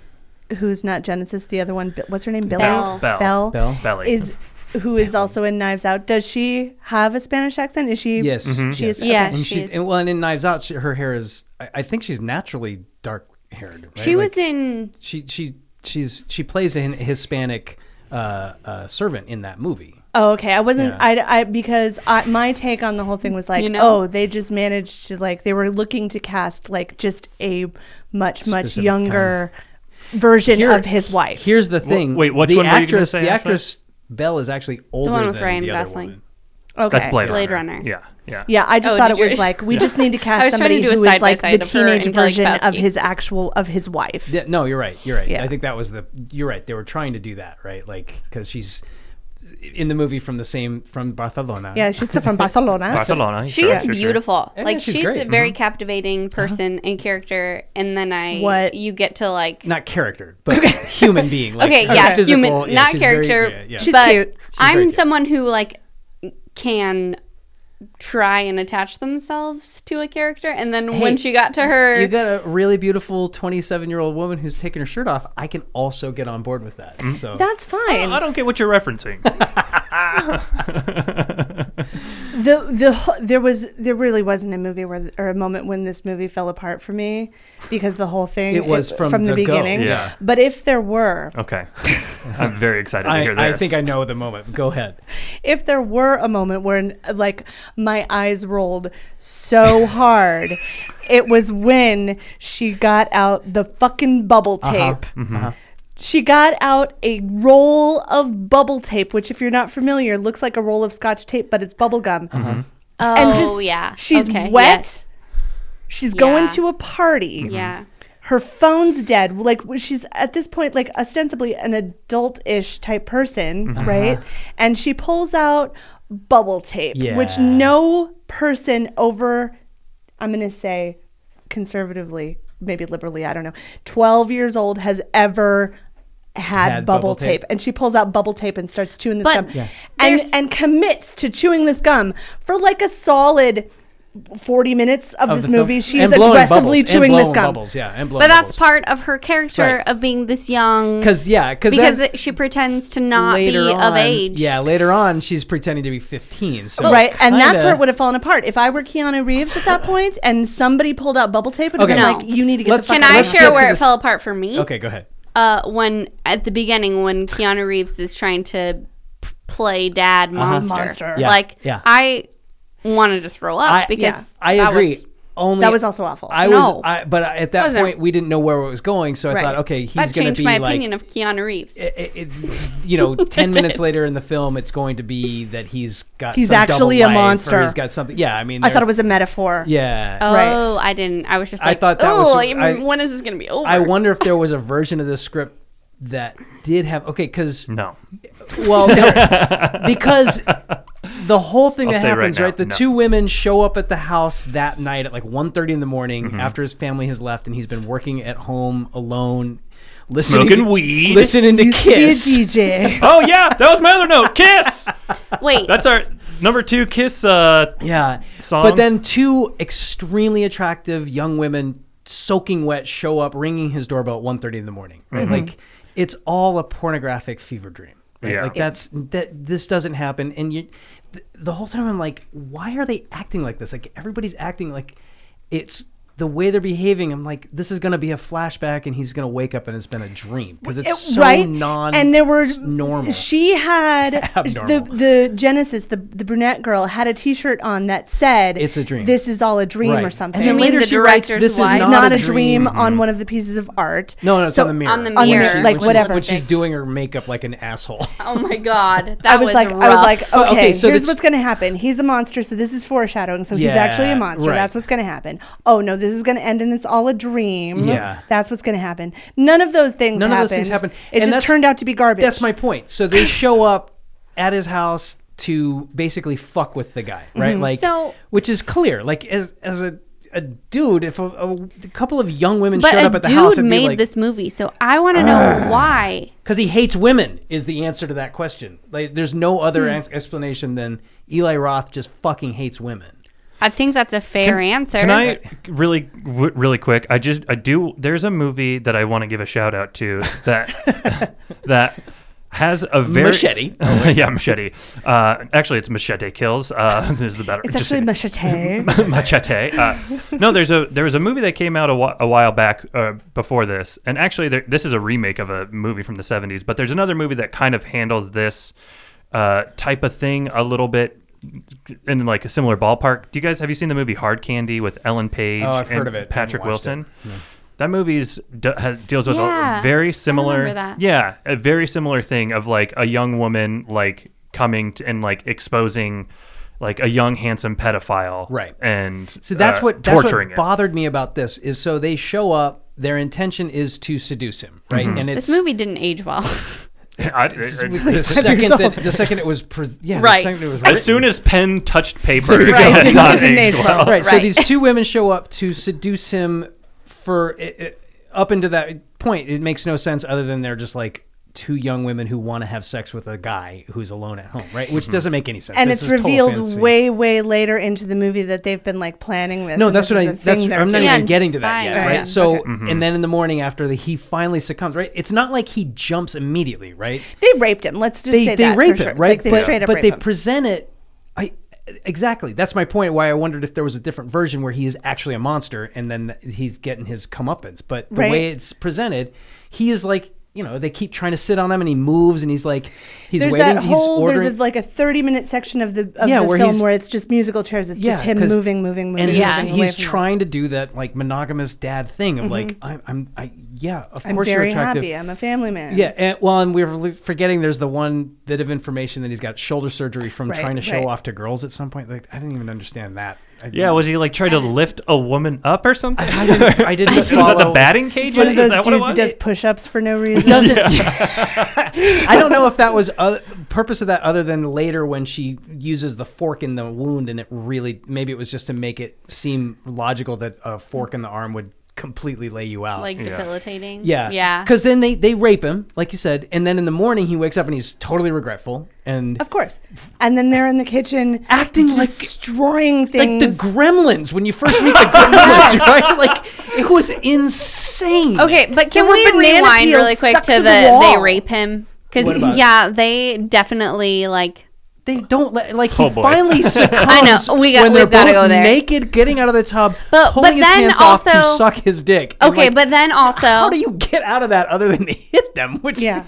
[SPEAKER 5] who's not Genesis the other one? Bi- What's her name? Billy?
[SPEAKER 4] Belle.
[SPEAKER 3] Belle.
[SPEAKER 5] Belle.
[SPEAKER 2] Belle.
[SPEAKER 3] Belly.
[SPEAKER 5] Is who is also in Knives Out? Does she have a Spanish accent? Is she?
[SPEAKER 2] Yes. Mhm.
[SPEAKER 5] She is.
[SPEAKER 4] Yes. Yeah,
[SPEAKER 5] okay.
[SPEAKER 2] And
[SPEAKER 4] she
[SPEAKER 2] she's,
[SPEAKER 4] is-
[SPEAKER 2] and, well, and in Knives Out, she, her hair is, I, I think she's naturally dark haired. Right?
[SPEAKER 4] She
[SPEAKER 2] Like,
[SPEAKER 4] was in.
[SPEAKER 2] She, she, she's, she plays a hin- Hispanic uh, uh, servant in that movie.
[SPEAKER 5] Oh, okay. I wasn't.
[SPEAKER 2] Yeah.
[SPEAKER 5] I, I because I, my take on the whole thing was like,
[SPEAKER 4] You know?
[SPEAKER 5] oh, they just managed to like they were looking to cast like just a much much
[SPEAKER 2] Specific
[SPEAKER 5] younger version
[SPEAKER 2] Here-
[SPEAKER 5] of his wife.
[SPEAKER 2] Here's the thing.
[SPEAKER 3] wait, which
[SPEAKER 2] the
[SPEAKER 3] one were you gonna
[SPEAKER 2] actress,
[SPEAKER 3] say,
[SPEAKER 2] The
[SPEAKER 3] Ashley?
[SPEAKER 2] actress Belle is actually older
[SPEAKER 4] one with
[SPEAKER 2] than
[SPEAKER 4] Ryan
[SPEAKER 2] the other
[SPEAKER 4] Gosling.
[SPEAKER 2] woman.
[SPEAKER 5] okay.
[SPEAKER 3] That's Blade,
[SPEAKER 4] Blade
[SPEAKER 3] Runner.
[SPEAKER 4] Runner.
[SPEAKER 3] Yeah, yeah.
[SPEAKER 5] Yeah, I just
[SPEAKER 4] Oh,
[SPEAKER 5] thought
[SPEAKER 4] did
[SPEAKER 5] it was
[SPEAKER 4] you-
[SPEAKER 5] like we just need to cast
[SPEAKER 4] was trying to
[SPEAKER 5] somebody
[SPEAKER 4] do a
[SPEAKER 5] who is like
[SPEAKER 4] side-by-side
[SPEAKER 5] the
[SPEAKER 4] of her and
[SPEAKER 5] teenage
[SPEAKER 4] Kelly
[SPEAKER 5] version of
[SPEAKER 4] Kapowski.
[SPEAKER 5] his actual of his wife.
[SPEAKER 2] Yeah, no, you're right. You're right.
[SPEAKER 5] Yeah.
[SPEAKER 2] I think that was the. You're right. They were trying to do that, right? Like because she's in the movie from the same from Barcelona.
[SPEAKER 5] Yeah, she's still from Barcelona.
[SPEAKER 3] Barcelona.
[SPEAKER 4] She's
[SPEAKER 3] sure, sure, sure.
[SPEAKER 4] beautiful.
[SPEAKER 2] Yeah,
[SPEAKER 4] like
[SPEAKER 2] she's
[SPEAKER 4] she's,
[SPEAKER 2] great. Mm-hmm. Uh-huh.
[SPEAKER 4] a very captivating person and character. And then I,
[SPEAKER 5] What?
[SPEAKER 4] you get to like.
[SPEAKER 2] Not character, but human being. Like,
[SPEAKER 4] okay,
[SPEAKER 2] a
[SPEAKER 4] yeah,
[SPEAKER 2] physical-
[SPEAKER 4] human,
[SPEAKER 2] yeah,
[SPEAKER 4] not
[SPEAKER 2] she's very-
[SPEAKER 4] character.
[SPEAKER 2] yeah, yeah.
[SPEAKER 5] She's
[SPEAKER 4] but
[SPEAKER 5] cute.
[SPEAKER 2] very
[SPEAKER 4] I'm
[SPEAKER 2] cute.
[SPEAKER 4] someone who like can try and attach themselves to a character. And then
[SPEAKER 2] Hey,
[SPEAKER 4] when she got to her,
[SPEAKER 2] you got a really beautiful 27 year old woman who's taking her shirt off. I can also get on board with that.
[SPEAKER 3] Mm-hmm.
[SPEAKER 2] So
[SPEAKER 5] That's fine.
[SPEAKER 3] I don't get what you're referencing.
[SPEAKER 5] the the wh- there was there really wasn't a movie where th- or a moment when this movie fell apart for me because the whole thing
[SPEAKER 2] It was from
[SPEAKER 5] the,
[SPEAKER 2] the go,
[SPEAKER 5] beginning.
[SPEAKER 3] yeah.
[SPEAKER 5] But if there were
[SPEAKER 3] okay, I'm very excited to hear this.
[SPEAKER 2] I, I think I know the moment. Go ahead.
[SPEAKER 5] if there were a moment where like my eyes rolled so hard, it was when she got out the fucking bubble tape.
[SPEAKER 2] Uh-huh.
[SPEAKER 3] Mm-hmm.
[SPEAKER 5] She got out a roll of bubble tape, which, if you're not familiar, looks like a roll of scotch tape, but it's bubble gum.
[SPEAKER 2] Mm-hmm.
[SPEAKER 4] oh
[SPEAKER 5] And just,
[SPEAKER 4] yeah,
[SPEAKER 5] She's
[SPEAKER 4] Okay,
[SPEAKER 5] wet.
[SPEAKER 4] yes.
[SPEAKER 5] She's going
[SPEAKER 4] Yeah.
[SPEAKER 5] to a party.
[SPEAKER 4] Yeah.
[SPEAKER 5] Her phone's dead. Like w- she's at this point, like ostensibly an adult-ish type person,
[SPEAKER 2] Mm-hmm.
[SPEAKER 5] right? And she pulls out bubble tape, which
[SPEAKER 2] Uh-huh. Yeah.
[SPEAKER 5] no person over, I'm gonna say, conservatively, maybe liberally, I don't know, 12 years old has ever had,
[SPEAKER 2] Had
[SPEAKER 5] bubble,
[SPEAKER 2] bubble tape.
[SPEAKER 5] tape. and she pulls out bubble tape and starts chewing this
[SPEAKER 4] But
[SPEAKER 5] gum
[SPEAKER 4] Yeah.
[SPEAKER 5] and
[SPEAKER 4] there's-
[SPEAKER 5] and commits to chewing this gum for like a solid 40 minutes of, this
[SPEAKER 2] the film.
[SPEAKER 5] movie she's
[SPEAKER 2] And blowing
[SPEAKER 5] aggressively
[SPEAKER 2] bubbles, and
[SPEAKER 5] chewing this
[SPEAKER 2] blowing
[SPEAKER 5] gum
[SPEAKER 2] Bubbles, yeah, and
[SPEAKER 4] But that's part of her character
[SPEAKER 2] Right.
[SPEAKER 4] of being this young.
[SPEAKER 2] because yeah, cause
[SPEAKER 4] because
[SPEAKER 2] then-
[SPEAKER 4] it- she pretends to not be of age.
[SPEAKER 2] Yeah, later on, she's pretending to be 15. So
[SPEAKER 5] right and that's
[SPEAKER 2] Oh, kinda-
[SPEAKER 5] where it would have fallen apart if i were keanu reeves at that point and somebody pulled out bubble tape and
[SPEAKER 2] Okay.
[SPEAKER 5] been
[SPEAKER 4] No.
[SPEAKER 5] like you need to get
[SPEAKER 2] Let's-
[SPEAKER 5] the fuck
[SPEAKER 4] Can
[SPEAKER 5] out
[SPEAKER 4] I
[SPEAKER 5] of
[SPEAKER 2] Let's
[SPEAKER 5] here."
[SPEAKER 2] get
[SPEAKER 4] share
[SPEAKER 2] to
[SPEAKER 4] where it
[SPEAKER 2] this-
[SPEAKER 4] fell apart for me?
[SPEAKER 2] Okay, go ahead.
[SPEAKER 4] Uh, when at the beginning, when Keanu Reeves is trying to p- play dad monster,
[SPEAKER 5] Monster.
[SPEAKER 2] Uh-huh. Yeah,
[SPEAKER 4] like
[SPEAKER 2] yeah.
[SPEAKER 4] I wanted to throw up because
[SPEAKER 2] I
[SPEAKER 4] that
[SPEAKER 2] agree.
[SPEAKER 4] was
[SPEAKER 2] only
[SPEAKER 5] That was also awful.
[SPEAKER 2] I
[SPEAKER 4] No.
[SPEAKER 2] was, I, but at that
[SPEAKER 4] Wasn't.
[SPEAKER 2] point we didn't know where it was going, so I
[SPEAKER 5] Right.
[SPEAKER 2] thought, okay, he's
[SPEAKER 4] That
[SPEAKER 2] going to
[SPEAKER 4] changed
[SPEAKER 2] be
[SPEAKER 4] my
[SPEAKER 2] like,
[SPEAKER 4] opinion of Keanu Reeves.
[SPEAKER 2] it, it, you know, ten minutes later in the film, it's going to be that he's got
[SPEAKER 5] He's
[SPEAKER 2] some double
[SPEAKER 5] actually a
[SPEAKER 2] life, or
[SPEAKER 5] monster.
[SPEAKER 2] He's got something. Yeah, I mean,
[SPEAKER 5] I thought it
[SPEAKER 2] there's-
[SPEAKER 5] was a metaphor.
[SPEAKER 2] yeah.
[SPEAKER 5] Right.
[SPEAKER 4] Oh, I didn't. I was just
[SPEAKER 2] I
[SPEAKER 4] like,
[SPEAKER 2] thought that was
[SPEAKER 4] oh,
[SPEAKER 2] some-
[SPEAKER 4] I mean,
[SPEAKER 2] I-
[SPEAKER 4] when is this going to be over?
[SPEAKER 2] I wonder if there was a version of the script that did have okay, because
[SPEAKER 3] No.
[SPEAKER 2] well, no, because the whole thing
[SPEAKER 3] I'll
[SPEAKER 2] that
[SPEAKER 3] say right
[SPEAKER 2] happens,
[SPEAKER 3] now,
[SPEAKER 2] right? The
[SPEAKER 3] no.
[SPEAKER 2] two women show up at the house that night at like 1.30 in the morning
[SPEAKER 3] Mm-hmm.
[SPEAKER 2] after his family has left and he's been working at home alone, listening
[SPEAKER 3] Smoking
[SPEAKER 2] to,
[SPEAKER 3] weed.
[SPEAKER 2] listening to
[SPEAKER 5] Used to be a
[SPEAKER 2] Kiss.
[SPEAKER 5] DJ.
[SPEAKER 3] Oh yeah, that was my other note. Kiss.
[SPEAKER 4] Wait,
[SPEAKER 3] That's our number two kiss. Uh,
[SPEAKER 2] Yeah.
[SPEAKER 3] song.
[SPEAKER 2] But then two extremely attractive young women, soaking wet, show up ringing his doorbell at 1.30 in the morning. Right?
[SPEAKER 4] Mm-hmm.
[SPEAKER 2] Like it's all a pornographic fever dream. Right?
[SPEAKER 3] Yeah.
[SPEAKER 2] Like that's that. This doesn't happen, and you. th- The whole time I'm like, why are they acting like this? Like everybody's acting like it's the way they're behaving. I'm like, this is going to be a flashback, and he's going to wake up and it's been a dream because it's
[SPEAKER 5] It-
[SPEAKER 2] so non
[SPEAKER 5] and there were
[SPEAKER 2] normal.
[SPEAKER 5] She had the
[SPEAKER 2] Abnormal.
[SPEAKER 5] the Genesis, the the brunette girl, had a T-shirt on that said,
[SPEAKER 2] It's a dream.
[SPEAKER 5] This is all a dream
[SPEAKER 2] Right.
[SPEAKER 5] or
[SPEAKER 2] And
[SPEAKER 5] something."
[SPEAKER 4] You mean the director's
[SPEAKER 2] "This is
[SPEAKER 4] wife?
[SPEAKER 5] it's
[SPEAKER 2] not, a dream." Mm-hmm.
[SPEAKER 5] on one of the pieces of art.
[SPEAKER 2] No, no, it's
[SPEAKER 5] So-
[SPEAKER 2] on the mirror.
[SPEAKER 4] on the
[SPEAKER 2] When she-
[SPEAKER 4] mirror.
[SPEAKER 2] when
[SPEAKER 5] Like,
[SPEAKER 2] she's-
[SPEAKER 5] whatever.
[SPEAKER 2] When she's doing her makeup like an asshole.
[SPEAKER 4] oh my God. That
[SPEAKER 5] I was, like, I was
[SPEAKER 4] rough.
[SPEAKER 5] like,
[SPEAKER 2] But,
[SPEAKER 5] okay,
[SPEAKER 2] okay, so
[SPEAKER 5] here's
[SPEAKER 2] that's-
[SPEAKER 5] what's going to happen. He's a monster, so this is foreshadowing. So
[SPEAKER 2] Yeah,
[SPEAKER 5] he's actually a monster.
[SPEAKER 2] right.
[SPEAKER 5] That's what's going to happen. Oh no, this is going to end, and it's all a dream.
[SPEAKER 2] Yeah.
[SPEAKER 5] that's what's going to happen. None of those things.
[SPEAKER 2] None of
[SPEAKER 5] happened.
[SPEAKER 2] those things happen.
[SPEAKER 5] It
[SPEAKER 2] And
[SPEAKER 5] just
[SPEAKER 2] that's-
[SPEAKER 5] turned out to be garbage.
[SPEAKER 2] That's my point. So they show up at his house to basically fuck with the guy, right? Like,
[SPEAKER 4] Mm-hmm. So-
[SPEAKER 2] which is clear. Like, as as a a dude, if a, a, a couple of young women
[SPEAKER 4] but
[SPEAKER 2] showed
[SPEAKER 4] a
[SPEAKER 2] up at the
[SPEAKER 4] dude
[SPEAKER 2] house and
[SPEAKER 4] made
[SPEAKER 2] be like,
[SPEAKER 4] this movie, so I want to know why.
[SPEAKER 2] because he hates women, is the answer to that question. Like, there's no other
[SPEAKER 4] Hmm.
[SPEAKER 2] ex- explanation than Eli Roth just fucking hates women.
[SPEAKER 4] I think that's a fair answer.
[SPEAKER 3] Can I really, w- really quick? I just, I do. There's a movie that I want to give a shout out to that that has a very
[SPEAKER 2] Machete.
[SPEAKER 3] yeah, machete. Uh, actually, it's machete kills. Uh, this is the better.
[SPEAKER 5] It's
[SPEAKER 3] just
[SPEAKER 5] actually
[SPEAKER 3] kidding.
[SPEAKER 5] machete.
[SPEAKER 3] machete. Uh, no, there's a there was a movie that came out a whi- a while back uh, before this, and actually there, this is a remake of a movie from the '70s. But there's another movie that kind of handles this uh, type of thing a little bit in like a similar ballpark. Do you guys have you seen the movie Hard Candy with Ellen Page
[SPEAKER 2] Oh, I've
[SPEAKER 3] and
[SPEAKER 2] heard of it. I haven't
[SPEAKER 3] Patrick
[SPEAKER 2] watched it.
[SPEAKER 3] Wilson? That movie's d- has, deals with
[SPEAKER 4] Yeah,
[SPEAKER 3] a
[SPEAKER 4] I remember
[SPEAKER 3] very similar,
[SPEAKER 4] that.
[SPEAKER 3] yeah, a very similar thing of like a young woman like coming to, and like exposing like a young handsome pedophile,
[SPEAKER 2] Right.
[SPEAKER 3] And
[SPEAKER 2] So that's
[SPEAKER 3] uh,
[SPEAKER 2] what that's
[SPEAKER 3] torturing
[SPEAKER 2] what bothered me about this is so they show up. Their intention is to seduce him, right? And it's
[SPEAKER 4] Mm-hmm. This movie didn't age well.
[SPEAKER 3] it. I- it's-
[SPEAKER 2] the second that, the second it was pre- yeah
[SPEAKER 4] Right.
[SPEAKER 2] the second it was
[SPEAKER 3] as soon as pen touched paper,
[SPEAKER 2] you
[SPEAKER 5] go.
[SPEAKER 3] it did not
[SPEAKER 5] Didn't
[SPEAKER 3] age
[SPEAKER 5] age
[SPEAKER 3] well.
[SPEAKER 5] well.
[SPEAKER 2] right, so
[SPEAKER 4] Right.
[SPEAKER 2] these two women show up to seduce him for i i up into that point it makes no sense other than they're just like two young women who want to have sex with a guy who's alone at home right which doesn't make any sense
[SPEAKER 5] and
[SPEAKER 2] This
[SPEAKER 5] it's
[SPEAKER 2] is total
[SPEAKER 5] revealed
[SPEAKER 2] fantasy.
[SPEAKER 5] way, way later into the movie that they've been like planning this.
[SPEAKER 2] no
[SPEAKER 5] and
[SPEAKER 2] that's
[SPEAKER 5] this
[SPEAKER 2] what i
[SPEAKER 5] is a
[SPEAKER 2] that's
[SPEAKER 5] thing they're
[SPEAKER 2] i'm not
[SPEAKER 5] doing.
[SPEAKER 2] even getting to that
[SPEAKER 4] Fine.
[SPEAKER 2] yet right
[SPEAKER 5] Yeah.
[SPEAKER 2] so
[SPEAKER 5] Okay.
[SPEAKER 2] and then in the morning after the, he finally succumbs right it's not like he jumps immediately right
[SPEAKER 5] They raped him. Let's just
[SPEAKER 2] they,
[SPEAKER 5] say
[SPEAKER 2] they
[SPEAKER 5] that for
[SPEAKER 2] rape
[SPEAKER 5] sure.
[SPEAKER 2] it, right?
[SPEAKER 5] Like, they
[SPEAKER 2] but
[SPEAKER 5] straight up
[SPEAKER 2] but
[SPEAKER 5] rape
[SPEAKER 2] they
[SPEAKER 5] him.
[SPEAKER 2] present it. I exactly. That's my point. Why I wondered if there was a different version where he is actually a monster and then th- he's getting his comeuppance. But the
[SPEAKER 5] Right.
[SPEAKER 2] way it's presented, he is like you know they keep trying to sit on him and he moves and he's like he's
[SPEAKER 5] there's
[SPEAKER 2] waiting.
[SPEAKER 5] that
[SPEAKER 2] he's
[SPEAKER 5] whole
[SPEAKER 2] ordering.
[SPEAKER 5] there's a, like a 30 minute section of the of
[SPEAKER 2] Yeah,
[SPEAKER 5] the
[SPEAKER 2] where
[SPEAKER 5] film
[SPEAKER 2] he's-
[SPEAKER 5] where it's just musical chairs it's just him
[SPEAKER 2] 'cause-
[SPEAKER 5] moving moving moving
[SPEAKER 2] And
[SPEAKER 5] moving
[SPEAKER 2] he's,
[SPEAKER 5] away
[SPEAKER 2] he's
[SPEAKER 5] from them.
[SPEAKER 2] trying to do that like monogamous dad thing of like I'm, I'm I yeah of
[SPEAKER 5] i'm
[SPEAKER 2] course
[SPEAKER 5] very
[SPEAKER 2] you're attractive
[SPEAKER 5] happy i'm a family man
[SPEAKER 2] Yeah, and, well, and we we're li- forgetting there's the one bit of information that he's got shoulder surgery from
[SPEAKER 5] Right,
[SPEAKER 2] trying to show
[SPEAKER 5] right.
[SPEAKER 2] off to girls at some point. Like, I didn't even understand that. I,
[SPEAKER 3] Yeah, was he like trying to lift a woman up or something?
[SPEAKER 2] I didn't. I didn't
[SPEAKER 3] was that the
[SPEAKER 2] follow-
[SPEAKER 3] batting cage?
[SPEAKER 5] he's one of
[SPEAKER 3] Is
[SPEAKER 5] those
[SPEAKER 3] that what it
[SPEAKER 5] dudes who
[SPEAKER 3] was?
[SPEAKER 5] does push-ups for no reason
[SPEAKER 2] Doesn't. I don't know if that was uh, purpose of that other than later when she uses the fork in the wound and it really maybe it was just to make it seem logical that a fork in the arm would completely lay you out.
[SPEAKER 4] like debilitating.
[SPEAKER 2] Yeah.
[SPEAKER 4] Yeah.
[SPEAKER 2] Because then they, they rape him, like you said, and then in the morning he wakes up and he's totally regretful and
[SPEAKER 5] of course and then they're in the kitchen
[SPEAKER 2] Acting like-
[SPEAKER 5] destroying
[SPEAKER 2] like
[SPEAKER 5] things
[SPEAKER 2] the Gremlins when you first meet the Gremlins, right? Like it was insane.
[SPEAKER 4] Okay, but
[SPEAKER 5] There
[SPEAKER 4] can
[SPEAKER 5] were
[SPEAKER 4] we
[SPEAKER 5] banana
[SPEAKER 4] rewind
[SPEAKER 5] peels
[SPEAKER 4] really quick
[SPEAKER 5] stuck
[SPEAKER 4] to,
[SPEAKER 5] to
[SPEAKER 4] the,
[SPEAKER 5] the wall.
[SPEAKER 4] they rape him?
[SPEAKER 2] What
[SPEAKER 4] Because
[SPEAKER 2] about-
[SPEAKER 4] yeah, they definitely like
[SPEAKER 2] they don't let like he
[SPEAKER 3] Oh, boy.
[SPEAKER 2] finally succumbs.
[SPEAKER 4] I know. We got-
[SPEAKER 2] when they're
[SPEAKER 4] we've gotta
[SPEAKER 2] both
[SPEAKER 4] go there.
[SPEAKER 2] Naked, getting out of the tub,
[SPEAKER 4] But-
[SPEAKER 2] pulling
[SPEAKER 4] but
[SPEAKER 2] his
[SPEAKER 4] then
[SPEAKER 2] pants off to
[SPEAKER 4] also-
[SPEAKER 2] suck his dick. And,
[SPEAKER 4] okay,
[SPEAKER 2] like,
[SPEAKER 4] but then also
[SPEAKER 2] how do you get out of that other than to hit them? Which
[SPEAKER 5] yeah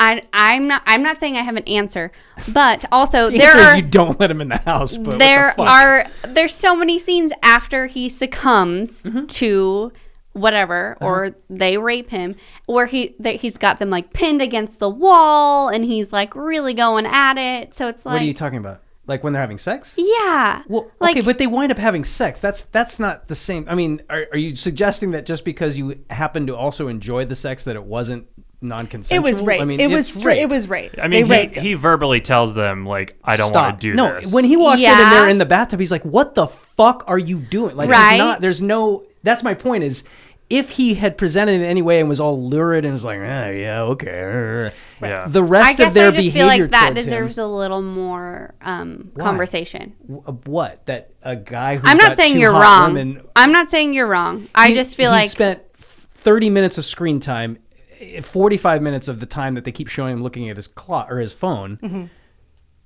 [SPEAKER 4] I, I'm not. I'm not saying I have an answer, but also
[SPEAKER 2] The
[SPEAKER 4] there
[SPEAKER 2] answer is
[SPEAKER 4] are
[SPEAKER 2] you don't let him in the house. But what the
[SPEAKER 4] there
[SPEAKER 2] fuck?
[SPEAKER 4] are there's so many scenes after he succumbs
[SPEAKER 2] Mm-hmm.
[SPEAKER 4] to whatever
[SPEAKER 2] Uh-huh.
[SPEAKER 4] or they rape him where he that he's got them like pinned against the wall and he's like really going at it so it's like
[SPEAKER 2] What are you talking about? Like when they're having sex?
[SPEAKER 4] yeah
[SPEAKER 2] Well,
[SPEAKER 4] like
[SPEAKER 2] okay, but they wind up having sex. That's that's not the same. I mean, are, are you suggesting that just because you happen to also enjoy the sex that it wasn't
[SPEAKER 5] It
[SPEAKER 2] non-consensual?
[SPEAKER 5] was rape.
[SPEAKER 2] I mean,
[SPEAKER 5] it was
[SPEAKER 2] it's
[SPEAKER 5] stra-
[SPEAKER 2] rape.
[SPEAKER 5] it was rape.
[SPEAKER 3] I mean,
[SPEAKER 5] they raped
[SPEAKER 3] he,
[SPEAKER 5] him.
[SPEAKER 3] he verbally tells them like, "I don't want
[SPEAKER 2] Stop.
[SPEAKER 3] to do
[SPEAKER 2] no,
[SPEAKER 3] this."
[SPEAKER 2] when he walks in
[SPEAKER 4] Yeah.
[SPEAKER 2] and they're in the bathtub, he's like, "What the fuck are you doing?" Like,
[SPEAKER 4] Right.
[SPEAKER 2] there's not. There's no. That's my point. Is if he had presented in any way and was all lurid and was like, "Eh, "Yeah, okay,"
[SPEAKER 3] Yeah.
[SPEAKER 2] the
[SPEAKER 4] I
[SPEAKER 2] rest
[SPEAKER 4] guess
[SPEAKER 2] of their
[SPEAKER 4] I just
[SPEAKER 2] behavior
[SPEAKER 4] feel like that
[SPEAKER 2] towards him-
[SPEAKER 4] deserves a little more um,
[SPEAKER 2] Why?
[SPEAKER 4] conversation.
[SPEAKER 2] W- what that a guy. Who's
[SPEAKER 4] I'm
[SPEAKER 2] got
[SPEAKER 4] not saying
[SPEAKER 2] two
[SPEAKER 4] you're
[SPEAKER 2] hot
[SPEAKER 4] wrong.
[SPEAKER 2] women-
[SPEAKER 4] I'm not saying you're wrong. I
[SPEAKER 2] He-
[SPEAKER 4] just feel
[SPEAKER 2] he
[SPEAKER 4] like
[SPEAKER 2] spent 30 minutes of screen time, eh, 45 minutes of the time that they keep showing him looking at his clock or his phone,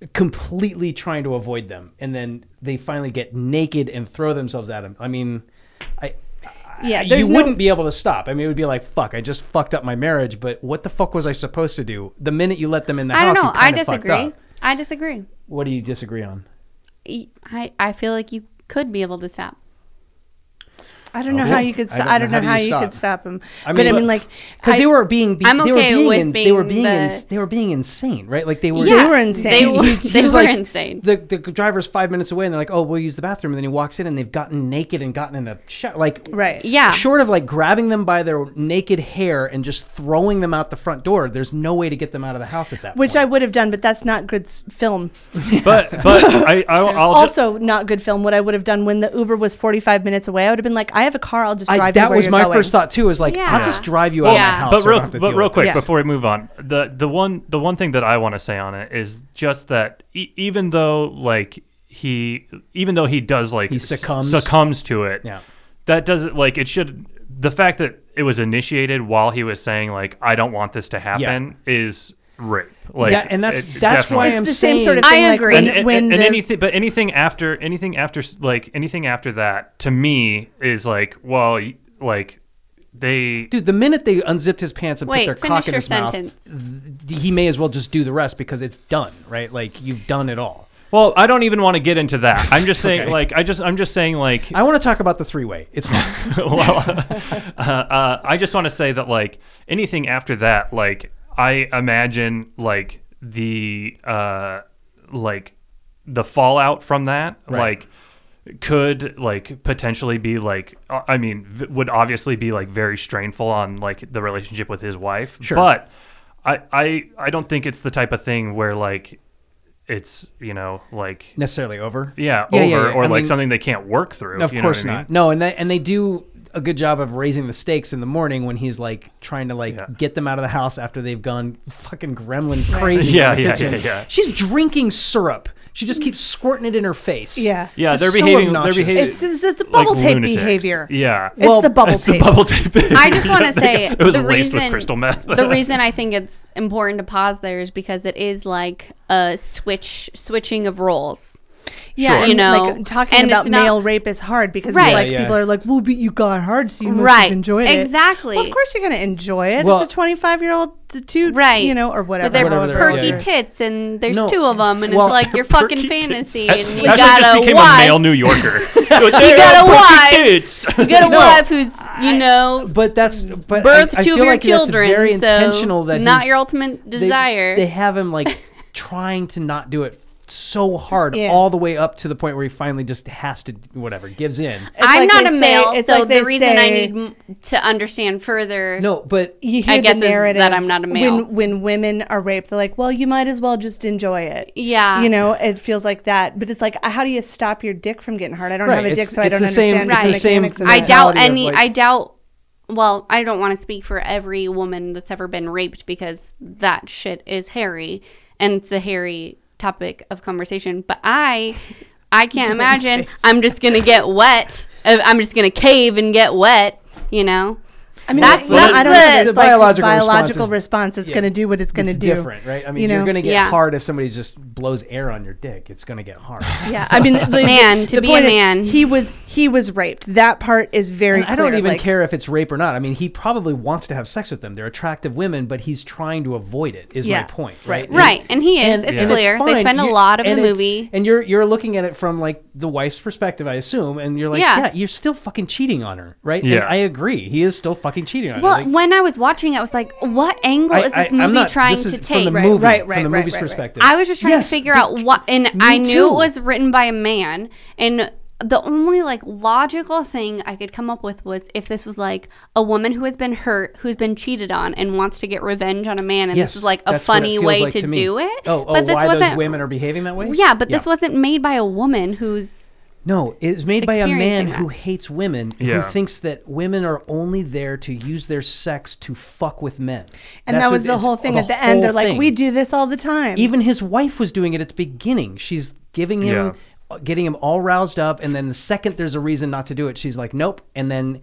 [SPEAKER 4] Mm-hmm.
[SPEAKER 2] completely trying to avoid them, and then they finally get naked and throw themselves at him. I mean, I.
[SPEAKER 5] yeah,
[SPEAKER 2] I-
[SPEAKER 5] there's
[SPEAKER 2] you
[SPEAKER 5] no,
[SPEAKER 2] wouldn't be able to stop. I mean, it would be like, "Fuck! I just fucked up my marriage." But what the fuck was I supposed to do? The minute you let them in the
[SPEAKER 4] I
[SPEAKER 2] house,
[SPEAKER 4] don't know.
[SPEAKER 2] you
[SPEAKER 4] I
[SPEAKER 2] kinda fucked
[SPEAKER 4] disagree.
[SPEAKER 2] up.
[SPEAKER 4] I disagree.
[SPEAKER 2] What do you disagree on?
[SPEAKER 4] Y- I I feel like you could be able to stop.
[SPEAKER 5] I don't know how you could. St- I don't know, how,
[SPEAKER 2] do
[SPEAKER 5] you
[SPEAKER 2] you
[SPEAKER 5] could
[SPEAKER 2] stop?
[SPEAKER 5] stop him.
[SPEAKER 2] I
[SPEAKER 5] but
[SPEAKER 2] mean,
[SPEAKER 5] I mean,
[SPEAKER 2] look,
[SPEAKER 5] like,
[SPEAKER 2] because
[SPEAKER 5] I-
[SPEAKER 2] they were being, be-
[SPEAKER 4] I'm
[SPEAKER 2] they were
[SPEAKER 4] okay
[SPEAKER 2] being,
[SPEAKER 4] with
[SPEAKER 2] in, they were being,
[SPEAKER 4] being the-
[SPEAKER 2] ins they were being insane, right? Like they were,
[SPEAKER 5] Yeah. They were insane.
[SPEAKER 4] They were,
[SPEAKER 2] he
[SPEAKER 4] they
[SPEAKER 2] was
[SPEAKER 4] were
[SPEAKER 2] like,
[SPEAKER 4] insane.
[SPEAKER 2] The the driver's five minutes away, and they're like, "Oh, we'll use the bathroom." And then he walks in, and they've gotten naked and gotten in a shower. Like,
[SPEAKER 5] right.
[SPEAKER 4] yeah.
[SPEAKER 2] short of like grabbing them by their naked hair and just throwing them out the front door, there's no way to get them out of the house at that.
[SPEAKER 5] Which I
[SPEAKER 2] point.
[SPEAKER 5] would have done, but that's not good s- film.
[SPEAKER 3] but but I I'll, I'll just,
[SPEAKER 5] also, not good film. What I would have done when the Uber was 45 minutes away, I would have been like, I have a car. I'll just drive
[SPEAKER 2] I,
[SPEAKER 5] you
[SPEAKER 2] that
[SPEAKER 5] where
[SPEAKER 2] was
[SPEAKER 5] you're
[SPEAKER 2] my
[SPEAKER 5] going.
[SPEAKER 2] first thought too. Is like,
[SPEAKER 4] Yeah.
[SPEAKER 2] I'll just drive you out of
[SPEAKER 4] Yeah.
[SPEAKER 2] my house.
[SPEAKER 3] but
[SPEAKER 2] so I
[SPEAKER 3] real
[SPEAKER 2] don't have to
[SPEAKER 3] but
[SPEAKER 2] deal
[SPEAKER 3] real
[SPEAKER 2] with
[SPEAKER 3] quick
[SPEAKER 2] this.
[SPEAKER 5] Yeah.
[SPEAKER 3] before we move on the the one the one thing that I want to say on it is just that e- even though like he even though he does like
[SPEAKER 2] He
[SPEAKER 3] s-
[SPEAKER 2] succumbs.
[SPEAKER 3] succumbs to it
[SPEAKER 2] Yeah.
[SPEAKER 3] that doesn't like it should the fact that it was initiated while he was saying like I don't want this to happen is rape like
[SPEAKER 2] Yeah, and that's-
[SPEAKER 3] it
[SPEAKER 2] that's why
[SPEAKER 3] definitely-
[SPEAKER 5] It's
[SPEAKER 2] I'm
[SPEAKER 5] the same
[SPEAKER 2] saying-
[SPEAKER 5] sort of
[SPEAKER 4] I
[SPEAKER 5] thing. like,
[SPEAKER 4] agree.
[SPEAKER 5] when-
[SPEAKER 3] and, and-
[SPEAKER 5] when
[SPEAKER 3] and
[SPEAKER 5] the-
[SPEAKER 3] anything but anything after anything after s- like anything after that to me is like well y- like they
[SPEAKER 2] Dude, the minute they unzipped his pants and put
[SPEAKER 4] Wait,
[SPEAKER 2] their
[SPEAKER 4] finish
[SPEAKER 2] cock in
[SPEAKER 4] your
[SPEAKER 2] his
[SPEAKER 4] sentence.
[SPEAKER 2] mouth, th- he may as well just do the rest because it's done, right? Like you've done it all.
[SPEAKER 3] well i don't even want to get into that i'm just saying
[SPEAKER 2] Okay.
[SPEAKER 3] like i just i'm just saying like
[SPEAKER 2] I want to talk about the three-way. It's
[SPEAKER 3] well, uh, uh, I just want to say that like anything after that, like I imagine like the uh, like the fallout from that,
[SPEAKER 2] Right.
[SPEAKER 3] like could like potentially be like uh, I mean v- would obviously be like very strainful on like the relationship with his wife,
[SPEAKER 2] Sure.
[SPEAKER 3] but I I I don't think it's the type of thing where like it's you know like.
[SPEAKER 2] necessarily over.
[SPEAKER 3] Yeah,
[SPEAKER 2] Yeah,
[SPEAKER 3] over
[SPEAKER 2] yeah, yeah.
[SPEAKER 3] or
[SPEAKER 2] I
[SPEAKER 3] like
[SPEAKER 2] mean-
[SPEAKER 3] something they can't work through.
[SPEAKER 2] No, of
[SPEAKER 3] you know
[SPEAKER 2] course
[SPEAKER 3] what I mean?
[SPEAKER 2] not. No, and they, and they do a good job of raising the stakes in the morning when he's like trying to like
[SPEAKER 3] Yeah.
[SPEAKER 2] get them out of the house after they've gone fucking gremlin crazy.
[SPEAKER 3] Yeah,
[SPEAKER 2] in the
[SPEAKER 3] yeah,
[SPEAKER 2] kitchen.
[SPEAKER 3] yeah, yeah.
[SPEAKER 2] She's drinking syrup. She just keeps squirting it in her face.
[SPEAKER 5] Yeah.
[SPEAKER 3] Yeah,
[SPEAKER 2] It's
[SPEAKER 3] they're
[SPEAKER 2] so
[SPEAKER 3] behaving- they're
[SPEAKER 2] obnoxious.
[SPEAKER 3] behaving-
[SPEAKER 5] It's, it's, it's
[SPEAKER 3] like
[SPEAKER 5] bubble tape
[SPEAKER 3] lunatics.
[SPEAKER 5] behavior.
[SPEAKER 3] Yeah.
[SPEAKER 5] It's
[SPEAKER 2] Well,
[SPEAKER 5] the bubble
[SPEAKER 3] it's
[SPEAKER 5] tape.
[SPEAKER 3] the bubble tape.
[SPEAKER 4] I just want to say
[SPEAKER 3] it was
[SPEAKER 4] the
[SPEAKER 3] laced
[SPEAKER 4] reason,
[SPEAKER 3] with crystal meth.
[SPEAKER 4] the reason I think it's important to pause there is because it is like a switch switching of roles.
[SPEAKER 5] Yeah,
[SPEAKER 3] Sure.
[SPEAKER 5] and
[SPEAKER 4] You know,
[SPEAKER 5] like talking
[SPEAKER 4] and
[SPEAKER 5] about
[SPEAKER 4] it's not-
[SPEAKER 5] male rape is hard because
[SPEAKER 4] Right.
[SPEAKER 5] like
[SPEAKER 2] Yeah, yeah.
[SPEAKER 5] people are like, "Well, but you got hard, so you must
[SPEAKER 4] Right.
[SPEAKER 5] have enjoyed it."
[SPEAKER 4] Exactly.
[SPEAKER 5] Well, of course you're gonna enjoy it.
[SPEAKER 2] Well-
[SPEAKER 5] it's a 25 year old dude,
[SPEAKER 4] Right.
[SPEAKER 5] You know, or
[SPEAKER 4] But
[SPEAKER 5] whatever.
[SPEAKER 4] they're
[SPEAKER 2] Whatever they're-
[SPEAKER 4] perky
[SPEAKER 2] yeah, yeah.
[SPEAKER 4] tits, and there's
[SPEAKER 2] No,
[SPEAKER 4] two of them, and
[SPEAKER 2] well,
[SPEAKER 4] it's like your
[SPEAKER 3] Perky
[SPEAKER 4] fucking
[SPEAKER 3] tits.
[SPEAKER 4] fantasy,
[SPEAKER 3] That-
[SPEAKER 4] and you
[SPEAKER 3] Ashley just
[SPEAKER 4] got a
[SPEAKER 3] became a male
[SPEAKER 4] wife.
[SPEAKER 3] New Yorker. you
[SPEAKER 4] got a wife. You
[SPEAKER 3] wife.
[SPEAKER 4] got a
[SPEAKER 2] No,
[SPEAKER 4] wife who's you know
[SPEAKER 2] But that's but
[SPEAKER 4] birth
[SPEAKER 2] I, I
[SPEAKER 4] two
[SPEAKER 2] feel
[SPEAKER 4] of your
[SPEAKER 2] like
[SPEAKER 4] children.
[SPEAKER 2] That's very
[SPEAKER 4] so
[SPEAKER 2] intentional that
[SPEAKER 4] not
[SPEAKER 2] he's-
[SPEAKER 4] your ultimate
[SPEAKER 2] they-
[SPEAKER 4] desire.
[SPEAKER 2] They, have him like trying to not do it so hard
[SPEAKER 5] Yeah.
[SPEAKER 2] all the way up to the point where he finally just has to whatever gives in.
[SPEAKER 5] It's
[SPEAKER 4] I'm
[SPEAKER 5] like
[SPEAKER 4] not
[SPEAKER 5] they
[SPEAKER 4] a
[SPEAKER 5] say-
[SPEAKER 4] male,
[SPEAKER 5] it's
[SPEAKER 4] so
[SPEAKER 5] like they
[SPEAKER 4] the reason I
[SPEAKER 5] say-
[SPEAKER 4] need m- to understand further.
[SPEAKER 2] No, but
[SPEAKER 5] you hear
[SPEAKER 4] guess
[SPEAKER 5] the
[SPEAKER 4] is that
[SPEAKER 5] narrative
[SPEAKER 4] I'm not a male.
[SPEAKER 5] When when women are raped, they're like, "Well, you might as well just enjoy it."
[SPEAKER 4] Yeah.
[SPEAKER 5] You know, it feels like that. But it's like, how do you stop your dick from getting hard? I don't have a
[SPEAKER 2] Right,
[SPEAKER 5] dick,
[SPEAKER 2] it's-
[SPEAKER 5] so I
[SPEAKER 2] it's
[SPEAKER 5] don't
[SPEAKER 2] the same-
[SPEAKER 5] understand
[SPEAKER 4] it's the
[SPEAKER 5] the
[SPEAKER 2] same-
[SPEAKER 5] mechanics of
[SPEAKER 4] I
[SPEAKER 5] that.
[SPEAKER 4] doubt
[SPEAKER 2] mentality of,
[SPEAKER 4] any.
[SPEAKER 2] like-
[SPEAKER 4] I doubt. Well, I don't want to speak for every woman that's ever been raped because that shit is hairy and it's a hairy topic of conversation. But I, I can't imagine. I'm just gonna get wet. Uh, I'm just gonna cave and get wet. You know.
[SPEAKER 5] I mean,
[SPEAKER 4] That's-
[SPEAKER 5] well,
[SPEAKER 4] that's
[SPEAKER 5] I don't
[SPEAKER 4] the-
[SPEAKER 5] know if
[SPEAKER 4] The
[SPEAKER 5] it's like biological,
[SPEAKER 2] biological response
[SPEAKER 5] biological
[SPEAKER 2] is-
[SPEAKER 5] response. It's
[SPEAKER 2] yeah,
[SPEAKER 5] going to do what it's going to
[SPEAKER 2] it's
[SPEAKER 5] do.
[SPEAKER 2] different, right? I mean,
[SPEAKER 5] you
[SPEAKER 2] you are
[SPEAKER 5] know?
[SPEAKER 2] going to get
[SPEAKER 4] Yeah.
[SPEAKER 2] hard if somebody just blows air on your dick. It's going to get hard.
[SPEAKER 5] Yeah, I mean, the,
[SPEAKER 4] Man, to
[SPEAKER 5] the
[SPEAKER 4] be a
[SPEAKER 5] point is,
[SPEAKER 4] man.
[SPEAKER 5] he was he was raped. That part is very.
[SPEAKER 2] And I don't
[SPEAKER 5] clear,
[SPEAKER 2] even
[SPEAKER 5] like-
[SPEAKER 2] care if it's rape or not. I mean, he probably wants to have sex with them. They're attractive women, but he's trying to avoid it. Is
[SPEAKER 5] Yeah,
[SPEAKER 2] my point, right?
[SPEAKER 5] right.
[SPEAKER 4] Right, and he is. It's clear. They
[SPEAKER 2] fine.
[SPEAKER 4] spend a
[SPEAKER 2] You-
[SPEAKER 4] lot of
[SPEAKER 2] and
[SPEAKER 4] the
[SPEAKER 2] it's-
[SPEAKER 4] movie-
[SPEAKER 2] and you're you're looking at it from like the wife's perspective, I assume, and you're like,
[SPEAKER 4] Yeah.
[SPEAKER 2] yeah, you're still fucking cheating on her, right? And
[SPEAKER 3] Yeah.
[SPEAKER 2] I agree. He is still fucking cheating on
[SPEAKER 4] Well,
[SPEAKER 2] her. Like,
[SPEAKER 4] when I was watching, I was like, "What angle
[SPEAKER 2] I-
[SPEAKER 4] is
[SPEAKER 2] I-
[SPEAKER 4] this
[SPEAKER 2] I'm
[SPEAKER 4] movie
[SPEAKER 2] not-
[SPEAKER 4] trying
[SPEAKER 2] this is
[SPEAKER 4] to take?"
[SPEAKER 2] from the movie,
[SPEAKER 5] Right, right,
[SPEAKER 2] from the
[SPEAKER 5] right,
[SPEAKER 2] movie's
[SPEAKER 5] right, right.
[SPEAKER 2] perspective.
[SPEAKER 4] I was just trying
[SPEAKER 2] Yes,
[SPEAKER 4] to figure
[SPEAKER 2] the-
[SPEAKER 4] out what, and I knew
[SPEAKER 2] too.
[SPEAKER 4] it was written by a man, and the only like logical thing I could come up with was if this was like a woman who has been hurt, who's been cheated on, and wants to get revenge on a man, and
[SPEAKER 2] Yes,
[SPEAKER 4] this is like a
[SPEAKER 2] that's what it
[SPEAKER 4] funny
[SPEAKER 2] feels
[SPEAKER 4] way
[SPEAKER 2] like
[SPEAKER 4] to,
[SPEAKER 2] me.
[SPEAKER 4] do it.
[SPEAKER 2] Oh, oh
[SPEAKER 4] but this
[SPEAKER 2] why
[SPEAKER 4] wasn't.
[SPEAKER 2] those women are behaving that way?
[SPEAKER 4] yeah, but this wasn't made by a woman who's
[SPEAKER 2] No, it was made by a man
[SPEAKER 4] experiencing that.
[SPEAKER 2] who hates women,
[SPEAKER 3] Yeah.
[SPEAKER 2] who thinks that women are only there to use their sex to fuck with men.
[SPEAKER 5] And
[SPEAKER 2] That's
[SPEAKER 5] that
[SPEAKER 2] what-
[SPEAKER 5] was the
[SPEAKER 2] it's
[SPEAKER 5] whole thing at the end.
[SPEAKER 2] whole
[SPEAKER 5] They're like,
[SPEAKER 2] thing.
[SPEAKER 5] we do this all the time.
[SPEAKER 2] Even his wife was doing it at the beginning. She's giving him, getting him all roused up, and then the second there's a reason not to do it, she's like, nope, and then.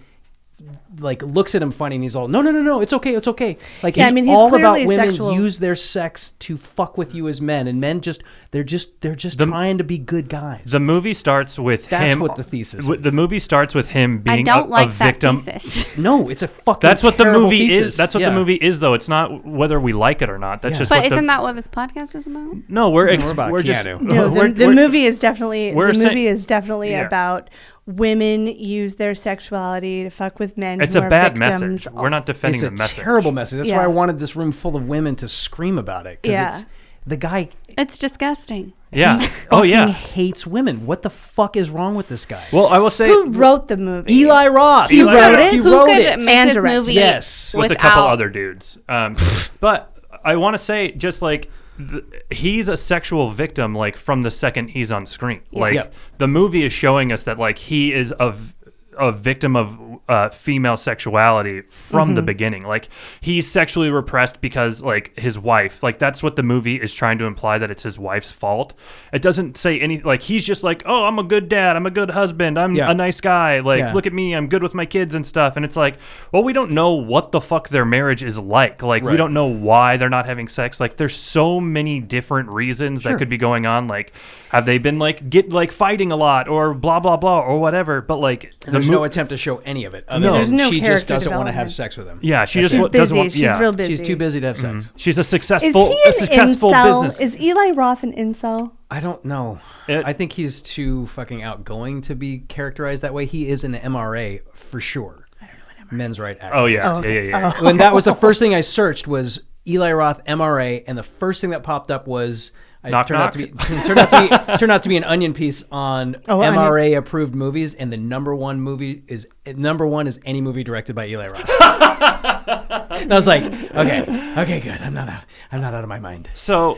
[SPEAKER 2] Like looks at him funny, and he's all, "No, no, no, no, it's okay, it's okay." Like,
[SPEAKER 5] Yeah, I
[SPEAKER 2] it's
[SPEAKER 5] mean, he's
[SPEAKER 2] all about
[SPEAKER 5] clearly
[SPEAKER 2] women
[SPEAKER 5] sexual.
[SPEAKER 2] use their sex to fuck with you as men, and men just they're just they're just trying to be good guys.
[SPEAKER 3] The movie starts with
[SPEAKER 2] That's
[SPEAKER 3] him.
[SPEAKER 2] what the thesis
[SPEAKER 3] w-
[SPEAKER 2] is.
[SPEAKER 3] The movie starts with him being
[SPEAKER 4] I
[SPEAKER 3] a,
[SPEAKER 4] don't like
[SPEAKER 3] a
[SPEAKER 4] that
[SPEAKER 3] victim.
[SPEAKER 4] thesis.
[SPEAKER 2] no, it's a fucking.
[SPEAKER 3] That's what the
[SPEAKER 2] terrible
[SPEAKER 3] movie
[SPEAKER 2] thesis.
[SPEAKER 3] is. That's what
[SPEAKER 2] Yeah.
[SPEAKER 3] the movie is, though. It's not w- whether we like it or not. That's
[SPEAKER 2] Yeah.
[SPEAKER 3] just.
[SPEAKER 4] but
[SPEAKER 3] what the-
[SPEAKER 4] isn't that what this podcast is about?
[SPEAKER 3] No, we're ex-
[SPEAKER 2] about
[SPEAKER 3] we're just.
[SPEAKER 2] Keanu.
[SPEAKER 5] No, the,
[SPEAKER 3] we're-
[SPEAKER 5] the
[SPEAKER 3] we're-
[SPEAKER 5] movie is definitely the
[SPEAKER 3] we're
[SPEAKER 5] movie
[SPEAKER 3] saying-
[SPEAKER 5] is definitely
[SPEAKER 3] Yeah.
[SPEAKER 5] about women use their sexuality to fuck with men.
[SPEAKER 3] It's
[SPEAKER 5] who
[SPEAKER 3] a
[SPEAKER 5] are
[SPEAKER 3] bad
[SPEAKER 5] victims.
[SPEAKER 3] message. We're not defending
[SPEAKER 2] it's a
[SPEAKER 3] the message.
[SPEAKER 2] terrible message. That's
[SPEAKER 5] Yeah.
[SPEAKER 2] why I wanted this room full of women to scream about it. 'cause
[SPEAKER 5] Yeah.
[SPEAKER 2] it's- the guy
[SPEAKER 4] It's disgusting.
[SPEAKER 3] Yeah. oh
[SPEAKER 2] fucking
[SPEAKER 3] yeah.
[SPEAKER 2] hates women. What the fuck is wrong with this guy?
[SPEAKER 3] Well, I will say.
[SPEAKER 5] Who wrote the movie?
[SPEAKER 2] Eli Roth.
[SPEAKER 5] He Eli wrote Roth. it?
[SPEAKER 2] He
[SPEAKER 4] Who
[SPEAKER 2] wrote
[SPEAKER 4] could
[SPEAKER 2] it.
[SPEAKER 4] make
[SPEAKER 5] And
[SPEAKER 4] this
[SPEAKER 5] direct.
[SPEAKER 4] movie
[SPEAKER 2] Yes.
[SPEAKER 3] with
[SPEAKER 4] without
[SPEAKER 3] a couple other dudes. Um, but I want to say, just like th- he's a sexual victim, like from the second he's on screen. Like
[SPEAKER 2] Yep.
[SPEAKER 3] the movie is showing us that like he is a v- a victim of uh, female sexuality from the beginning. Like he's sexually repressed because like his wife. Like that's what the movie is trying to imply that it's his wife's fault. It doesn't say any. Like he's just like, oh, I'm a good dad. I'm a good husband. I'm
[SPEAKER 2] Yeah.
[SPEAKER 3] a nice guy. Like
[SPEAKER 2] Yeah.
[SPEAKER 3] look at me. I'm good with my kids and stuff. And it's like, well, we don't know what the fuck their marriage is like. Like we
[SPEAKER 2] Right.
[SPEAKER 3] don't know why they're not having sex. Like there's so many different reasons that could be going on. Like have they been like get like fighting a lot or blah blah blah or whatever. But like the
[SPEAKER 2] There's
[SPEAKER 3] mo-
[SPEAKER 2] no attempt to show any of it. Other
[SPEAKER 3] No.
[SPEAKER 2] than
[SPEAKER 5] There's no
[SPEAKER 2] she just
[SPEAKER 5] character
[SPEAKER 2] doesn't want to
[SPEAKER 5] development.
[SPEAKER 2] have sex with him. Mm-hmm.
[SPEAKER 3] yeah, she
[SPEAKER 2] That's
[SPEAKER 3] just
[SPEAKER 5] She's
[SPEAKER 3] wa- doesn't
[SPEAKER 5] busy.
[SPEAKER 3] want.
[SPEAKER 5] She's
[SPEAKER 3] yeah.
[SPEAKER 5] real
[SPEAKER 2] it.
[SPEAKER 5] busy.
[SPEAKER 2] She's too busy to have sex.
[SPEAKER 3] She's a
[SPEAKER 5] Is
[SPEAKER 3] successful,
[SPEAKER 5] he
[SPEAKER 3] a
[SPEAKER 5] an
[SPEAKER 3] successful
[SPEAKER 5] incel?
[SPEAKER 3] business.
[SPEAKER 5] Is Eli Roth an incel?
[SPEAKER 2] I don't know.
[SPEAKER 3] It-
[SPEAKER 2] I think he's too fucking outgoing to be characterized that way. He is an MRA for sure. I don't know what MRA. Men's right.
[SPEAKER 3] oh yeah, yeah, yeah, yeah.
[SPEAKER 2] when that was the first thing I searched was Eli Roth MRA, and the first thing that popped up was I
[SPEAKER 3] Knock,
[SPEAKER 2] turned out to be
[SPEAKER 3] knock.
[SPEAKER 2] turned out to be turned out to be an onion piece on
[SPEAKER 5] Oh, onion.
[SPEAKER 2] MRA approved movies, and the number one movie is number one is any movie directed by Eli Roth. and I was like, okay, okay, good. I'm not out. I'm not out of my mind.
[SPEAKER 3] So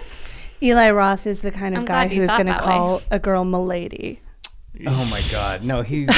[SPEAKER 5] Eli Roth is the kind of
[SPEAKER 4] I'm
[SPEAKER 5] guy
[SPEAKER 4] glad you
[SPEAKER 5] who's
[SPEAKER 4] thought
[SPEAKER 5] going to
[SPEAKER 4] that way.
[SPEAKER 5] call a girl milady.
[SPEAKER 2] Oh my god, no, he's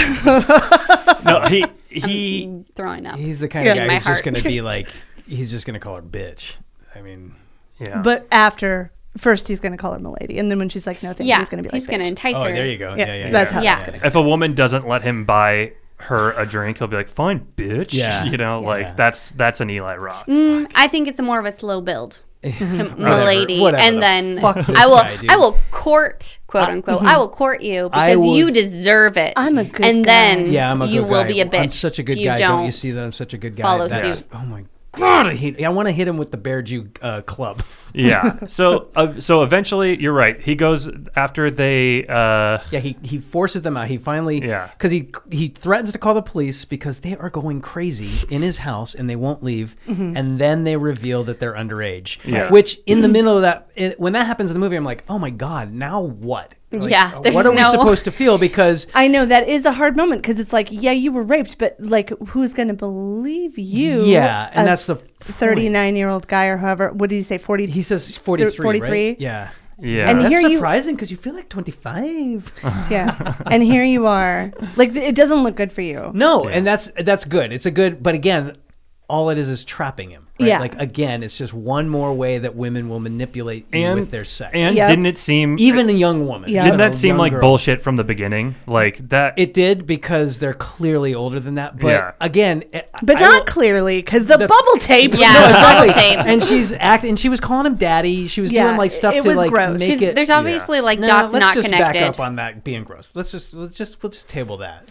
[SPEAKER 3] no, he
[SPEAKER 5] Um,
[SPEAKER 3] he.
[SPEAKER 4] Throwing up.
[SPEAKER 2] he's the kind
[SPEAKER 5] Yeah.
[SPEAKER 2] of
[SPEAKER 4] My
[SPEAKER 2] guy who's
[SPEAKER 4] heart.
[SPEAKER 2] just gonna be like, he's just gonna call her bitch. I mean,
[SPEAKER 3] Yeah.
[SPEAKER 5] But after first, he's going to call her milady, and then when she's like, "No, thank you,"
[SPEAKER 4] yeah,
[SPEAKER 5] he's going to be like,
[SPEAKER 4] he's going to
[SPEAKER 5] "Bitch."
[SPEAKER 4] entice
[SPEAKER 2] oh,
[SPEAKER 4] her.
[SPEAKER 2] there you go.
[SPEAKER 5] Yeah,
[SPEAKER 2] Yeah, yeah, yeah.
[SPEAKER 5] that's how
[SPEAKER 4] Yeah.
[SPEAKER 5] it's going to.
[SPEAKER 3] if a woman doesn't let him buy her a drink, he'll be like, "Fine, bitch."
[SPEAKER 2] Yeah.
[SPEAKER 3] You know,
[SPEAKER 2] Yeah.
[SPEAKER 3] like that's that's an Eli Roth.
[SPEAKER 4] Mm, I think it's more of a slow build to milady,
[SPEAKER 2] Whatever
[SPEAKER 4] and
[SPEAKER 2] the
[SPEAKER 4] then
[SPEAKER 2] fuck this
[SPEAKER 4] I will
[SPEAKER 2] guy, dude.
[SPEAKER 4] I will court quote unquote I will court you
[SPEAKER 2] I
[SPEAKER 4] because
[SPEAKER 2] will-
[SPEAKER 4] you deserve it.
[SPEAKER 5] I'm a good
[SPEAKER 4] and
[SPEAKER 5] guy.
[SPEAKER 4] then
[SPEAKER 2] Yeah, I'm a
[SPEAKER 4] Mm-hmm. you
[SPEAKER 2] good
[SPEAKER 4] will
[SPEAKER 2] guy.
[SPEAKER 4] be a bitch.
[SPEAKER 2] I'm such a good
[SPEAKER 4] if you
[SPEAKER 2] guy.
[SPEAKER 4] Don't,
[SPEAKER 2] Don't. you see that I'm such a good guy?
[SPEAKER 4] follow
[SPEAKER 2] That's-
[SPEAKER 4] suit.
[SPEAKER 2] Oh my god, I hate. I want to hit him with the Bear Jew uh, club.
[SPEAKER 3] yeah. So uh, so eventually, you're right. He goes after they. Uh,
[SPEAKER 2] Yeah, he he forces them out. He finally.
[SPEAKER 3] Yeah.
[SPEAKER 2] Because he he threatens to call the police because they are going crazy in his house and they won't leave.
[SPEAKER 4] Mm-hmm.
[SPEAKER 2] And then they reveal that they're underage.
[SPEAKER 3] Yeah.
[SPEAKER 2] Which in the middle of that, it, when that happens in the movie, I'm like, oh my god, now what? Like,
[SPEAKER 4] Yeah, there's
[SPEAKER 2] What are we
[SPEAKER 4] no-
[SPEAKER 2] supposed to feel? Because
[SPEAKER 5] I know that is a hard moment because it's like, yeah, you were raped, but like, who's going to believe you?
[SPEAKER 2] yeah, and
[SPEAKER 5] a
[SPEAKER 2] that's the point.
[SPEAKER 5] thirty-nine-year-old guy or however. What did he say? Forty.
[SPEAKER 2] He says 43.
[SPEAKER 5] 43?
[SPEAKER 2] Right? Yeah.
[SPEAKER 3] yeah.
[SPEAKER 5] And
[SPEAKER 2] That's
[SPEAKER 5] here you-
[SPEAKER 2] surprising because you feel like 25.
[SPEAKER 5] yeah. and here you are. Like, th- it doesn't look good for you.
[SPEAKER 2] No,
[SPEAKER 3] Yeah.
[SPEAKER 2] and that's that's good. It's a good, but again, all it is is trapping him. Right?
[SPEAKER 5] Yeah.
[SPEAKER 2] Like again, it's just one more way that women will manipulate you
[SPEAKER 3] And
[SPEAKER 2] with their sex.
[SPEAKER 3] And
[SPEAKER 5] Yep.
[SPEAKER 3] didn't it seem
[SPEAKER 2] even a young woman.
[SPEAKER 5] Yeah.
[SPEAKER 3] didn't
[SPEAKER 2] you know,
[SPEAKER 3] that seem
[SPEAKER 2] young
[SPEAKER 3] like
[SPEAKER 2] girl.
[SPEAKER 3] bullshit from the beginning? Like that
[SPEAKER 2] It did because they're clearly older than that. But
[SPEAKER 3] Yeah.
[SPEAKER 2] again, it,
[SPEAKER 5] But
[SPEAKER 2] I
[SPEAKER 5] not
[SPEAKER 2] will-
[SPEAKER 5] clearly, because the
[SPEAKER 2] That's-
[SPEAKER 5] bubble tape.
[SPEAKER 4] Yeah,
[SPEAKER 2] No,
[SPEAKER 4] bubble
[SPEAKER 2] exactly.
[SPEAKER 4] tape.
[SPEAKER 2] and she's acting. She was calling him daddy. She was
[SPEAKER 5] Yeah,
[SPEAKER 2] doing like stuff
[SPEAKER 5] it
[SPEAKER 2] to
[SPEAKER 5] was
[SPEAKER 2] like
[SPEAKER 5] gross.
[SPEAKER 2] make
[SPEAKER 4] She's-
[SPEAKER 2] it.
[SPEAKER 4] there's obviously like
[SPEAKER 2] No,
[SPEAKER 4] dots
[SPEAKER 2] let's
[SPEAKER 4] not
[SPEAKER 2] just
[SPEAKER 4] connected.
[SPEAKER 2] back up on that being gross. Let's just let's just we'll just table that.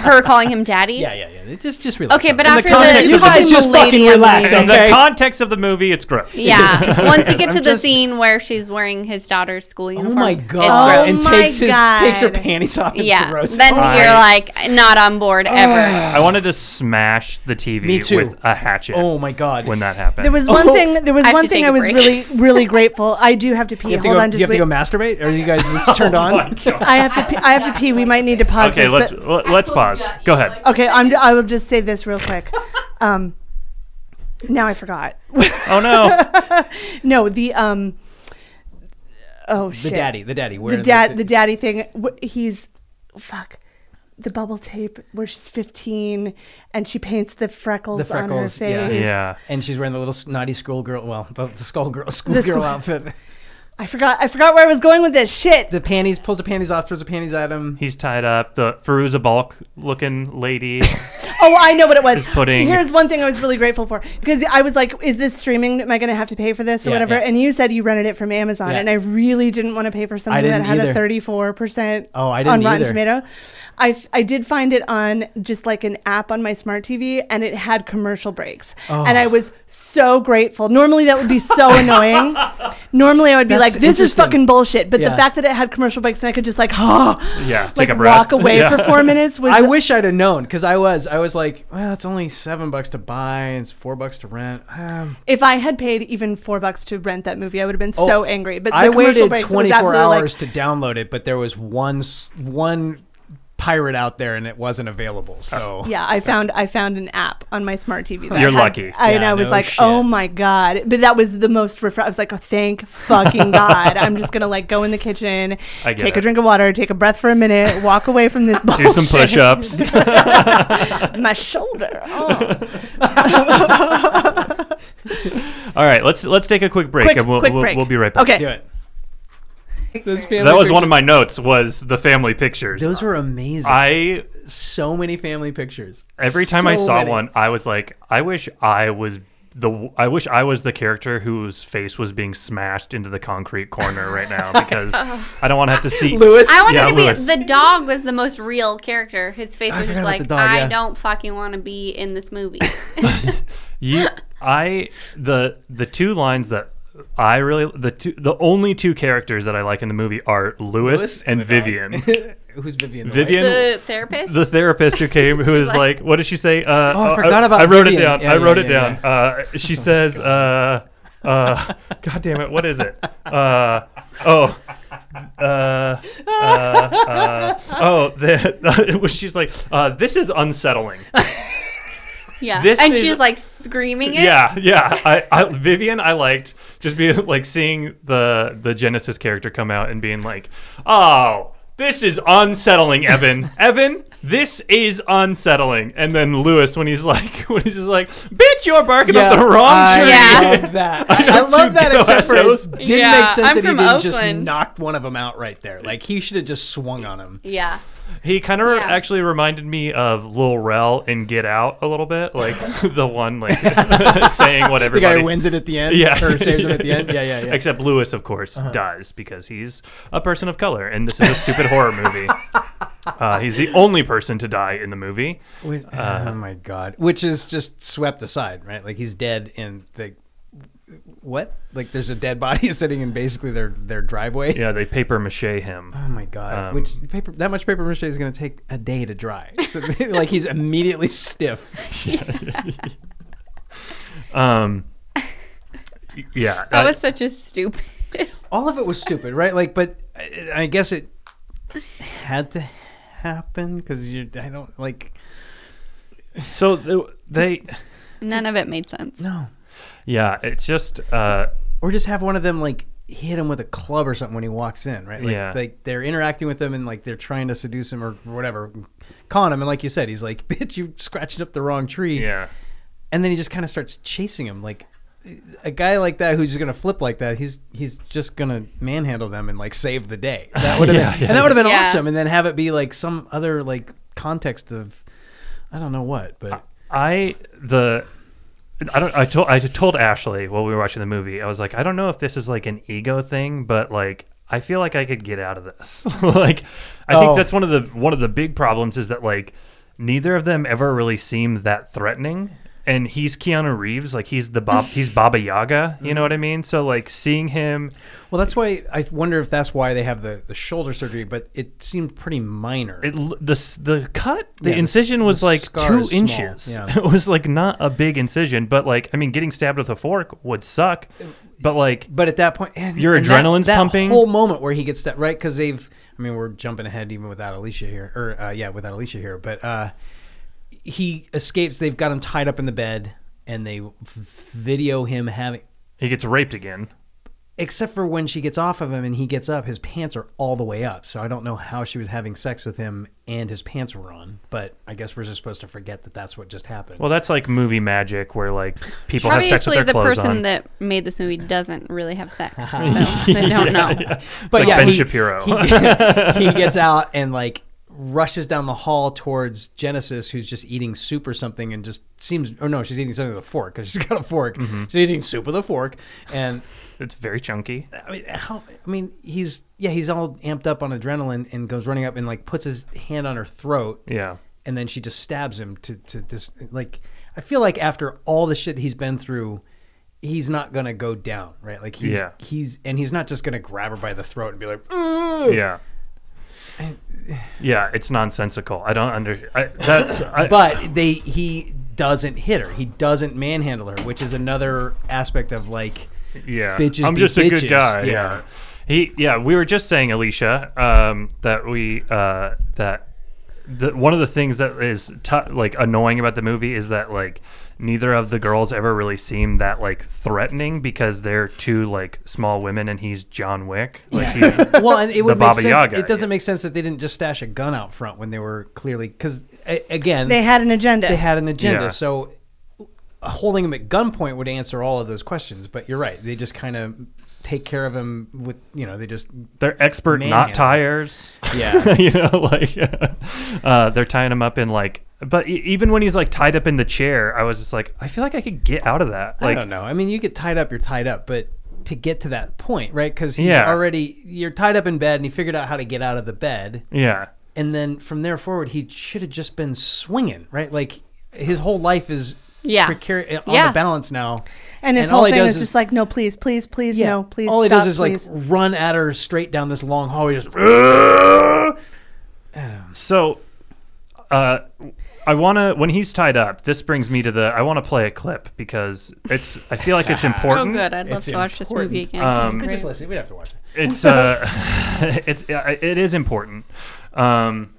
[SPEAKER 4] Her calling him daddy.
[SPEAKER 2] Yeah, yeah, yeah. Just just relax.
[SPEAKER 4] Okay,
[SPEAKER 2] on
[SPEAKER 4] but
[SPEAKER 2] that.
[SPEAKER 4] after the- You
[SPEAKER 2] you
[SPEAKER 5] guys
[SPEAKER 2] guys just
[SPEAKER 5] will lady
[SPEAKER 2] fucking
[SPEAKER 5] and
[SPEAKER 2] relax.
[SPEAKER 5] lady.
[SPEAKER 3] in the
[SPEAKER 2] Okay.
[SPEAKER 3] context of the movie, it's gross.
[SPEAKER 4] Yeah. Once you get to
[SPEAKER 3] I'm
[SPEAKER 4] the
[SPEAKER 3] just-
[SPEAKER 4] scene where she's wearing his daughter's school
[SPEAKER 2] Oh
[SPEAKER 4] uniform.
[SPEAKER 2] my
[SPEAKER 4] it's
[SPEAKER 2] god!
[SPEAKER 4] gross.
[SPEAKER 2] and
[SPEAKER 5] Oh my
[SPEAKER 2] takes his
[SPEAKER 5] God.
[SPEAKER 2] takes her panties off and
[SPEAKER 4] yeah.
[SPEAKER 2] throws
[SPEAKER 4] Then
[SPEAKER 2] them.
[SPEAKER 4] you're like not on board ever.
[SPEAKER 3] I wanted to smash the TV
[SPEAKER 2] Me too.
[SPEAKER 3] with a hatchet
[SPEAKER 2] Oh my god!
[SPEAKER 3] when that happened.
[SPEAKER 5] There was one
[SPEAKER 2] Oh.
[SPEAKER 5] thing. There was
[SPEAKER 4] I have
[SPEAKER 5] one
[SPEAKER 4] to
[SPEAKER 5] thing
[SPEAKER 4] take
[SPEAKER 5] I
[SPEAKER 4] a
[SPEAKER 5] was
[SPEAKER 4] break.
[SPEAKER 5] really, really grateful. I do have to pee.
[SPEAKER 2] you have to
[SPEAKER 5] Hold
[SPEAKER 2] go.
[SPEAKER 5] on,
[SPEAKER 2] do
[SPEAKER 5] just
[SPEAKER 2] you have
[SPEAKER 5] wait.
[SPEAKER 2] to go masturbate? Are you guys this turned
[SPEAKER 3] Oh my
[SPEAKER 2] on?
[SPEAKER 3] God.
[SPEAKER 5] I have to. Pee, I have to pee. We might need to pause
[SPEAKER 3] okay,
[SPEAKER 5] this.
[SPEAKER 3] let's
[SPEAKER 5] but,
[SPEAKER 3] let- let's pause. Go ahead.
[SPEAKER 5] okay, I'm. I will just say this real quick. Um, now I forgot.
[SPEAKER 3] Oh no.
[SPEAKER 5] No, the um. Oh
[SPEAKER 2] The
[SPEAKER 5] shit.
[SPEAKER 2] daddy, the daddy. Where
[SPEAKER 5] The dad. The daddy thing. wh- He's, fuck. The bubble tape where she's 15 and she paints the freckles,
[SPEAKER 2] The
[SPEAKER 5] on her
[SPEAKER 2] freckles, yeah.
[SPEAKER 5] face.
[SPEAKER 3] yeah.
[SPEAKER 2] and she's wearing the little s- naughty schoolgirl. Well, the, the schoolgirl
[SPEAKER 5] school-
[SPEAKER 2] schoolgirl outfit.
[SPEAKER 5] I forgot. I forgot where I was going with this shit.
[SPEAKER 2] The panties pulls the panties off, throws the panties at him.
[SPEAKER 3] He's tied up. The Feruza Balk looking lady.
[SPEAKER 5] Oh, I know what it was.
[SPEAKER 3] Just putting-
[SPEAKER 5] Here's one thing I was really grateful for because I was like, "Is this streaming? Am I going to have to pay for this or
[SPEAKER 2] Yeah,
[SPEAKER 5] whatever?"
[SPEAKER 2] yeah.
[SPEAKER 5] And you said you rented it from Amazon,
[SPEAKER 2] Yeah.
[SPEAKER 5] and I really didn't want to pay for something that
[SPEAKER 2] didn't
[SPEAKER 5] had a
[SPEAKER 2] either.
[SPEAKER 5] 34 percent
[SPEAKER 2] Oh, I
[SPEAKER 5] on
[SPEAKER 2] didn't
[SPEAKER 5] Rotten
[SPEAKER 2] either.
[SPEAKER 5] Tomato. I, f- I did find it on just like an app on my smart TV, and it had commercial breaks,
[SPEAKER 2] Oh.
[SPEAKER 5] and I was so grateful. Normally that would be so annoying. Normally I would be
[SPEAKER 2] That's
[SPEAKER 5] like, "This is
[SPEAKER 2] interesting.
[SPEAKER 5] fucking bullshit," but the
[SPEAKER 2] Yeah.
[SPEAKER 5] fact that it had commercial breaks and I could just like, oh,
[SPEAKER 3] Yeah, take
[SPEAKER 5] like
[SPEAKER 3] a breath.
[SPEAKER 5] walk away
[SPEAKER 3] Yeah.
[SPEAKER 5] for four minutes was
[SPEAKER 2] I wish I'd have known because I was. I was like, well, it's only seven bucks to buy, and it's four bucks to rent. Um,
[SPEAKER 5] If I had paid even four bucks to rent that movie, I would have been so
[SPEAKER 2] Oh,
[SPEAKER 5] angry. But the
[SPEAKER 2] I
[SPEAKER 5] commercial
[SPEAKER 2] waited
[SPEAKER 5] breaks, it was
[SPEAKER 2] 24
[SPEAKER 5] absolutely like-
[SPEAKER 2] hours to download it, but there was one s- one pirate out there, and it wasn't
[SPEAKER 3] Uh,
[SPEAKER 2] available. So
[SPEAKER 5] yeah, I found I found an app on my smart TV. That
[SPEAKER 3] You're
[SPEAKER 5] had-
[SPEAKER 3] lucky.
[SPEAKER 5] I, and
[SPEAKER 2] Yeah,
[SPEAKER 5] I was
[SPEAKER 2] no
[SPEAKER 5] like,
[SPEAKER 2] shit.
[SPEAKER 5] oh my god! But that was the most. Refre- I was like, oh, thank fucking god! I'm just gonna like go in the kitchen,
[SPEAKER 3] I get
[SPEAKER 5] take a
[SPEAKER 3] it.
[SPEAKER 5] drink of water, take a breath for a minute, walk away from this.
[SPEAKER 3] Do some push
[SPEAKER 5] bullshit.
[SPEAKER 3] ups.
[SPEAKER 5] My shoulder. Oh.
[SPEAKER 3] All right, let's let's take a quick break
[SPEAKER 5] Quick-
[SPEAKER 3] and we'll
[SPEAKER 5] quick
[SPEAKER 3] we'll,
[SPEAKER 5] break.
[SPEAKER 3] we'll be right back.
[SPEAKER 5] Okay.
[SPEAKER 2] do it.
[SPEAKER 3] That was one of my notes was the family pictures.
[SPEAKER 2] Those were amazing.
[SPEAKER 3] I
[SPEAKER 2] so many family pictures.
[SPEAKER 3] every time I
[SPEAKER 2] So
[SPEAKER 3] saw
[SPEAKER 2] many.
[SPEAKER 3] one, I was like, I wish I was the I wish I was the character whose face was being smashed into the concrete corner right now because I don't want to have to see
[SPEAKER 2] Lewis.
[SPEAKER 4] I wanted
[SPEAKER 3] Yeah,
[SPEAKER 4] to be
[SPEAKER 3] Lewis.
[SPEAKER 4] the dog was the most real character. His face was
[SPEAKER 2] forgot
[SPEAKER 4] just
[SPEAKER 2] about the
[SPEAKER 4] like
[SPEAKER 2] dog,
[SPEAKER 4] I
[SPEAKER 2] yeah.
[SPEAKER 4] don't fucking want to be in this movie.
[SPEAKER 3] You, I, the the two lines that I really the two the only two characters that I like in the movie are Lewis,
[SPEAKER 2] Lewis
[SPEAKER 3] and Vivian.
[SPEAKER 2] Who's Vivian? the
[SPEAKER 3] Vivian,
[SPEAKER 4] the therapist.
[SPEAKER 3] the therapist who came, who is like, what did she say? Uh,
[SPEAKER 2] Oh, I forgot about
[SPEAKER 3] I wrote it
[SPEAKER 2] Vivian.
[SPEAKER 3] down.
[SPEAKER 2] Yeah,
[SPEAKER 3] I
[SPEAKER 2] yeah,
[SPEAKER 3] wrote it
[SPEAKER 2] yeah, Oh,
[SPEAKER 3] down. Uh, she says, uh, uh, God damn it, what is it? Uh, oh. Uh, uh, uh, oh, the, she's like, uh, this is unsettling.
[SPEAKER 4] yeah,
[SPEAKER 3] this
[SPEAKER 4] and
[SPEAKER 3] is-
[SPEAKER 4] she's like screaming it.
[SPEAKER 3] Yeah, yeah. I, I Vivian, I liked just being like seeing the the Genesis character come out and being like, "Oh, this is unsettling, Evan. Evan, this is unsettling." And then Lewis, when he's like, when he's just like, "Bitch, you're barking
[SPEAKER 2] Yeah,
[SPEAKER 3] up the wrong
[SPEAKER 2] I
[SPEAKER 3] tree."
[SPEAKER 4] Yeah.
[SPEAKER 2] love that. I, I love that,
[SPEAKER 3] Two
[SPEAKER 2] except for
[SPEAKER 3] glasses.
[SPEAKER 2] it didn't
[SPEAKER 4] Yeah,
[SPEAKER 2] make sense
[SPEAKER 4] I'm
[SPEAKER 2] that he
[SPEAKER 4] from
[SPEAKER 2] didn't just
[SPEAKER 4] Oakland.
[SPEAKER 2] knock one of them out right there. Like he should have just swung on him.
[SPEAKER 4] yeah.
[SPEAKER 3] He kind of
[SPEAKER 4] Yeah.
[SPEAKER 3] actually reminded me of Lil Rel in Get Out a little bit, like the one like saying what
[SPEAKER 2] The
[SPEAKER 3] everybody
[SPEAKER 2] guy who wins it at the end,
[SPEAKER 3] Yeah.
[SPEAKER 2] or saves him at the end. Yeah, yeah, Uh-huh. yeah.
[SPEAKER 3] Except Lewis, of course, does because he's a person of color, and this is a stupid horror movie. Uh, he's the only person to die in the movie.
[SPEAKER 2] Which,
[SPEAKER 3] Uh-huh.
[SPEAKER 2] oh my god! Which is just swept aside, right? Like he's dead in the what? Like there's a dead body sitting in basically their their driveway.
[SPEAKER 3] Yeah, they paper mache him.
[SPEAKER 2] Oh my god!
[SPEAKER 3] Um,
[SPEAKER 2] which paper? That much paper mache is going to take a day to dry. So like he's immediately stiff.
[SPEAKER 3] Um, y- yeah, I-
[SPEAKER 4] That was such a stupid.
[SPEAKER 2] All of it was stupid, right? Like, but I, I guess it had to happen because you. I don't like.
[SPEAKER 3] so th- they.
[SPEAKER 4] None of it made sense.
[SPEAKER 2] No.
[SPEAKER 3] Yeah, it's just. Uh,
[SPEAKER 2] or just have one of them like hit him with a club or something when he walks in, right? Like,
[SPEAKER 3] Yeah.
[SPEAKER 2] like they're interacting with him and like they're trying to seduce him or whatever, con him. And like you said, he's like, "Bitch, you scratched up the wrong tree."
[SPEAKER 3] yeah.
[SPEAKER 2] and then he just kind of starts chasing him like a guy like that who's just gonna flip like that he's he's just gonna manhandle them and like save the day that would have
[SPEAKER 3] Yeah,
[SPEAKER 2] been,
[SPEAKER 3] yeah,
[SPEAKER 2] and that would have been
[SPEAKER 4] yeah.
[SPEAKER 2] awesome and then have it be like some other like context of i don't know what
[SPEAKER 3] Uh,
[SPEAKER 2] but
[SPEAKER 3] I the I don't I told I told Ashley while we were watching the movie. I was like, I don't know if this is like an ego thing, but like I feel like I could get out of this. like I
[SPEAKER 2] Oh.
[SPEAKER 3] think that's one of the one of the big problems is that like neither of them ever really seem that threatening. And he's Keanu Reeves, like he's the Bob he's Baba Yaga, you know what I mean? So like seeing him
[SPEAKER 2] well that's why i wonder if that's why they have the, the shoulder surgery but it seemed pretty minor
[SPEAKER 3] it l- the s- the cut
[SPEAKER 2] Yeah,
[SPEAKER 3] the
[SPEAKER 2] the s-
[SPEAKER 3] incision
[SPEAKER 2] the
[SPEAKER 3] was like
[SPEAKER 2] scar
[SPEAKER 3] two
[SPEAKER 2] is small,
[SPEAKER 3] inches.
[SPEAKER 2] yeah.
[SPEAKER 3] It was like not a big incision, but like I mean, getting stabbed with a fork would suck. But like
[SPEAKER 2] But at that point, and,
[SPEAKER 3] Your
[SPEAKER 2] and that-
[SPEAKER 3] adrenaline's
[SPEAKER 2] that
[SPEAKER 3] pumping.
[SPEAKER 2] whole moment where he gets that right because they've. I mean, we're jumping ahead even without Alicia here, or uh, yeah, without Alicia here. But uh, he escapes. They've got him tied up in the bed, and they v- video him having.
[SPEAKER 3] he gets raped again.
[SPEAKER 2] Except for when she gets off of him and he gets up, his pants are all the way up. So I don't know how she was having sex with him and his pants were on. But I guess we're just supposed to forget that that's what just happened.
[SPEAKER 3] Well, that's like movie magic, where like people have sex with
[SPEAKER 4] Obviously,
[SPEAKER 3] their
[SPEAKER 4] the
[SPEAKER 3] clothes
[SPEAKER 4] person
[SPEAKER 3] on.
[SPEAKER 4] that made this movie doesn't really have sex, so they don't know.
[SPEAKER 2] but
[SPEAKER 3] like
[SPEAKER 2] yeah,
[SPEAKER 3] Ben
[SPEAKER 2] he,
[SPEAKER 3] Shapiro.
[SPEAKER 2] He, he gets out and like rushes down the hall towards Genesis, who's just eating soup or something, and just seems. Oh no, she's eating something with a fork because she's got a fork.
[SPEAKER 3] Mm-hmm.
[SPEAKER 2] She's eating soup with a fork, and
[SPEAKER 3] it's very chunky.
[SPEAKER 2] I mean, how? I mean, he's yeah, he's all amped up on adrenaline and goes running up and like puts his hand on her throat,
[SPEAKER 3] Yeah,
[SPEAKER 2] and then she just stabs him to to just like. I feel like after all the shit he's been through. He's not gonna go down, right? Like he's
[SPEAKER 3] Yeah.
[SPEAKER 2] he's and he's not just gonna grab her by the throat and be like,
[SPEAKER 3] yeah, yeah. It's nonsensical. I don't under. I, that's I,
[SPEAKER 2] but they he doesn't hit her. He doesn't manhandle her, which is another aspect of like
[SPEAKER 3] yeah.
[SPEAKER 2] bitches
[SPEAKER 3] I'm
[SPEAKER 2] be
[SPEAKER 3] just a
[SPEAKER 2] bitches.
[SPEAKER 3] good guy.
[SPEAKER 2] Yeah.
[SPEAKER 3] Yeah. He yeah, we were just saying Alicia um, that we uh, that the, one of the things that is t- like annoying about the movie is that like neither of the girls ever really seem that like threatening because they're two like small women and he's John Wick. Like he's
[SPEAKER 2] well, and it would make
[SPEAKER 3] Baba
[SPEAKER 2] sense.
[SPEAKER 3] Yaga,
[SPEAKER 2] it doesn't
[SPEAKER 3] yeah.
[SPEAKER 2] make sense that they didn't just stash a gun out front when they were clearly because again
[SPEAKER 5] They had an agenda.
[SPEAKER 2] they had an agenda.
[SPEAKER 3] Yeah.
[SPEAKER 2] So holding him at gunpoint would answer all of those questions. But you're right; they just kind of take care of him with you know they just
[SPEAKER 3] they're expert knot
[SPEAKER 2] Manhandle.
[SPEAKER 3] tires.
[SPEAKER 2] Yeah.
[SPEAKER 3] you know, like uh, they're tying him up in like. But e- even when he's like tied up in the chair, I was just like, I feel like I could get out of that. Like
[SPEAKER 2] I don't know. I mean, you get tied up, you're tied up, but to get to that point, right? Because he's
[SPEAKER 3] Yeah.
[SPEAKER 2] already you're tied up in bed, and he figured out how to get out of the bed.
[SPEAKER 3] yeah.
[SPEAKER 2] and then from there forward, he should have just been swinging, right? Like his whole life is
[SPEAKER 4] Yeah.
[SPEAKER 2] precari- on
[SPEAKER 4] Yeah.
[SPEAKER 2] the balance now.
[SPEAKER 5] and his
[SPEAKER 2] and all
[SPEAKER 5] whole
[SPEAKER 2] he
[SPEAKER 5] thing
[SPEAKER 2] does
[SPEAKER 5] was
[SPEAKER 2] is-
[SPEAKER 5] just like, no, please, please, please, no, please.
[SPEAKER 2] all he
[SPEAKER 5] stop,
[SPEAKER 2] does is
[SPEAKER 5] please.
[SPEAKER 2] like run at her straight down this long hallway. Just
[SPEAKER 3] So, uh, I want to. When he's tied up, this brings me to the. I want to play a clip because it's. I feel like it's
[SPEAKER 4] Oh,
[SPEAKER 3] important.
[SPEAKER 4] good. I'd love
[SPEAKER 2] It's
[SPEAKER 4] to watch this movie
[SPEAKER 2] important.
[SPEAKER 4] again.
[SPEAKER 3] Um,
[SPEAKER 4] Great.
[SPEAKER 2] just listen. We'd have to watch it.
[SPEAKER 3] It's. Uh, it's. It is important. Um,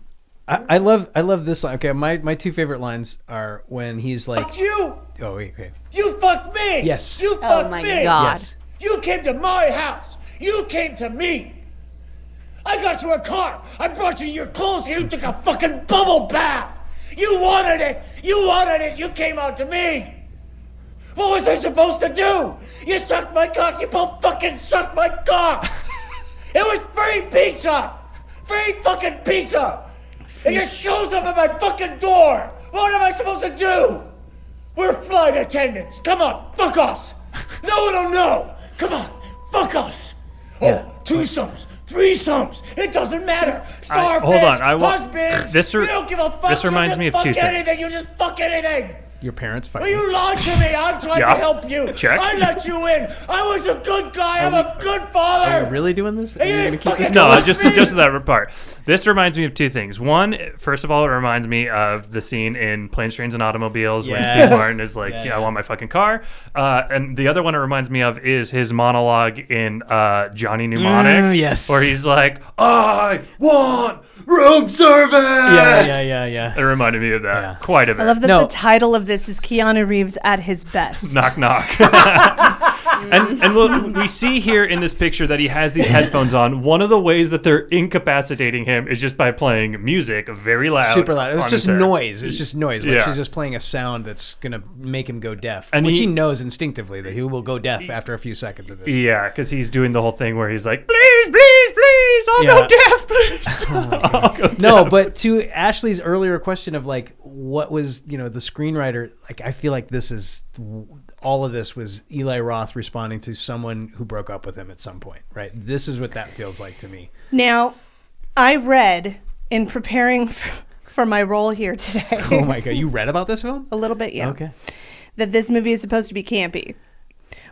[SPEAKER 2] I, I love I love this line. Okay, my, my two favorite lines are when he's like,
[SPEAKER 1] fucked you.
[SPEAKER 2] "Oh wait, wait,
[SPEAKER 1] You fucked me.
[SPEAKER 2] Yes.
[SPEAKER 1] You
[SPEAKER 4] oh
[SPEAKER 1] fucked
[SPEAKER 4] my
[SPEAKER 1] me.
[SPEAKER 4] god.
[SPEAKER 2] yes,
[SPEAKER 1] You came to my house. You came to me. I got you a car. I brought you your clothes. You took a fucking bubble bath. You wanted it. You wanted it. You came out to me. What was I supposed to do? You sucked my cock. You both fucking sucked my cock. it was free pizza. Free fucking pizza. It just shows up at my fucking door. What am I supposed to do? We're flight attendants. Come on, fuck us. No one will know. Come on, fuck us. Oh, twosomes, threesomes. It doesn't matter. Starfish,
[SPEAKER 3] hold on, I wa-
[SPEAKER 1] husbands.
[SPEAKER 3] this re-
[SPEAKER 1] we don't give a fuck.
[SPEAKER 3] this
[SPEAKER 1] You
[SPEAKER 3] reminds
[SPEAKER 1] just
[SPEAKER 3] me of
[SPEAKER 1] fuck
[SPEAKER 3] two things.
[SPEAKER 1] anything. You just fuck anything.
[SPEAKER 2] your parents
[SPEAKER 1] Are
[SPEAKER 2] fighting."
[SPEAKER 1] you lying to me? I'm trying
[SPEAKER 3] Yeah.
[SPEAKER 1] to help you.
[SPEAKER 3] Check.
[SPEAKER 1] I let you in. I was a good guy. I'm a good father.
[SPEAKER 2] Are you really doing this? Are
[SPEAKER 1] you
[SPEAKER 2] you gonna
[SPEAKER 1] just
[SPEAKER 2] keep this
[SPEAKER 1] fucking-
[SPEAKER 2] going?
[SPEAKER 3] no,
[SPEAKER 1] What?
[SPEAKER 3] just just that part. This reminds me of two things. One, first of all, it reminds me of the scene in Planes, Trains, and Automobiles when
[SPEAKER 2] Yeah.
[SPEAKER 3] Steve Martin is like,
[SPEAKER 2] Yeah,
[SPEAKER 3] yeah,
[SPEAKER 2] yeah.
[SPEAKER 3] "I want my fucking car." Uh, and the other one it reminds me of is his monologue in uh, Johnny Mnemonic,
[SPEAKER 2] Mm, yes.
[SPEAKER 3] where he's like, "I want room service."
[SPEAKER 2] Yeah, yeah, yeah, yeah.
[SPEAKER 3] It reminded me of that
[SPEAKER 2] Yeah.
[SPEAKER 3] quite a bit.
[SPEAKER 5] I love that
[SPEAKER 2] No.
[SPEAKER 5] the title of this is Keanu Reeves at his best.
[SPEAKER 3] knock knock. and and we'll, we see here in this picture that he has these headphones on. One of the ways that they're incapacitating him is just by playing music very loud,
[SPEAKER 2] super loud. It's
[SPEAKER 3] on
[SPEAKER 2] just
[SPEAKER 3] his head.
[SPEAKER 2] noise. It's just noise. Like
[SPEAKER 3] Yeah.
[SPEAKER 2] she's just playing a sound that's gonna make him go deaf,
[SPEAKER 3] And
[SPEAKER 2] which he,
[SPEAKER 3] he-
[SPEAKER 2] knows instinctively that he will go deaf after a few seconds of this.
[SPEAKER 3] Yeah, because he's doing the whole thing where he's like, "Please, please, please, I'll
[SPEAKER 2] Yeah. Oh
[SPEAKER 3] go deaf, please." I'll go
[SPEAKER 2] No,
[SPEAKER 3] deaf."
[SPEAKER 2] but to Ashley's earlier question of like, what was you know the screenwriter? Like, I feel like this is all of this was Eli Roth responding to someone who broke up with him at some point, right? This is what that feels like to me.
[SPEAKER 5] Now, I read in preparing f- for my role here today
[SPEAKER 2] Oh my god, you read about this film?
[SPEAKER 5] a little bit, yeah,
[SPEAKER 2] Okay.
[SPEAKER 5] that this movie is supposed to be campy,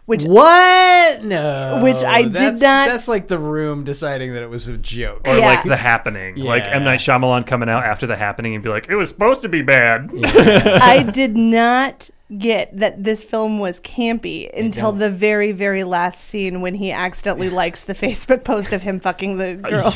[SPEAKER 5] which
[SPEAKER 2] What? No.
[SPEAKER 5] Which I did
[SPEAKER 2] that's,
[SPEAKER 5] not-
[SPEAKER 2] That's like the room deciding that it was a joke.
[SPEAKER 3] or like
[SPEAKER 5] Yeah.
[SPEAKER 3] the happening, like M
[SPEAKER 2] Yeah.
[SPEAKER 3] Night Shyamalan coming out after the happening and be like, "It was supposed to be bad."
[SPEAKER 5] I did not get that this film was campy until the very, very last scene when he accidentally likes the Facebook post of him fucking the girl.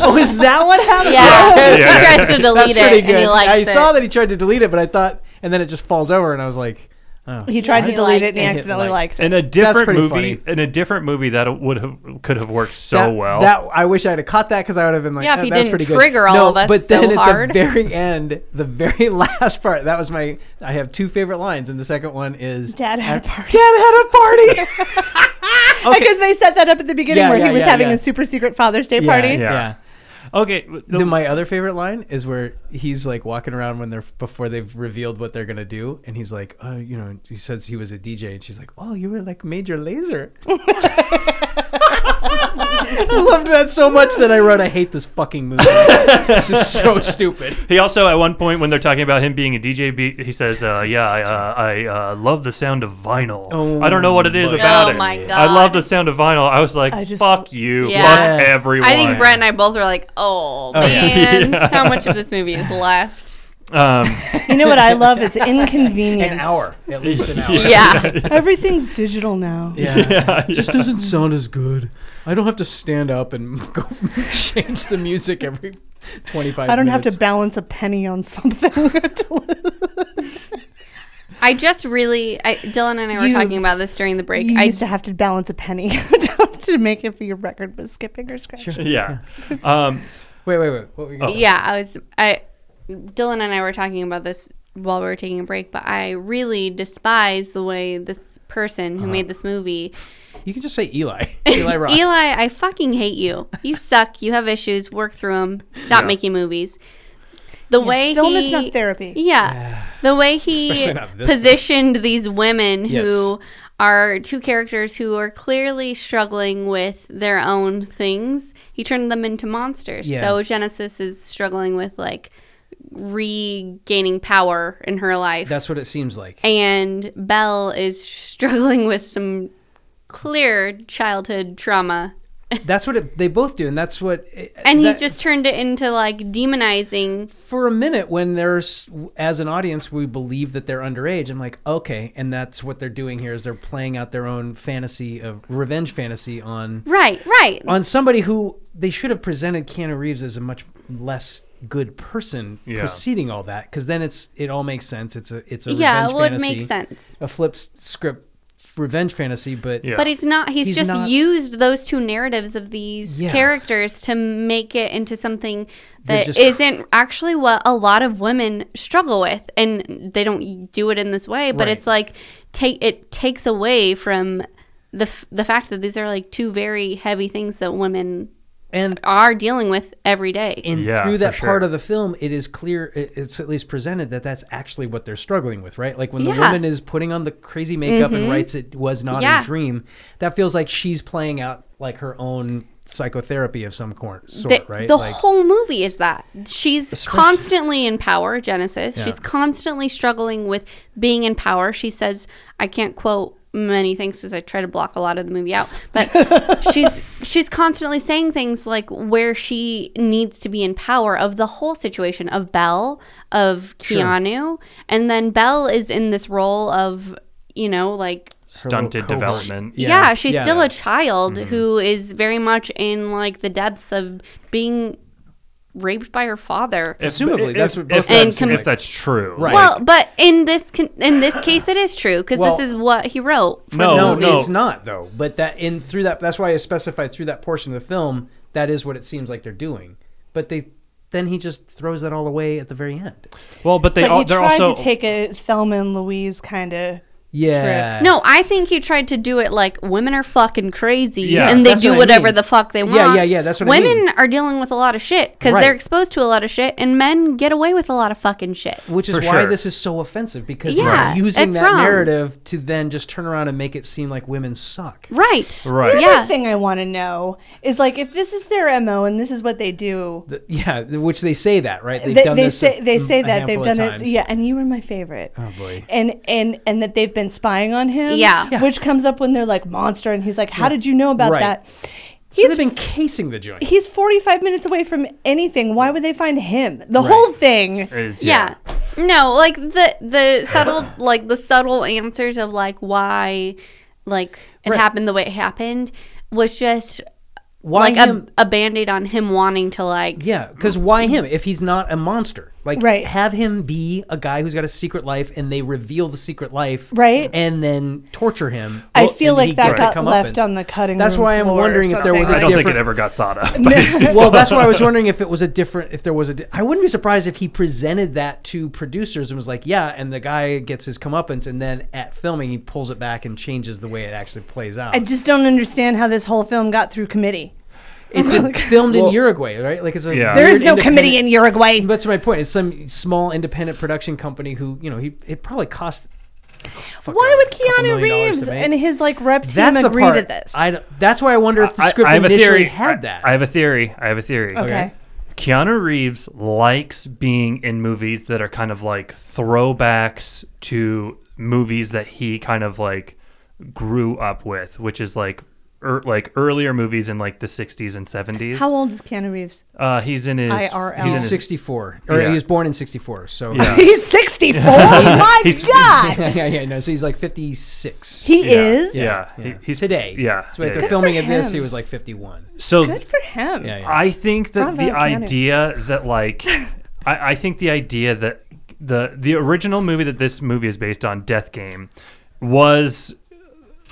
[SPEAKER 2] oh, is that what happened?
[SPEAKER 4] Yeah, he
[SPEAKER 3] yeah,
[SPEAKER 4] tries to delete
[SPEAKER 2] That's pretty
[SPEAKER 4] it, and he
[SPEAKER 2] good.
[SPEAKER 4] likes
[SPEAKER 2] I
[SPEAKER 4] it.
[SPEAKER 2] saw that he tried to delete it, but I thought, and then it just falls over, and I was like, oh.
[SPEAKER 5] he tried to
[SPEAKER 4] He
[SPEAKER 5] delete
[SPEAKER 4] liked
[SPEAKER 5] it and he
[SPEAKER 4] it.
[SPEAKER 5] accidentally liked it.
[SPEAKER 3] In a different
[SPEAKER 2] pretty
[SPEAKER 3] movie,
[SPEAKER 2] funny.
[SPEAKER 3] in a different movie, that would have could have worked so
[SPEAKER 2] that,
[SPEAKER 3] well.
[SPEAKER 2] That I wish I would have caught that because I would have been like,
[SPEAKER 4] Yeah, if
[SPEAKER 2] "Oh,
[SPEAKER 4] he
[SPEAKER 2] that's
[SPEAKER 4] didn't
[SPEAKER 2] pretty good."
[SPEAKER 4] trigger all
[SPEAKER 2] No,
[SPEAKER 4] of us
[SPEAKER 2] but then
[SPEAKER 4] so
[SPEAKER 2] at
[SPEAKER 4] hard.
[SPEAKER 2] the very end, the very last part, that was my. I have two favorite lines, and the second one is
[SPEAKER 5] Dad had a party.
[SPEAKER 2] Dad had a party.
[SPEAKER 5] Because they set that up at the beginning
[SPEAKER 2] Yeah,
[SPEAKER 5] where
[SPEAKER 2] yeah,
[SPEAKER 5] he was
[SPEAKER 2] yeah,
[SPEAKER 5] having
[SPEAKER 2] yeah.
[SPEAKER 5] a super secret Father's Day party.
[SPEAKER 2] Yeah.
[SPEAKER 3] Yeah. okay, w- the-
[SPEAKER 2] Then my other favorite line is where he's like walking around when they're before they've revealed what they're gonna do, and he's like, "Oh, you know," he says he was a DJ, and she's like, "Oh, you were like Major Laser." I loved that so much that I wrote, "I hate this fucking movie. this is so stupid."
[SPEAKER 3] he also at one point when they're talking about him being a DJ, be- he says, uh, "Yeah, I, uh, I uh, love the sound of vinyl.
[SPEAKER 2] Oh
[SPEAKER 3] I don't know what it is
[SPEAKER 2] my
[SPEAKER 3] about
[SPEAKER 4] God.
[SPEAKER 3] it.
[SPEAKER 4] Oh my
[SPEAKER 3] I love
[SPEAKER 4] God.
[SPEAKER 3] the sound of vinyl." I was like,
[SPEAKER 5] I just-
[SPEAKER 3] "Fuck you,
[SPEAKER 4] Yeah.
[SPEAKER 3] fuck everyone."
[SPEAKER 4] I think Brett and I both were like, "Oh,
[SPEAKER 2] yeah.
[SPEAKER 4] man,
[SPEAKER 3] Yeah.
[SPEAKER 4] how much of this movie is left?"
[SPEAKER 3] Um,
[SPEAKER 5] You know what I love is inconvenience.
[SPEAKER 2] An hour, at least an hour.
[SPEAKER 4] Yeah,
[SPEAKER 5] Everything's digital now.
[SPEAKER 2] Yeah. It just doesn't sound as good. I don't have to stand up and go change the music every 25
[SPEAKER 5] I don't have to
[SPEAKER 2] minutes.
[SPEAKER 5] balance a penny on something.
[SPEAKER 4] I just really, I, Dylan and I were
[SPEAKER 5] You-
[SPEAKER 4] talking about this during the break.
[SPEAKER 5] you
[SPEAKER 4] I
[SPEAKER 5] used to have to balance a penny to make it for your record was skipping or scratching.
[SPEAKER 3] yeah. Um,
[SPEAKER 2] Wait, wait, wait. What were you gonna say?
[SPEAKER 4] yeah, I was. I Dylan and I were talking about this while we were taking a break, but I really despise the way this person who made this movie,
[SPEAKER 2] You can just say Eli. Eli Roth.
[SPEAKER 4] Eli. I fucking hate you. You suck. You have issues. Work through them. Stop making movies. The way
[SPEAKER 5] Film
[SPEAKER 4] he,
[SPEAKER 5] is not therapy.
[SPEAKER 4] Yeah. The way he
[SPEAKER 2] Especially not this
[SPEAKER 4] positioned these women
[SPEAKER 2] Yes.
[SPEAKER 4] who are two characters who are clearly struggling with their own things, he turned them into monsters.
[SPEAKER 2] Yeah.
[SPEAKER 4] So Genesis is struggling with like regaining power in her life.
[SPEAKER 2] That's what it seems like.
[SPEAKER 4] and Belle is struggling with some clear childhood trauma.
[SPEAKER 2] That's what it, they both do, and that's what. eh,
[SPEAKER 4] And he's
[SPEAKER 2] that-
[SPEAKER 4] just turned it into like demonizing
[SPEAKER 2] for a minute when there's as an audience we believe that they're underage. I'm like, okay, and that's what they're doing here is they're playing out their own fantasy of revenge fantasy on
[SPEAKER 4] Right, right.
[SPEAKER 2] on somebody who they should have presented Keanu Reeves as a much less good person
[SPEAKER 3] Yeah.
[SPEAKER 2] preceding all that because then it's it all makes sense. It's a it's a
[SPEAKER 4] yeah,
[SPEAKER 2] revenge
[SPEAKER 4] well it
[SPEAKER 2] fantasy,
[SPEAKER 4] makes sense.
[SPEAKER 2] a flip s- script revenge fantasy, but
[SPEAKER 3] yeah.
[SPEAKER 4] But he's not. He's,
[SPEAKER 2] He's
[SPEAKER 4] just
[SPEAKER 2] not-
[SPEAKER 4] used those two narratives of these
[SPEAKER 2] Yeah.
[SPEAKER 4] characters to make it into something
[SPEAKER 2] They're
[SPEAKER 4] that
[SPEAKER 2] just-
[SPEAKER 4] not actually what a lot of women struggle with, and they don't do it in this way. But
[SPEAKER 2] Right.
[SPEAKER 4] it's like take it takes away from the f- the fact that these are like two very heavy things that women
[SPEAKER 2] and
[SPEAKER 4] are dealing with every day.
[SPEAKER 2] and
[SPEAKER 3] Yeah,
[SPEAKER 2] through
[SPEAKER 3] for
[SPEAKER 2] that
[SPEAKER 3] sure.
[SPEAKER 2] part of the film it is clear it- it's at least presented that that's actually what they're struggling with right like when the
[SPEAKER 4] Yeah. Mm-hmm.
[SPEAKER 2] woman is putting on the crazy makeup and writes it was not
[SPEAKER 4] Yeah.
[SPEAKER 2] a dream that feels like she's playing out like her own psychotherapy of some cor- sort
[SPEAKER 4] The,
[SPEAKER 2] right
[SPEAKER 4] the
[SPEAKER 2] like
[SPEAKER 4] whole movie is that she's constantly in power. Genesis.
[SPEAKER 2] Yeah.
[SPEAKER 4] She's constantly struggling with being in power. She says, "I can't quote many things because I try to block a lot of the movie out." But she's she's constantly saying things like where she needs to be in power of the whole situation of Belle, of Keanu, and then Belle is in this role of you know like
[SPEAKER 3] stunted
[SPEAKER 2] Her little cohort.
[SPEAKER 3] development.
[SPEAKER 4] yeah, she's still
[SPEAKER 2] yeah. Mm-hmm.
[SPEAKER 4] a child who is very much in like the depths of being raped by her father.
[SPEAKER 2] Presumably, that's what both
[SPEAKER 3] if
[SPEAKER 2] of them
[SPEAKER 3] that's,
[SPEAKER 4] seem
[SPEAKER 3] if
[SPEAKER 4] like.
[SPEAKER 3] that's true.
[SPEAKER 2] Right.
[SPEAKER 4] well, but in this con- in this case, it is true because
[SPEAKER 2] Well-
[SPEAKER 4] this is what he wrote. for
[SPEAKER 3] No,
[SPEAKER 4] the
[SPEAKER 2] no,
[SPEAKER 4] movie.
[SPEAKER 3] Oh, no.
[SPEAKER 2] it's not though. But that in through that that's why I specified through that portion of the film that is what it seems like they're doing. But they then he just throws that all away at the very end.
[SPEAKER 3] Well, but they
[SPEAKER 5] But
[SPEAKER 3] all,
[SPEAKER 5] he
[SPEAKER 3] they're
[SPEAKER 5] tried
[SPEAKER 3] also
[SPEAKER 5] to take a Thelma and Louise kind of.
[SPEAKER 2] Yeah.
[SPEAKER 4] No, I think he tried to do it like women are fucking crazy
[SPEAKER 3] Yeah,
[SPEAKER 4] and they
[SPEAKER 2] that's
[SPEAKER 4] do
[SPEAKER 2] what I
[SPEAKER 4] whatever
[SPEAKER 2] mean.
[SPEAKER 4] the fuck they
[SPEAKER 2] Yeah,
[SPEAKER 4] want.
[SPEAKER 2] yeah, yeah, that's what I
[SPEAKER 4] women
[SPEAKER 2] mean.
[SPEAKER 4] are dealing with a lot of shit because
[SPEAKER 2] Right.
[SPEAKER 4] they're exposed to a lot of shit, and men get away with a lot of fucking shit.
[SPEAKER 2] Which is
[SPEAKER 3] For
[SPEAKER 2] why
[SPEAKER 3] sure.
[SPEAKER 2] this is so offensive because
[SPEAKER 4] Yeah,
[SPEAKER 2] he's using
[SPEAKER 4] it's
[SPEAKER 2] that
[SPEAKER 4] wrong.
[SPEAKER 2] narrative to then just turn around and make it seem like women suck.
[SPEAKER 4] Right.
[SPEAKER 3] Right.
[SPEAKER 5] The
[SPEAKER 4] Yeah.
[SPEAKER 5] other thing I want to know is like if this is their mo and this is what they do.
[SPEAKER 2] Th- Yeah, th- which they say that right. They've
[SPEAKER 5] they,
[SPEAKER 2] done
[SPEAKER 5] they
[SPEAKER 2] this
[SPEAKER 5] say
[SPEAKER 2] a-
[SPEAKER 5] they say
[SPEAKER 2] a
[SPEAKER 5] that they've
[SPEAKER 2] handful
[SPEAKER 5] done
[SPEAKER 2] of
[SPEAKER 5] it
[SPEAKER 2] times.
[SPEAKER 5] yeah and you were my favorite
[SPEAKER 2] Oh, boy.
[SPEAKER 5] and and and that they've been spying on him
[SPEAKER 4] Yeah. Yeah.
[SPEAKER 5] which comes up when they're like monster and he's like how did you know about
[SPEAKER 2] Right.
[SPEAKER 5] that
[SPEAKER 2] So
[SPEAKER 5] he's
[SPEAKER 2] they've been casing the joint.
[SPEAKER 5] he's 45 minutes away from anything why would they find him the whole thing
[SPEAKER 3] Is-
[SPEAKER 4] yeah. No, like the the subtle like the subtle answers of like why like it happened the way it happened was just
[SPEAKER 2] Why
[SPEAKER 4] like
[SPEAKER 2] him?
[SPEAKER 4] a, a band-aid on him wanting to like
[SPEAKER 2] Yeah, because why him if he's not a monster? Like,
[SPEAKER 5] Mm-hmm. Right.
[SPEAKER 2] have him be a guy who's got a secret life, and they reveal the secret life,
[SPEAKER 5] Right.
[SPEAKER 2] and then torture him.
[SPEAKER 5] i
[SPEAKER 2] Well,
[SPEAKER 5] feel
[SPEAKER 2] and he
[SPEAKER 5] like that
[SPEAKER 2] gets to
[SPEAKER 5] got
[SPEAKER 2] comeuppance.
[SPEAKER 5] left on the cutting
[SPEAKER 2] That's
[SPEAKER 5] room
[SPEAKER 2] why I'm
[SPEAKER 5] floor or
[SPEAKER 2] wondering if there was
[SPEAKER 5] something.
[SPEAKER 2] a
[SPEAKER 3] I don't think it
[SPEAKER 2] different-
[SPEAKER 3] ever got thought up. by these people.
[SPEAKER 2] well, that's why I was wondering if it was a different, if there was a. di- I wouldn't be surprised if he presented that to producers and was like, "Yeah," and the guy gets his comeuppance, and then at filming he pulls it back and changes the way it actually plays out.
[SPEAKER 5] i just don't understand how this whole film got through committee
[SPEAKER 2] it's a- filmed in Uruguay, right? Like it's a
[SPEAKER 3] Yeah.
[SPEAKER 5] there
[SPEAKER 2] weird
[SPEAKER 5] is no committee
[SPEAKER 2] independent-
[SPEAKER 5] in uruguay
[SPEAKER 2] That's my point. It's some small independent production company who, you know, he it probably cost. fuck,
[SPEAKER 5] why
[SPEAKER 2] a
[SPEAKER 5] would
[SPEAKER 2] couple million
[SPEAKER 5] keanu
[SPEAKER 2] dollars
[SPEAKER 5] reeves
[SPEAKER 2] to make.
[SPEAKER 5] and his like rep team
[SPEAKER 2] that's the
[SPEAKER 5] agree
[SPEAKER 2] part,
[SPEAKER 5] to this
[SPEAKER 2] I don't- that's why I wonder if the
[SPEAKER 3] I,
[SPEAKER 2] script
[SPEAKER 3] I have a
[SPEAKER 2] initially
[SPEAKER 3] theory.
[SPEAKER 2] had
[SPEAKER 3] I-
[SPEAKER 2] that.
[SPEAKER 3] I have a theory. I have a theory.
[SPEAKER 5] okay
[SPEAKER 3] Keanu Reeves likes being in movies that are kind of like throwbacks to movies that he kind of like grew up with, which is like er, like earlier movies in like the 60s and 70s.
[SPEAKER 5] how old is keanu reeves
[SPEAKER 3] uh, he's in his
[SPEAKER 5] IRL.
[SPEAKER 3] he's in his
[SPEAKER 2] 64, or
[SPEAKER 3] Yeah.
[SPEAKER 2] he was born in 64, so
[SPEAKER 3] Yeah.
[SPEAKER 5] He's 64? My
[SPEAKER 3] He's-
[SPEAKER 5] God!
[SPEAKER 2] yeah, yeah, yeah, no, so he's like 56.
[SPEAKER 5] He
[SPEAKER 3] yeah,
[SPEAKER 5] is?
[SPEAKER 3] Yeah. He- he's
[SPEAKER 2] today.
[SPEAKER 3] Yeah.
[SPEAKER 2] so
[SPEAKER 3] yeah,
[SPEAKER 2] at the
[SPEAKER 3] yeah.
[SPEAKER 2] filming of this,
[SPEAKER 5] him.
[SPEAKER 2] he was like 51.
[SPEAKER 3] So
[SPEAKER 5] Good for him.
[SPEAKER 2] Yeah, yeah.
[SPEAKER 3] I think that
[SPEAKER 5] Bravo,
[SPEAKER 3] the
[SPEAKER 5] Keanu.
[SPEAKER 3] idea that like I, I think the idea that the the original movie that this movie is based on, Death Game, was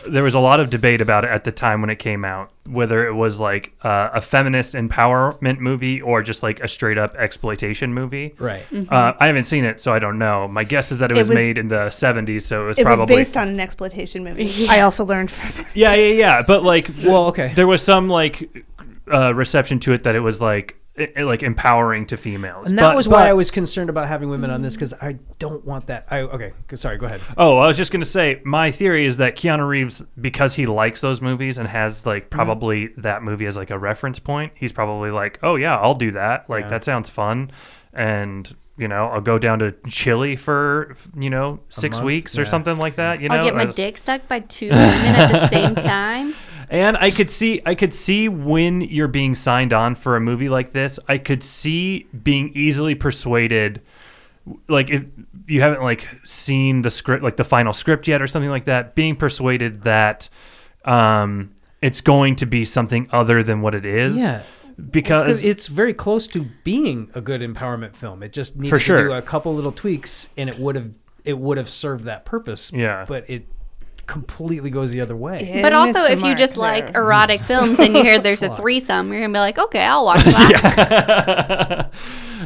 [SPEAKER 3] there was a lot of debate about it at the time when it came out, whether it was like uh, a feminist empowerment movie or just like a straight up exploitation movie.
[SPEAKER 2] Right.
[SPEAKER 3] Uh, I haven't seen it, so I don't know. My guess is that it was,
[SPEAKER 5] was-
[SPEAKER 3] made in the '70s, so it was
[SPEAKER 5] It was
[SPEAKER 3] probably
[SPEAKER 5] based on an exploitation movie. I also learned from
[SPEAKER 3] yeah, yeah, yeah. But like,
[SPEAKER 2] Well, okay.
[SPEAKER 3] there was some like uh, reception to it that it was like i i- like empowering to females.
[SPEAKER 2] And that
[SPEAKER 3] But-
[SPEAKER 2] was why
[SPEAKER 3] but-
[SPEAKER 2] I was concerned about having women on this because I don't want that. I okay, g- sorry, go ahead.
[SPEAKER 3] Oh, I was just gonna say, my theory is that Keanu Reeves, because he likes those movies and has like
[SPEAKER 2] Mm-hmm.
[SPEAKER 3] probably that movie as like a reference point, he's probably like, oh yeah, I'll do that. Like that sounds fun, and you know, I'll go down to Chile for you know six
[SPEAKER 2] month?
[SPEAKER 3] weeks or
[SPEAKER 2] Yeah.
[SPEAKER 3] something like that. You
[SPEAKER 4] I'll
[SPEAKER 3] know,
[SPEAKER 4] get my
[SPEAKER 3] Uh,
[SPEAKER 4] dick sucked by two women at the same time.
[SPEAKER 3] And I could see I could see when you're being signed on for a movie like this, I could see being easily persuaded like if you haven't like seen the script like the final script yet or something like that, being persuaded that um it's going to be something other than what it is.
[SPEAKER 2] Yeah.
[SPEAKER 3] Because
[SPEAKER 2] Because it's very close to being a good empowerment film. It just needed
[SPEAKER 3] For
[SPEAKER 2] to
[SPEAKER 3] sure.
[SPEAKER 2] do a couple little tweaks, and it would have it would have served that purpose.
[SPEAKER 3] Yeah.
[SPEAKER 2] but it completely goes the other way.
[SPEAKER 5] it.
[SPEAKER 4] But
[SPEAKER 5] And
[SPEAKER 4] also,
[SPEAKER 5] Mr.
[SPEAKER 4] if you
[SPEAKER 5] Mark
[SPEAKER 4] just
[SPEAKER 5] there.
[SPEAKER 4] like erotic films and you hear there's a threesome, you're gonna be like, okay, I'll watch that.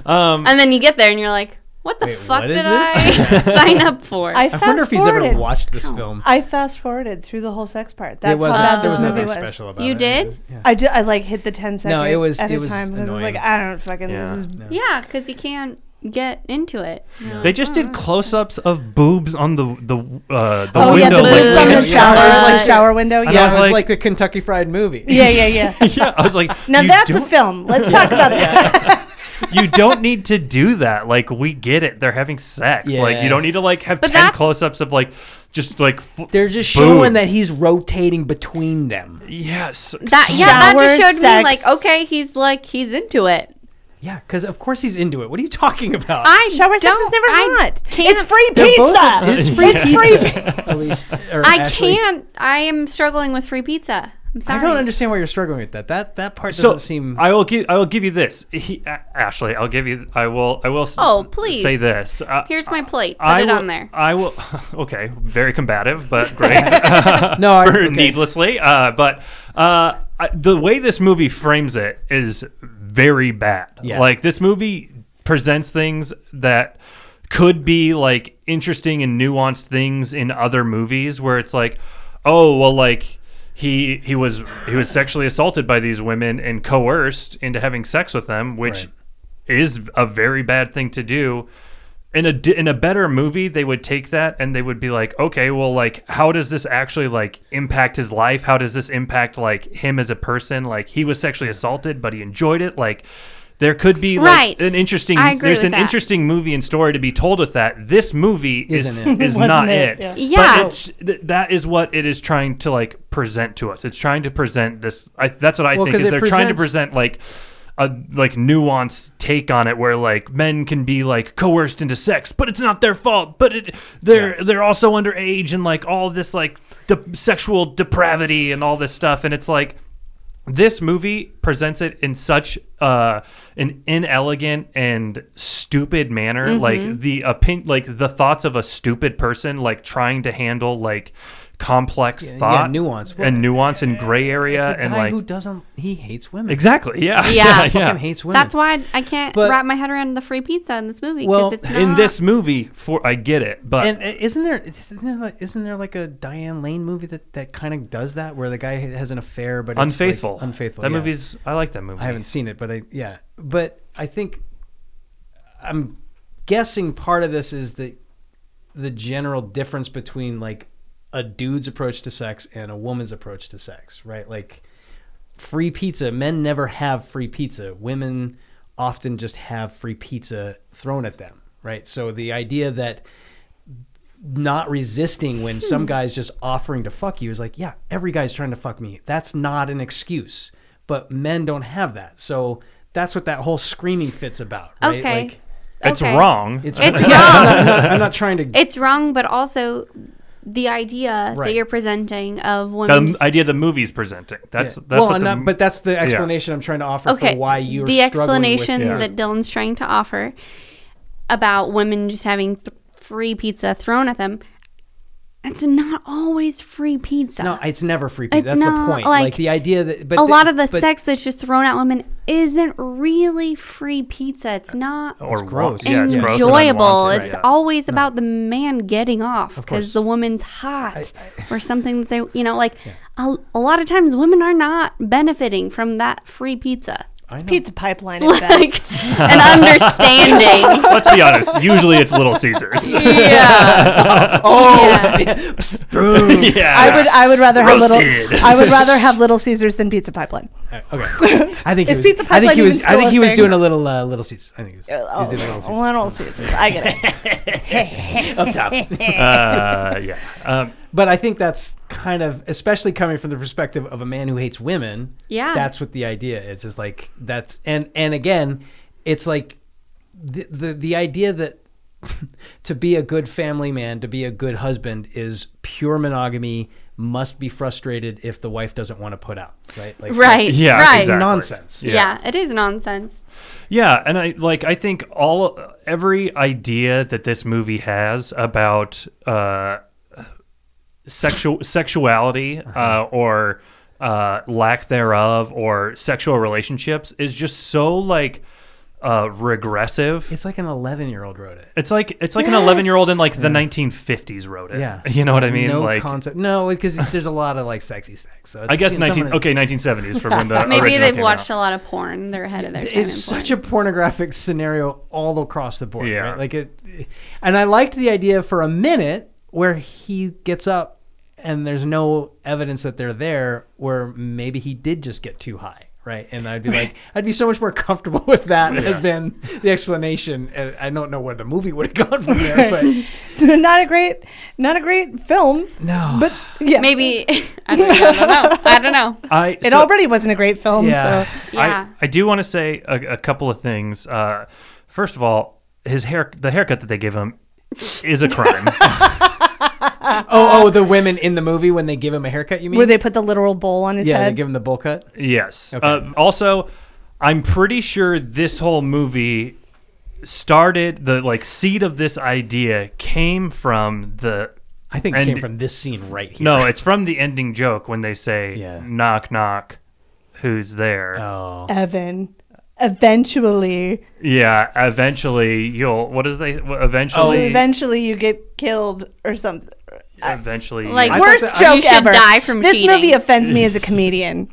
[SPEAKER 4] and then you get there and you're like, what the
[SPEAKER 2] Um, Wait,
[SPEAKER 4] fuck
[SPEAKER 2] what
[SPEAKER 4] did
[SPEAKER 2] is
[SPEAKER 4] I sign up for?
[SPEAKER 5] I,
[SPEAKER 2] I
[SPEAKER 5] fast
[SPEAKER 2] wonder if he's
[SPEAKER 5] forwarded.
[SPEAKER 2] ever watched this film.
[SPEAKER 5] I fast forwarded through the whole sex part. That's
[SPEAKER 2] it wasn't.
[SPEAKER 5] how bad
[SPEAKER 2] there
[SPEAKER 5] this
[SPEAKER 2] was
[SPEAKER 5] movie
[SPEAKER 2] nothing
[SPEAKER 5] was.
[SPEAKER 2] special about
[SPEAKER 4] You
[SPEAKER 2] it. It
[SPEAKER 4] did?
[SPEAKER 2] was- yeah.
[SPEAKER 5] I, ju- I like hit the 10 second
[SPEAKER 2] it was-
[SPEAKER 5] at
[SPEAKER 2] it
[SPEAKER 5] a
[SPEAKER 2] was
[SPEAKER 5] time because I was
[SPEAKER 2] annoying.
[SPEAKER 5] like, I don't fucking,
[SPEAKER 3] Yeah.
[SPEAKER 5] this is.
[SPEAKER 4] yeah, because you can't get into it.
[SPEAKER 3] they just did close ups of boobs on the the uh the
[SPEAKER 5] Mm-hmm. Oh, yeah,
[SPEAKER 3] window
[SPEAKER 5] the
[SPEAKER 4] like-
[SPEAKER 5] boots on
[SPEAKER 4] Yeah.
[SPEAKER 5] the shower, like
[SPEAKER 4] Yeah.
[SPEAKER 5] shower window.
[SPEAKER 3] And
[SPEAKER 5] Yeah.
[SPEAKER 2] Yeah,
[SPEAKER 3] I was
[SPEAKER 2] it was like,
[SPEAKER 3] like-
[SPEAKER 2] the Kentucky Fried Movie.
[SPEAKER 5] yeah, yeah, yeah.
[SPEAKER 3] yeah, I was like
[SPEAKER 5] Now
[SPEAKER 3] "You
[SPEAKER 5] that's
[SPEAKER 3] don't
[SPEAKER 5] a film. Let's talk about that.
[SPEAKER 3] you don't need to do that. Like we get it. They're having sex. Like
[SPEAKER 2] Yeah.
[SPEAKER 3] you don't need to like have
[SPEAKER 4] But
[SPEAKER 3] ten
[SPEAKER 4] that's-
[SPEAKER 3] close-ups of like just like f-
[SPEAKER 2] They're just
[SPEAKER 3] boobs.
[SPEAKER 2] showing that he's rotating between them.
[SPEAKER 3] yes
[SPEAKER 4] That yeah, that just
[SPEAKER 5] Shower,
[SPEAKER 4] showed me
[SPEAKER 5] sex.
[SPEAKER 4] like, okay, he's like he's into it.
[SPEAKER 2] Yeah, because of course he's into it. What are you talking about?
[SPEAKER 4] I
[SPEAKER 5] Shower sex
[SPEAKER 4] don't-
[SPEAKER 5] is never
[SPEAKER 4] I
[SPEAKER 5] hot.
[SPEAKER 4] can't-
[SPEAKER 5] It's free
[SPEAKER 2] They're both-
[SPEAKER 5] pizza.
[SPEAKER 2] It's free
[SPEAKER 5] It's free
[SPEAKER 2] pizza. Elise- or
[SPEAKER 4] I
[SPEAKER 2] Ashley.
[SPEAKER 4] can't. I am struggling with free pizza. I'm sorry.
[SPEAKER 2] I don't understand why you're struggling with that. That that part
[SPEAKER 3] So
[SPEAKER 2] doesn't seem.
[SPEAKER 3] I will give I will give you this, he, A- Ashley. I'll give you. I will. I will. s-
[SPEAKER 4] Oh, please.
[SPEAKER 3] say this. Uh,
[SPEAKER 4] Here's my plate. Put
[SPEAKER 3] I
[SPEAKER 4] it
[SPEAKER 3] will-
[SPEAKER 4] on there.
[SPEAKER 3] I will. Okay, very combative, but great.
[SPEAKER 2] no, I,
[SPEAKER 3] for
[SPEAKER 2] okay.
[SPEAKER 3] needlessly. Uh, but uh, I, the way this movie frames it is very bad.
[SPEAKER 2] Yeah.
[SPEAKER 3] Like this movie presents things that could be like interesting and nuanced things in other movies where it's like, oh well, like. He, he was he was sexually assaulted by these women and coerced into having sex with them, which
[SPEAKER 2] Right.
[SPEAKER 3] is a very bad thing to do. In a di- in a better movie, they would take that and they would be like, okay, well, like, how does this actually like impact his life? How does this impact like him as a person? Like, he was sexually assaulted, but he enjoyed it. Like, there could be like,
[SPEAKER 4] Right.
[SPEAKER 3] an interesting.
[SPEAKER 4] I agree
[SPEAKER 3] there's
[SPEAKER 4] with
[SPEAKER 3] an
[SPEAKER 4] that.
[SPEAKER 3] interesting movie and story to be told with that. This movie is
[SPEAKER 2] Isn't it?
[SPEAKER 3] is
[SPEAKER 5] Wasn't
[SPEAKER 3] not it.
[SPEAKER 5] it? Yeah.
[SPEAKER 4] Yeah.
[SPEAKER 3] But it's, th- that is what it is trying to like present to us. It's trying to present this. I, that's what I
[SPEAKER 2] Well,
[SPEAKER 3] think
[SPEAKER 2] 'cause
[SPEAKER 3] is
[SPEAKER 2] it
[SPEAKER 3] they're trying to
[SPEAKER 2] presents-
[SPEAKER 3] present present like a like nuanced take on it where like men can be like coerced into sex but it's not their fault but it they're they're also underage and like all this like de- sexual depravity and all this stuff and it's like this movie presents it in such uh, an inelegant and stupid manner
[SPEAKER 2] Mm-hmm.
[SPEAKER 3] like the opin- like the thoughts of a stupid person like trying to handle like complex
[SPEAKER 2] yeah,
[SPEAKER 3] thought
[SPEAKER 2] nuance.
[SPEAKER 3] and nuance and gray area
[SPEAKER 2] It's a guy
[SPEAKER 3] and like
[SPEAKER 2] who doesn't. He hates women.
[SPEAKER 3] Exactly. Yeah.
[SPEAKER 4] Yeah.
[SPEAKER 2] He fucking hates women.
[SPEAKER 4] That's why I can't
[SPEAKER 2] But-
[SPEAKER 4] wrap my head around the free pizza in this movie. 'cause
[SPEAKER 2] Well,
[SPEAKER 4] it's
[SPEAKER 3] In
[SPEAKER 4] not-
[SPEAKER 3] this movie, for I get it, but
[SPEAKER 2] And uh, isn't there isn't there like, isn't there like a Diane Lane movie that, that kind of does that where the guy has an affair but it's like,
[SPEAKER 3] unfaithful.
[SPEAKER 2] unfaithful.
[SPEAKER 3] That
[SPEAKER 2] yeah.
[SPEAKER 3] movie's. I like that movie.
[SPEAKER 2] I haven't seen it, but I yeah. But I think I'm guessing part of this is the the general difference between like a dude's approach to sex and a woman's approach to sex, right? Like free pizza, men never have free pizza. Women often just have free pizza thrown at them, right? So the idea that not resisting when some guy's just offering to fuck you is like, yeah, every guy's trying to fuck me. That's not an excuse. But men don't have that. So that's what that whole screaming fit's about, right?
[SPEAKER 4] Okay.
[SPEAKER 2] Like
[SPEAKER 3] It's
[SPEAKER 4] Okay.
[SPEAKER 3] wrong. Uh,
[SPEAKER 2] it's,
[SPEAKER 4] It's
[SPEAKER 2] Yeah, I'm, not, I'm not- I'm not trying to
[SPEAKER 4] It's wrong, but also the idea that
[SPEAKER 2] Right.
[SPEAKER 4] you're presenting of
[SPEAKER 3] the
[SPEAKER 4] women.
[SPEAKER 3] m- idea the movie's presenting. That's that's
[SPEAKER 2] well,
[SPEAKER 3] what
[SPEAKER 2] I'm
[SPEAKER 3] the,
[SPEAKER 2] not, but that's the explanation I'm trying to offer
[SPEAKER 4] okay.
[SPEAKER 2] for why you're
[SPEAKER 4] the explanation
[SPEAKER 2] struggling with
[SPEAKER 4] that Dylan's trying to offer about women just having th- free pizza thrown at them. It's not always free pizza.
[SPEAKER 2] No, it's never free. Pizza.
[SPEAKER 4] It's
[SPEAKER 2] That's
[SPEAKER 4] not,
[SPEAKER 2] the point. Like,
[SPEAKER 4] like,
[SPEAKER 2] the idea that but
[SPEAKER 4] a
[SPEAKER 2] the-
[SPEAKER 4] lot of the
[SPEAKER 2] but-
[SPEAKER 4] sex that's just thrown at women isn't really free pizza. It's
[SPEAKER 2] Oh,
[SPEAKER 4] not
[SPEAKER 3] or
[SPEAKER 2] gross.
[SPEAKER 3] wa- Yeah, it's gross and
[SPEAKER 4] enjoyable.
[SPEAKER 3] unwanted,
[SPEAKER 4] It's
[SPEAKER 3] yeah.
[SPEAKER 4] always about the man getting off
[SPEAKER 2] course.
[SPEAKER 4] because the woman's hot or something that they, you know, like a, a lot of times women are not benefiting from that free pizza.
[SPEAKER 5] It's pizza pipeline at
[SPEAKER 4] Like
[SPEAKER 5] best.
[SPEAKER 4] an understanding.
[SPEAKER 3] Let's be honest. Usually, it's Little Caesars.
[SPEAKER 4] yeah.
[SPEAKER 2] Oh, psst, boom.
[SPEAKER 5] I would I would rather have little
[SPEAKER 3] Roasted.
[SPEAKER 5] I would rather have Little Caesars than Pizza Pipeline.
[SPEAKER 2] Okay. I think he
[SPEAKER 5] Is
[SPEAKER 2] was,
[SPEAKER 5] pizza
[SPEAKER 2] I think
[SPEAKER 5] pipeline
[SPEAKER 2] he was.
[SPEAKER 5] even
[SPEAKER 2] I think
[SPEAKER 5] still
[SPEAKER 2] he
[SPEAKER 5] a
[SPEAKER 2] was
[SPEAKER 5] thing?
[SPEAKER 2] doing a little uh, little Caesars. I think he was, he was
[SPEAKER 5] Oh,
[SPEAKER 2] doing a little Caesars.
[SPEAKER 5] Little Caesars. I get it.
[SPEAKER 2] up top.
[SPEAKER 3] Uh, yeah. Um,
[SPEAKER 2] but I think that's kind of, especially coming from the perspective of a man who hates women.
[SPEAKER 4] Yeah.
[SPEAKER 2] that's what the idea is. Is like that's and and again, it's like the the, the idea that to be a good family man, to be a good husband, is pure monogamy. Must be frustrated if the wife doesn't want to put out. Right. Like,
[SPEAKER 4] Right.
[SPEAKER 3] Yeah,
[SPEAKER 4] Right.
[SPEAKER 3] exactly.
[SPEAKER 2] Nonsense.
[SPEAKER 3] Yeah.
[SPEAKER 4] yeah, it is nonsense.
[SPEAKER 3] Yeah, and I like I think all every idea that this movie has about uh sexual sexuality uh, or uh lack thereof or sexual relationships is just so like uh regressive. It's,
[SPEAKER 2] It's like an eleven-year-old wrote it.
[SPEAKER 3] like it's like an 11-year-old in like the 1950s wrote it.
[SPEAKER 2] Yeah.
[SPEAKER 3] You know what I mean?
[SPEAKER 2] no
[SPEAKER 3] like
[SPEAKER 2] concept. No, because there's a lot of like sexy sex. So it's,
[SPEAKER 3] I guess
[SPEAKER 2] you know,
[SPEAKER 3] 19
[SPEAKER 2] someone-
[SPEAKER 3] okay, 1970s from when the
[SPEAKER 4] Maybe
[SPEAKER 3] original
[SPEAKER 4] they've
[SPEAKER 3] came
[SPEAKER 4] watched
[SPEAKER 3] out.
[SPEAKER 4] a lot of porn. They're ahead of their time.
[SPEAKER 2] It's such a pornographic scenario all across the board.
[SPEAKER 3] Yeah.
[SPEAKER 2] right? Like it, and I liked the idea for a minute where he gets up and there's no evidence that they're there. Where maybe he did just get too high. Right, and I'd be like, I'd be so much more comfortable with that as been the explanation. And I don't know where the movie would have gone from there, but
[SPEAKER 5] not a great not a great film.
[SPEAKER 2] no,
[SPEAKER 5] But yeah.
[SPEAKER 4] Maybe I don't, I don't know. I don't know.
[SPEAKER 3] I
[SPEAKER 5] it
[SPEAKER 3] so-
[SPEAKER 5] already wasn't a great film,
[SPEAKER 2] Yeah.
[SPEAKER 5] so
[SPEAKER 4] Yeah.
[SPEAKER 3] I, I do want to say a, a couple of things. Uh, first of all, his hair, the haircut that they give him, is a crime.
[SPEAKER 2] Oh, oh, the women in the movie when they give him a haircut. You mean?
[SPEAKER 5] uh, Where they put the literal bowl on his
[SPEAKER 2] yeah,
[SPEAKER 5] head.
[SPEAKER 2] they give him the bowl cut.
[SPEAKER 3] Yes. Uh, also, I'm pretty sure this whole movie started the like seed of this idea came from the
[SPEAKER 2] I think it
[SPEAKER 3] And-
[SPEAKER 2] came from this scene right here.
[SPEAKER 3] no, it's from the ending joke when they say
[SPEAKER 2] Yeah.
[SPEAKER 3] knock knock who's there.
[SPEAKER 2] Oh,
[SPEAKER 5] Evan. Eventually,
[SPEAKER 3] Yeah, eventually you'll what is they eventually
[SPEAKER 2] Oh.
[SPEAKER 5] eventually you get killed or something.
[SPEAKER 3] eventually you-
[SPEAKER 4] Like,
[SPEAKER 2] I
[SPEAKER 4] worst
[SPEAKER 2] thought that-
[SPEAKER 5] Worst joke
[SPEAKER 4] uh, you should
[SPEAKER 5] ever.
[SPEAKER 4] die from
[SPEAKER 5] this
[SPEAKER 4] cheating.
[SPEAKER 5] movie offends me as a comedian.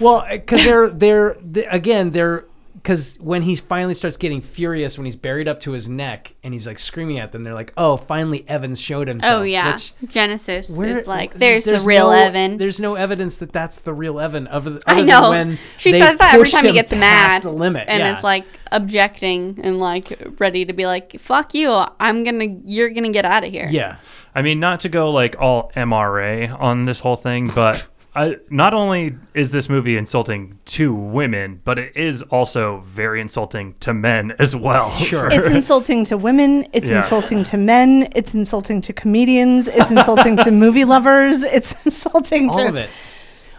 [SPEAKER 2] well, because they're they're they, again they're because when he finally starts getting furious when he's buried up to his neck and he's like screaming at them, they're like, "Oh, finally, Evans showed himself."
[SPEAKER 4] oh yeah,
[SPEAKER 2] which-
[SPEAKER 4] Genesis
[SPEAKER 2] Where-
[SPEAKER 4] is like there's, the
[SPEAKER 2] there's
[SPEAKER 4] real
[SPEAKER 2] no-
[SPEAKER 4] Evan.
[SPEAKER 2] There's no evidence that that's the real Evan. Other, other
[SPEAKER 4] I
[SPEAKER 2] than
[SPEAKER 4] know.
[SPEAKER 2] when
[SPEAKER 4] she
[SPEAKER 2] they
[SPEAKER 4] says that every
[SPEAKER 2] pushed
[SPEAKER 4] time he
[SPEAKER 2] him
[SPEAKER 4] gets
[SPEAKER 2] past
[SPEAKER 4] mad
[SPEAKER 2] The limit,
[SPEAKER 4] and
[SPEAKER 2] yeah.
[SPEAKER 4] is like objecting and like ready to be like "fuck you," I'm gonna, you're gonna get out of here.
[SPEAKER 2] yeah,
[SPEAKER 3] I mean, not to go like all MRA on this whole thing, but I, not only is this movie insulting to women, but it is also very insulting to men as well.
[SPEAKER 2] sure.
[SPEAKER 5] It's insulting to women. It's
[SPEAKER 3] Yeah.
[SPEAKER 5] insulting to men. It's insulting to comedians. It's insulting to movie lovers. It's insulting
[SPEAKER 2] all
[SPEAKER 5] to
[SPEAKER 2] of it.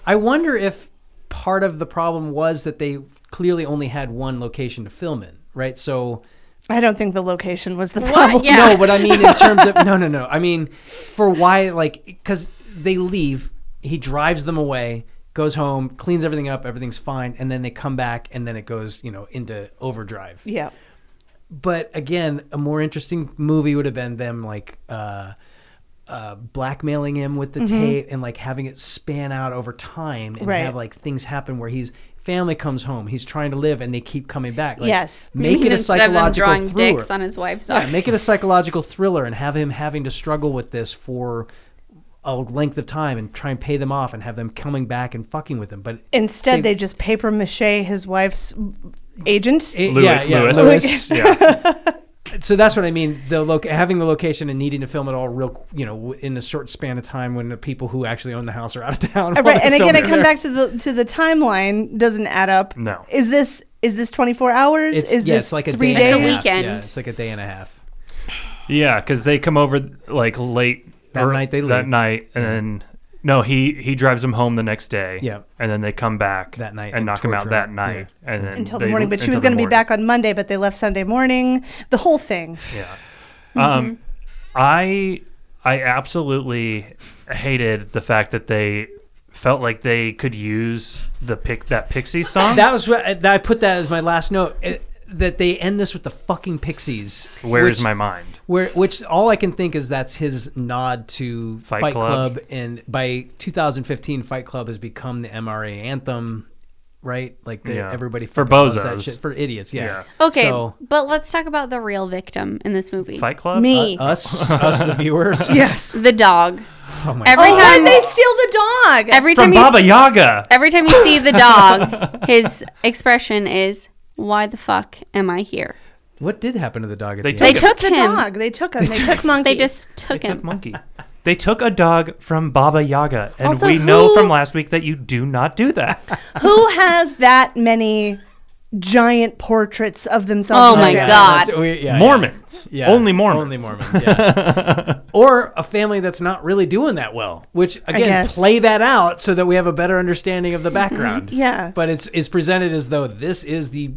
[SPEAKER 2] I wonder if part of the problem was that they clearly only had one location to film in, right? So
[SPEAKER 5] I don't think the location was the
[SPEAKER 4] What?
[SPEAKER 5] problem.
[SPEAKER 4] Yeah.
[SPEAKER 2] no, but I mean in terms of no, no, no. I mean for why like because they leave, he drives them away, goes home, cleans everything up, everything's fine, and then they come back, and then it goes you know into overdrive.
[SPEAKER 5] Yeah.
[SPEAKER 2] but again, a more interesting movie would have been them like uh, uh, blackmailing him with the
[SPEAKER 4] Mm-hmm.
[SPEAKER 2] tape and like having it span out over time and
[SPEAKER 5] Right.
[SPEAKER 2] have like things happen where he's family comes home, he's trying to live, and they keep coming back. Like,
[SPEAKER 5] Yes.
[SPEAKER 4] I mean,
[SPEAKER 2] make it a
[SPEAKER 4] instead of him
[SPEAKER 2] psychological
[SPEAKER 4] drawing
[SPEAKER 2] thriller.
[SPEAKER 4] dicks on his wife's
[SPEAKER 2] yeah,
[SPEAKER 4] arm.
[SPEAKER 2] make it a psychological thriller and have him having to struggle with this for a length of time and try and pay them off and have them coming back and fucking with him. But
[SPEAKER 5] Instead, they, just paper mache his wife's agent.
[SPEAKER 2] it,
[SPEAKER 3] Lewi-
[SPEAKER 2] yeah, yeah,
[SPEAKER 3] Lewis.
[SPEAKER 2] Lewis.
[SPEAKER 3] yeah.
[SPEAKER 2] so that's what I mean. The loc- having the location and needing to film it all real, you know, w- in a short span of time when the people who actually own the house are out of town. while
[SPEAKER 5] Uh, right.
[SPEAKER 2] they're
[SPEAKER 5] And again, I
[SPEAKER 2] filming
[SPEAKER 5] come
[SPEAKER 2] it.
[SPEAKER 5] back to the to the timeline doesn't add up.
[SPEAKER 3] No.
[SPEAKER 5] Is this is this 24 hours?
[SPEAKER 2] It's,
[SPEAKER 5] is
[SPEAKER 2] yeah,
[SPEAKER 5] this
[SPEAKER 2] it's like a
[SPEAKER 5] three
[SPEAKER 2] day and
[SPEAKER 5] days?
[SPEAKER 2] a half.
[SPEAKER 4] weekend.
[SPEAKER 2] Yeah, it's like a day and a half.
[SPEAKER 3] Yeah, because they come over like late
[SPEAKER 2] That
[SPEAKER 3] or-
[SPEAKER 2] night they
[SPEAKER 3] That
[SPEAKER 2] leave.
[SPEAKER 3] night, and then no, he he drives them home the next day.
[SPEAKER 2] Yeah.
[SPEAKER 3] and then they come back
[SPEAKER 2] That night
[SPEAKER 3] and
[SPEAKER 2] and
[SPEAKER 3] knock him out
[SPEAKER 2] torture
[SPEAKER 3] that
[SPEAKER 2] him.
[SPEAKER 3] night, and then
[SPEAKER 5] Until the
[SPEAKER 3] they-
[SPEAKER 5] morning, but she
[SPEAKER 3] until
[SPEAKER 5] was
[SPEAKER 3] the
[SPEAKER 5] going to be
[SPEAKER 3] morning.
[SPEAKER 5] back on Monday, but they left Sunday morning. The whole thing.
[SPEAKER 3] Yeah.
[SPEAKER 2] Mm-hmm.
[SPEAKER 3] Um, I I absolutely hated the fact that they felt like they could use the pick that Pixie song.
[SPEAKER 2] That was what I- that I put that as my last note. It, that they end this with the fucking Pixies.
[SPEAKER 3] Where
[SPEAKER 2] which,
[SPEAKER 3] is my mind?
[SPEAKER 2] Where, which all I can think is that's his nod to Fight,
[SPEAKER 3] Club.
[SPEAKER 2] Club. and by 2015, Fight Club has become the MRA anthem, right? Like the,
[SPEAKER 3] Yeah.
[SPEAKER 2] everybody
[SPEAKER 3] For
[SPEAKER 2] fucking loves that
[SPEAKER 3] bozos.
[SPEAKER 2] shit. for idiots, yeah.
[SPEAKER 4] Okay,
[SPEAKER 2] So-
[SPEAKER 4] but let's talk about the real victim in this movie.
[SPEAKER 3] Fight Club.
[SPEAKER 5] Me.
[SPEAKER 2] us, us the viewers.
[SPEAKER 5] yes.
[SPEAKER 4] The dog.
[SPEAKER 2] Oh my
[SPEAKER 4] Every
[SPEAKER 5] Oh,
[SPEAKER 4] time,
[SPEAKER 5] and they steal the dog.
[SPEAKER 4] every
[SPEAKER 3] From
[SPEAKER 4] time you
[SPEAKER 3] Baba
[SPEAKER 4] s-
[SPEAKER 3] Yaga.
[SPEAKER 4] every time you see the dog, his expression is, "Why the fuck am I here?"
[SPEAKER 2] What did happen to the dog at
[SPEAKER 3] They
[SPEAKER 2] the
[SPEAKER 4] They
[SPEAKER 2] end?
[SPEAKER 4] took
[SPEAKER 5] the
[SPEAKER 4] him.
[SPEAKER 5] dog. They took him. They took monkey.
[SPEAKER 4] They just took
[SPEAKER 3] They took
[SPEAKER 4] him.
[SPEAKER 3] monkey. They took a dog from Baba Yaga, and
[SPEAKER 5] Also,
[SPEAKER 3] we know
[SPEAKER 5] who-
[SPEAKER 3] from last week that you do not do that.
[SPEAKER 5] Who has that many giant portraits of themselves?
[SPEAKER 4] Oh
[SPEAKER 5] on
[SPEAKER 4] my
[SPEAKER 5] their-
[SPEAKER 4] God.
[SPEAKER 2] that's- we- yeah, yeah.
[SPEAKER 3] Mormons,
[SPEAKER 2] Yeah.
[SPEAKER 3] only Mormons.
[SPEAKER 2] Only Mormons. Yeah. or a family that's not really doing that well, which again
[SPEAKER 5] guess. Mm-hmm.
[SPEAKER 2] play that out so that we have a better understanding of the background.
[SPEAKER 5] Yeah.
[SPEAKER 2] But it's it's presented as though this is the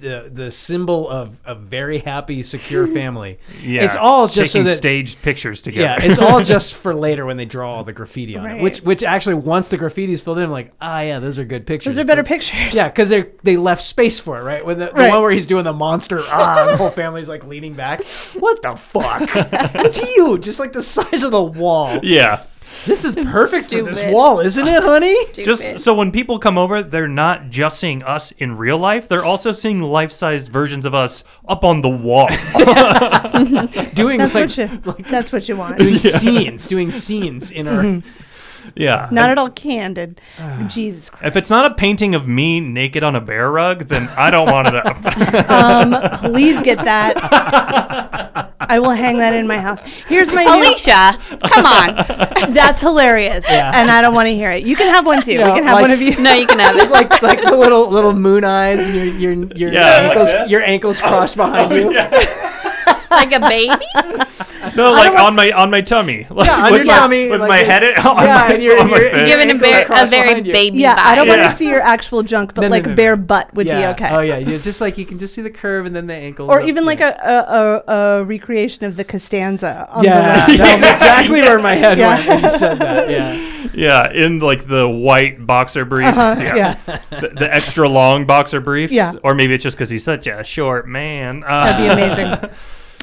[SPEAKER 2] the, the symbol of a very happy, secure family.
[SPEAKER 3] Yeah,
[SPEAKER 2] It's all just so
[SPEAKER 3] taking
[SPEAKER 2] that
[SPEAKER 3] staged pictures together.
[SPEAKER 2] yeah, it's all just for later when they draw all the graffiti on
[SPEAKER 5] Right.
[SPEAKER 2] it. Which, which actually, once the graffiti's filled in, I'm like, ah, yeah, those are good pictures.
[SPEAKER 5] Those are better
[SPEAKER 2] But-
[SPEAKER 5] pictures.
[SPEAKER 2] Yeah, because they they left space for it, right? When the, the
[SPEAKER 5] Right.
[SPEAKER 2] one where he's doing the monster, ah, the whole family's like leaning back. What the fuck? it's huge. It's like the size of the wall.
[SPEAKER 3] yeah.
[SPEAKER 2] This is perfect for this
[SPEAKER 4] stupid.
[SPEAKER 2] wall, isn't it, honey?
[SPEAKER 4] Stupid.
[SPEAKER 3] Just so when people come over, they're not just seeing us in real life; they're also seeing life-sized versions of us up on the wall.
[SPEAKER 2] Doing
[SPEAKER 5] That's
[SPEAKER 2] like
[SPEAKER 5] what you. that's what you want.
[SPEAKER 2] doing scenes, doing scenes in our.
[SPEAKER 3] yeah,
[SPEAKER 5] Not at all candid.
[SPEAKER 2] Ah.
[SPEAKER 5] Jesus Christ.
[SPEAKER 3] if it's not a painting of me naked on a bear rug, then I don't want it up.
[SPEAKER 5] Um, please get that. I will hang that in my house. Here's my new-
[SPEAKER 4] Alicia, come on.
[SPEAKER 5] That's hilarious, and I don't want to hear it. You can have one too.
[SPEAKER 2] Yeah,
[SPEAKER 5] we can have
[SPEAKER 2] like-
[SPEAKER 5] one of you.
[SPEAKER 4] No, you can have it.
[SPEAKER 2] Like like the little little moon eyes and your your your
[SPEAKER 3] Yeah, like
[SPEAKER 2] ankles
[SPEAKER 3] this.
[SPEAKER 2] your ankles crossed behind you.
[SPEAKER 4] like a baby.
[SPEAKER 3] No, like
[SPEAKER 2] want-
[SPEAKER 3] on my on my tummy. Like,
[SPEAKER 2] on
[SPEAKER 3] with
[SPEAKER 2] your
[SPEAKER 3] my,
[SPEAKER 2] tummy,
[SPEAKER 3] with
[SPEAKER 2] like
[SPEAKER 3] my
[SPEAKER 2] this.
[SPEAKER 3] head in- on
[SPEAKER 2] Yeah,
[SPEAKER 3] my,
[SPEAKER 2] and you're-
[SPEAKER 3] on my
[SPEAKER 2] you're-
[SPEAKER 3] face.
[SPEAKER 2] you're
[SPEAKER 4] Giving a,
[SPEAKER 2] Ankle
[SPEAKER 4] very a
[SPEAKER 2] across
[SPEAKER 4] very
[SPEAKER 2] behind you.
[SPEAKER 4] baby
[SPEAKER 5] Yeah, I don't
[SPEAKER 4] vibe.
[SPEAKER 5] want
[SPEAKER 3] Yeah.
[SPEAKER 5] to see your actual junk, but
[SPEAKER 2] No, no,
[SPEAKER 5] like
[SPEAKER 2] no, no.
[SPEAKER 5] bare butt would
[SPEAKER 2] yeah.
[SPEAKER 5] be okay.
[SPEAKER 2] Oh yeah, yeah. Just like you can just see the curve and then the ankle.
[SPEAKER 5] Or
[SPEAKER 2] but-
[SPEAKER 5] even like
[SPEAKER 2] yeah.
[SPEAKER 5] a, a, a, a recreation of the Costanza. On
[SPEAKER 2] Yeah,
[SPEAKER 5] The
[SPEAKER 2] that was exactly where my head
[SPEAKER 5] Yeah.
[SPEAKER 2] went when you said that. Yeah,
[SPEAKER 3] Yeah, in like the white boxer briefs.
[SPEAKER 5] Uh-huh,
[SPEAKER 3] yeah.
[SPEAKER 5] yeah.
[SPEAKER 3] The, the extra long boxer briefs.
[SPEAKER 5] Yeah.
[SPEAKER 3] Or maybe it's just because he's such a short man. Uh,
[SPEAKER 5] That'd be amazing.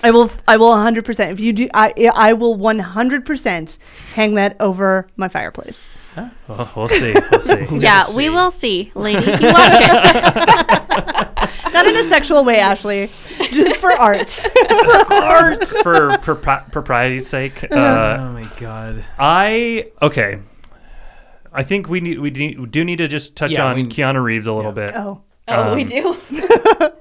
[SPEAKER 5] I will. I will 100. percent If you do, I I will 100 percent hang that over my fireplace.
[SPEAKER 3] Well, Uh, we'll see. We'll see.
[SPEAKER 4] Yeah,
[SPEAKER 3] We'll
[SPEAKER 4] we
[SPEAKER 3] see.
[SPEAKER 4] will see, lady. You watch it.
[SPEAKER 5] Not in a sexual way, Ashley. Just for art.
[SPEAKER 3] Art for propri- propriety's sake. Uh,
[SPEAKER 2] oh my god.
[SPEAKER 3] I okay. I think we need we de- do need to just touch
[SPEAKER 2] Yeah,
[SPEAKER 3] on
[SPEAKER 2] we-
[SPEAKER 3] Keanu Reeves a little bit.
[SPEAKER 5] oh,
[SPEAKER 4] Oh, we do.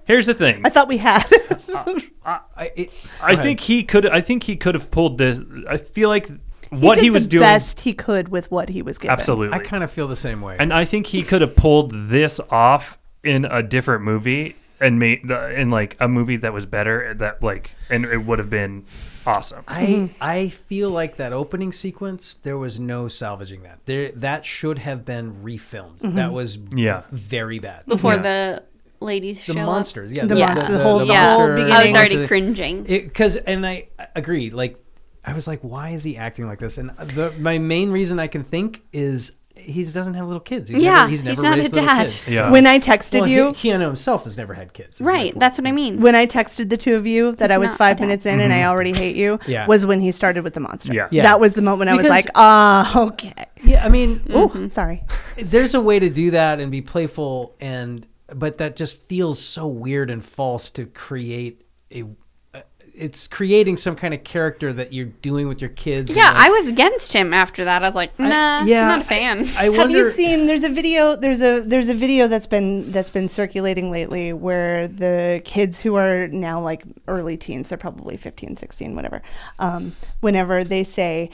[SPEAKER 3] Here's the thing.
[SPEAKER 5] I thought we had.
[SPEAKER 2] I, it,
[SPEAKER 3] I think he could. I think he could have pulled this. I feel like
[SPEAKER 5] He
[SPEAKER 3] what
[SPEAKER 5] did
[SPEAKER 3] he
[SPEAKER 5] the
[SPEAKER 3] was doing.
[SPEAKER 5] best he could with what he was given.
[SPEAKER 3] Absolutely.
[SPEAKER 2] I kind of feel the same way.
[SPEAKER 3] and I think he could have pulled this off in a different movie and made the, in like a movie that was better that like and it would have been awesome.
[SPEAKER 2] I I feel like that opening sequence there was no salvaging that. There that should have been refilmed. That was
[SPEAKER 3] Yeah.
[SPEAKER 2] very bad.
[SPEAKER 4] Before
[SPEAKER 3] Yeah.
[SPEAKER 4] the ladies
[SPEAKER 2] the
[SPEAKER 4] show
[SPEAKER 2] monsters, yeah,
[SPEAKER 5] The
[SPEAKER 4] monster,
[SPEAKER 5] the whole-
[SPEAKER 4] yeah.
[SPEAKER 5] whole
[SPEAKER 4] up. I was
[SPEAKER 5] beginning.
[SPEAKER 4] already cringing.
[SPEAKER 2] because and I I agree. Like I was like, why is he acting like this? And the, my main reason I can think is he doesn't have little kids. He's
[SPEAKER 4] Yeah,
[SPEAKER 2] never, he's
[SPEAKER 4] he's
[SPEAKER 2] never
[SPEAKER 4] not a
[SPEAKER 2] raised little
[SPEAKER 4] dad.
[SPEAKER 2] kids.
[SPEAKER 3] Yeah.
[SPEAKER 5] When I texted
[SPEAKER 2] Well, he-
[SPEAKER 5] you,
[SPEAKER 2] Keanu himself has never had kids. is my
[SPEAKER 4] Right,
[SPEAKER 2] point.
[SPEAKER 4] that's what I mean.
[SPEAKER 5] when I texted the two of you that I was
[SPEAKER 4] not
[SPEAKER 5] five
[SPEAKER 4] a dad.
[SPEAKER 5] minutes in and I already hate you,
[SPEAKER 2] Yeah.
[SPEAKER 5] was when he started with the monster.
[SPEAKER 3] Yeah.
[SPEAKER 2] Yeah.
[SPEAKER 5] That was the moment I was
[SPEAKER 2] Because-
[SPEAKER 5] like, ah, okay.
[SPEAKER 2] Yeah, I mean,
[SPEAKER 4] Mm-hmm.
[SPEAKER 5] Oh, sorry.
[SPEAKER 2] there's a way to do that and be playful and but that just feels so weird and false to create a uh, it's creating some kind of character that you're doing with your kids and,
[SPEAKER 4] yeah,
[SPEAKER 2] like,
[SPEAKER 4] I was against him after that. I was like, nah,
[SPEAKER 2] yeah,
[SPEAKER 4] I'm not a fan.
[SPEAKER 2] I wonder
[SPEAKER 5] Have you seen? There's a video. There's a there's a video that's been that's been circulating lately where the kids who are now like early teens, they're probably 15, 16, whatever. Um, whenever they say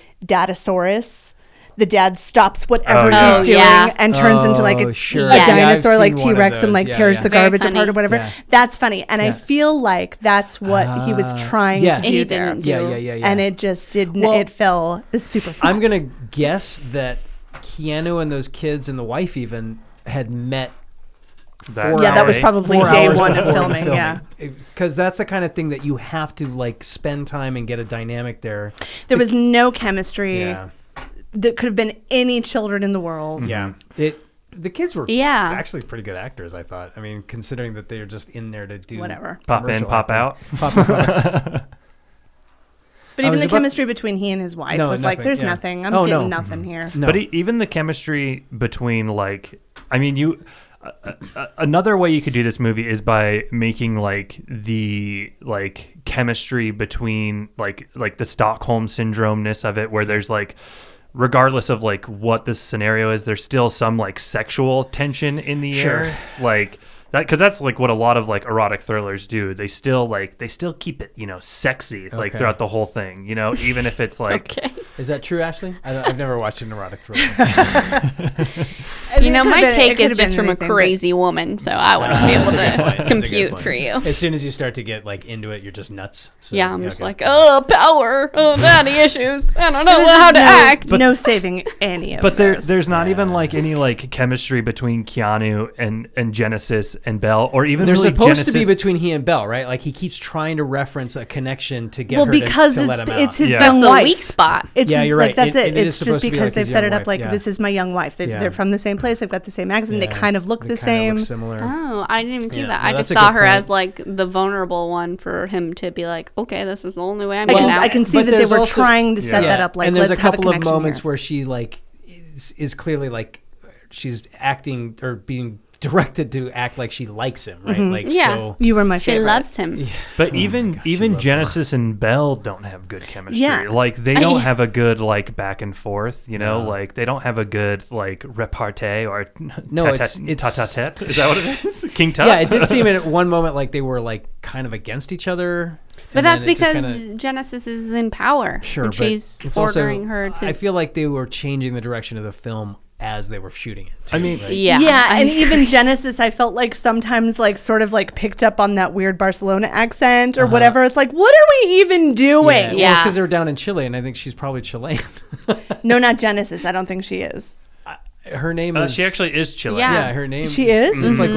[SPEAKER 5] "datasaurus," the dad stops
[SPEAKER 3] Oh,
[SPEAKER 5] whatever
[SPEAKER 3] yeah.
[SPEAKER 5] he's
[SPEAKER 4] Oh,
[SPEAKER 5] doing
[SPEAKER 4] yeah.
[SPEAKER 5] and turns into like
[SPEAKER 2] Oh,
[SPEAKER 5] a,
[SPEAKER 2] sure.
[SPEAKER 5] a
[SPEAKER 4] Yeah. Yeah, I've
[SPEAKER 5] dinosaur,
[SPEAKER 2] seen
[SPEAKER 5] like
[SPEAKER 2] one
[SPEAKER 5] T
[SPEAKER 2] of
[SPEAKER 5] Rex, and
[SPEAKER 2] those.
[SPEAKER 5] like
[SPEAKER 2] Yeah,
[SPEAKER 5] tears
[SPEAKER 2] yeah.
[SPEAKER 5] the
[SPEAKER 4] Very
[SPEAKER 5] garbage
[SPEAKER 4] funny.
[SPEAKER 5] apart or whatever.
[SPEAKER 2] Yeah.
[SPEAKER 5] That's funny, and I
[SPEAKER 2] Yeah.
[SPEAKER 5] feel like that's what he was
[SPEAKER 2] Ah,
[SPEAKER 5] trying
[SPEAKER 2] yeah.
[SPEAKER 5] to
[SPEAKER 2] And
[SPEAKER 5] do
[SPEAKER 4] he
[SPEAKER 5] there.
[SPEAKER 4] didn't do.
[SPEAKER 2] yeah yeah yeah yeah
[SPEAKER 5] And it just didn't.
[SPEAKER 2] Well,
[SPEAKER 5] it fell super flat.
[SPEAKER 2] i'm gonna guess that keanu and those kids and the wife even had met
[SPEAKER 3] That
[SPEAKER 5] Yeah, that was
[SPEAKER 3] day.
[SPEAKER 5] probably
[SPEAKER 2] four
[SPEAKER 5] day
[SPEAKER 2] hours
[SPEAKER 5] one of
[SPEAKER 2] before
[SPEAKER 5] filming. Yeah.
[SPEAKER 2] because that's the kind of thing that you have to like spend time and get a dynamic there
[SPEAKER 5] There was no chemistry.
[SPEAKER 2] yeah
[SPEAKER 5] That could have been any children in the world.
[SPEAKER 2] Yeah. It the kids were
[SPEAKER 4] Yeah.
[SPEAKER 2] actually pretty good actors, I thought. I mean, considering that they're just in there to do
[SPEAKER 5] Whatever.
[SPEAKER 3] Pop in,
[SPEAKER 2] commercial
[SPEAKER 3] pop
[SPEAKER 2] acting.
[SPEAKER 3] out.
[SPEAKER 2] Pop in, pop out.
[SPEAKER 5] But
[SPEAKER 2] I
[SPEAKER 5] even
[SPEAKER 2] was
[SPEAKER 5] the
[SPEAKER 2] about-
[SPEAKER 5] chemistry between he and his wife
[SPEAKER 2] No,
[SPEAKER 5] was like,
[SPEAKER 2] nothing,
[SPEAKER 5] "There's
[SPEAKER 2] yeah.
[SPEAKER 5] nothing. I'm
[SPEAKER 2] Oh,
[SPEAKER 5] getting
[SPEAKER 2] no.
[SPEAKER 5] nothing here."
[SPEAKER 2] No.
[SPEAKER 3] But e- even the chemistry between like, I mean, you. Uh, uh, another way you could do this movie is by making like the like chemistry between like like the Stockholm syndromeness of it, where there's like regardless of like what this scenario is, there's still some like sexual tension in the
[SPEAKER 2] Sure.
[SPEAKER 3] air, like. That, because that's like what a lot of like erotic thrillers do. They still like they still keep it you know sexy like
[SPEAKER 2] Okay.
[SPEAKER 3] throughout the whole thing. You know even if it's like
[SPEAKER 4] okay.
[SPEAKER 2] Is that true, Ashley? I don't, I've never watched an erotic thriller.
[SPEAKER 5] I mean,
[SPEAKER 4] You know,
[SPEAKER 5] it could have
[SPEAKER 4] my
[SPEAKER 5] been- it
[SPEAKER 4] take
[SPEAKER 5] could
[SPEAKER 4] is
[SPEAKER 5] have been
[SPEAKER 4] just from a
[SPEAKER 5] anything, but-
[SPEAKER 4] crazy woman, so I
[SPEAKER 2] Ah,
[SPEAKER 4] wouldn't be able to compute for you.
[SPEAKER 2] As soon as you start to get like into it, you're just nuts. So,
[SPEAKER 4] Yeah, I'm just
[SPEAKER 2] okay.
[SPEAKER 4] like, oh, power, oh, daddy issues. I don't know
[SPEAKER 5] There's
[SPEAKER 4] how to
[SPEAKER 5] no,
[SPEAKER 4] act.
[SPEAKER 5] no saving any of
[SPEAKER 3] But there,
[SPEAKER 5] this.
[SPEAKER 3] there's not even like any like chemistry between Keanu and and Genesis and Bell, or even
[SPEAKER 2] There's
[SPEAKER 3] really
[SPEAKER 2] supposed
[SPEAKER 3] Genesis.
[SPEAKER 2] to be between he and Bell, right? Like he keeps trying to reference a connection to get
[SPEAKER 5] well
[SPEAKER 2] her to-
[SPEAKER 5] because
[SPEAKER 2] to,
[SPEAKER 5] it's
[SPEAKER 2] let him out.
[SPEAKER 5] it's his
[SPEAKER 3] Yeah.
[SPEAKER 5] young
[SPEAKER 4] That's the
[SPEAKER 5] wife.
[SPEAKER 4] weak spot.
[SPEAKER 5] It's
[SPEAKER 2] Yeah,
[SPEAKER 5] his-
[SPEAKER 2] you're
[SPEAKER 5] like,
[SPEAKER 2] right.
[SPEAKER 5] That's
[SPEAKER 2] It- it
[SPEAKER 5] it.
[SPEAKER 2] is
[SPEAKER 5] It's
[SPEAKER 2] supposed
[SPEAKER 5] just
[SPEAKER 2] to be
[SPEAKER 5] because
[SPEAKER 2] like
[SPEAKER 5] they've
[SPEAKER 2] his
[SPEAKER 5] set
[SPEAKER 2] young
[SPEAKER 5] it up
[SPEAKER 2] wife,
[SPEAKER 5] like
[SPEAKER 2] yeah.
[SPEAKER 5] this is my young wife. They,
[SPEAKER 2] Yeah.
[SPEAKER 5] They're from the same place. They've got the same accent. They
[SPEAKER 2] Yeah.
[SPEAKER 5] kind of look
[SPEAKER 2] They
[SPEAKER 5] the
[SPEAKER 2] kinda
[SPEAKER 5] same.
[SPEAKER 2] look similar.
[SPEAKER 4] Oh, I didn't even see
[SPEAKER 2] Yeah,
[SPEAKER 4] that.
[SPEAKER 2] no,
[SPEAKER 4] I
[SPEAKER 2] that's
[SPEAKER 4] just
[SPEAKER 2] a
[SPEAKER 4] saw
[SPEAKER 2] good
[SPEAKER 4] her
[SPEAKER 2] point.
[SPEAKER 4] as like the vulnerable one for him to be like, okay, this is the only way I'm
[SPEAKER 5] I
[SPEAKER 4] going
[SPEAKER 5] can
[SPEAKER 4] to
[SPEAKER 5] I can see
[SPEAKER 2] But
[SPEAKER 5] that they
[SPEAKER 2] there's
[SPEAKER 5] were
[SPEAKER 2] also-
[SPEAKER 5] trying to set
[SPEAKER 3] Yeah.
[SPEAKER 5] that up. Like
[SPEAKER 2] and there's
[SPEAKER 5] let's
[SPEAKER 2] a couple
[SPEAKER 5] have a
[SPEAKER 2] of
[SPEAKER 5] connection
[SPEAKER 2] moments
[SPEAKER 5] here.
[SPEAKER 2] where she like is, is clearly like she's acting or being directed to act like she likes him, right? Like
[SPEAKER 4] Yeah.
[SPEAKER 2] so
[SPEAKER 5] you were my
[SPEAKER 4] She
[SPEAKER 5] favorite.
[SPEAKER 4] loves him.
[SPEAKER 2] Oh
[SPEAKER 3] but even
[SPEAKER 2] she
[SPEAKER 3] even
[SPEAKER 2] loves her.
[SPEAKER 3] Genesis and Bell don't have good chemistry.
[SPEAKER 5] Yeah.
[SPEAKER 3] Like they don't
[SPEAKER 4] Yeah.
[SPEAKER 3] have a good like back and forth. You know, like they don't have a good like repartee or
[SPEAKER 2] No,
[SPEAKER 3] ta-
[SPEAKER 2] it's-
[SPEAKER 3] ta-
[SPEAKER 2] it's-
[SPEAKER 3] ta- ta- tet. Is that what it is? King Tut.
[SPEAKER 2] yeah, it did seem at one moment like they were like kind of against each other.
[SPEAKER 4] But
[SPEAKER 2] and
[SPEAKER 4] that's
[SPEAKER 2] then it just
[SPEAKER 4] because
[SPEAKER 2] kinda-
[SPEAKER 4] Genesis is in power.
[SPEAKER 2] sure,
[SPEAKER 4] And
[SPEAKER 2] but
[SPEAKER 4] she's
[SPEAKER 2] it's also-
[SPEAKER 4] ordering her to.
[SPEAKER 2] I feel like they were changing the direction of the film as they were shooting it.
[SPEAKER 3] I mean,
[SPEAKER 4] Yeah. I-
[SPEAKER 5] and even Genesis, I felt like sometimes like sort of like picked up on that weird Barcelona accent or whatever. It's like, what are we even doing?
[SPEAKER 4] Yeah.
[SPEAKER 2] because they were down in Chile, and I think she's probably Chilean.
[SPEAKER 5] No, not Genesis. I don't think she is.
[SPEAKER 2] her name
[SPEAKER 3] uh,
[SPEAKER 2] is
[SPEAKER 3] she actually is Chilean.
[SPEAKER 4] Yeah.
[SPEAKER 2] Yeah, her name.
[SPEAKER 5] She is?
[SPEAKER 2] It's like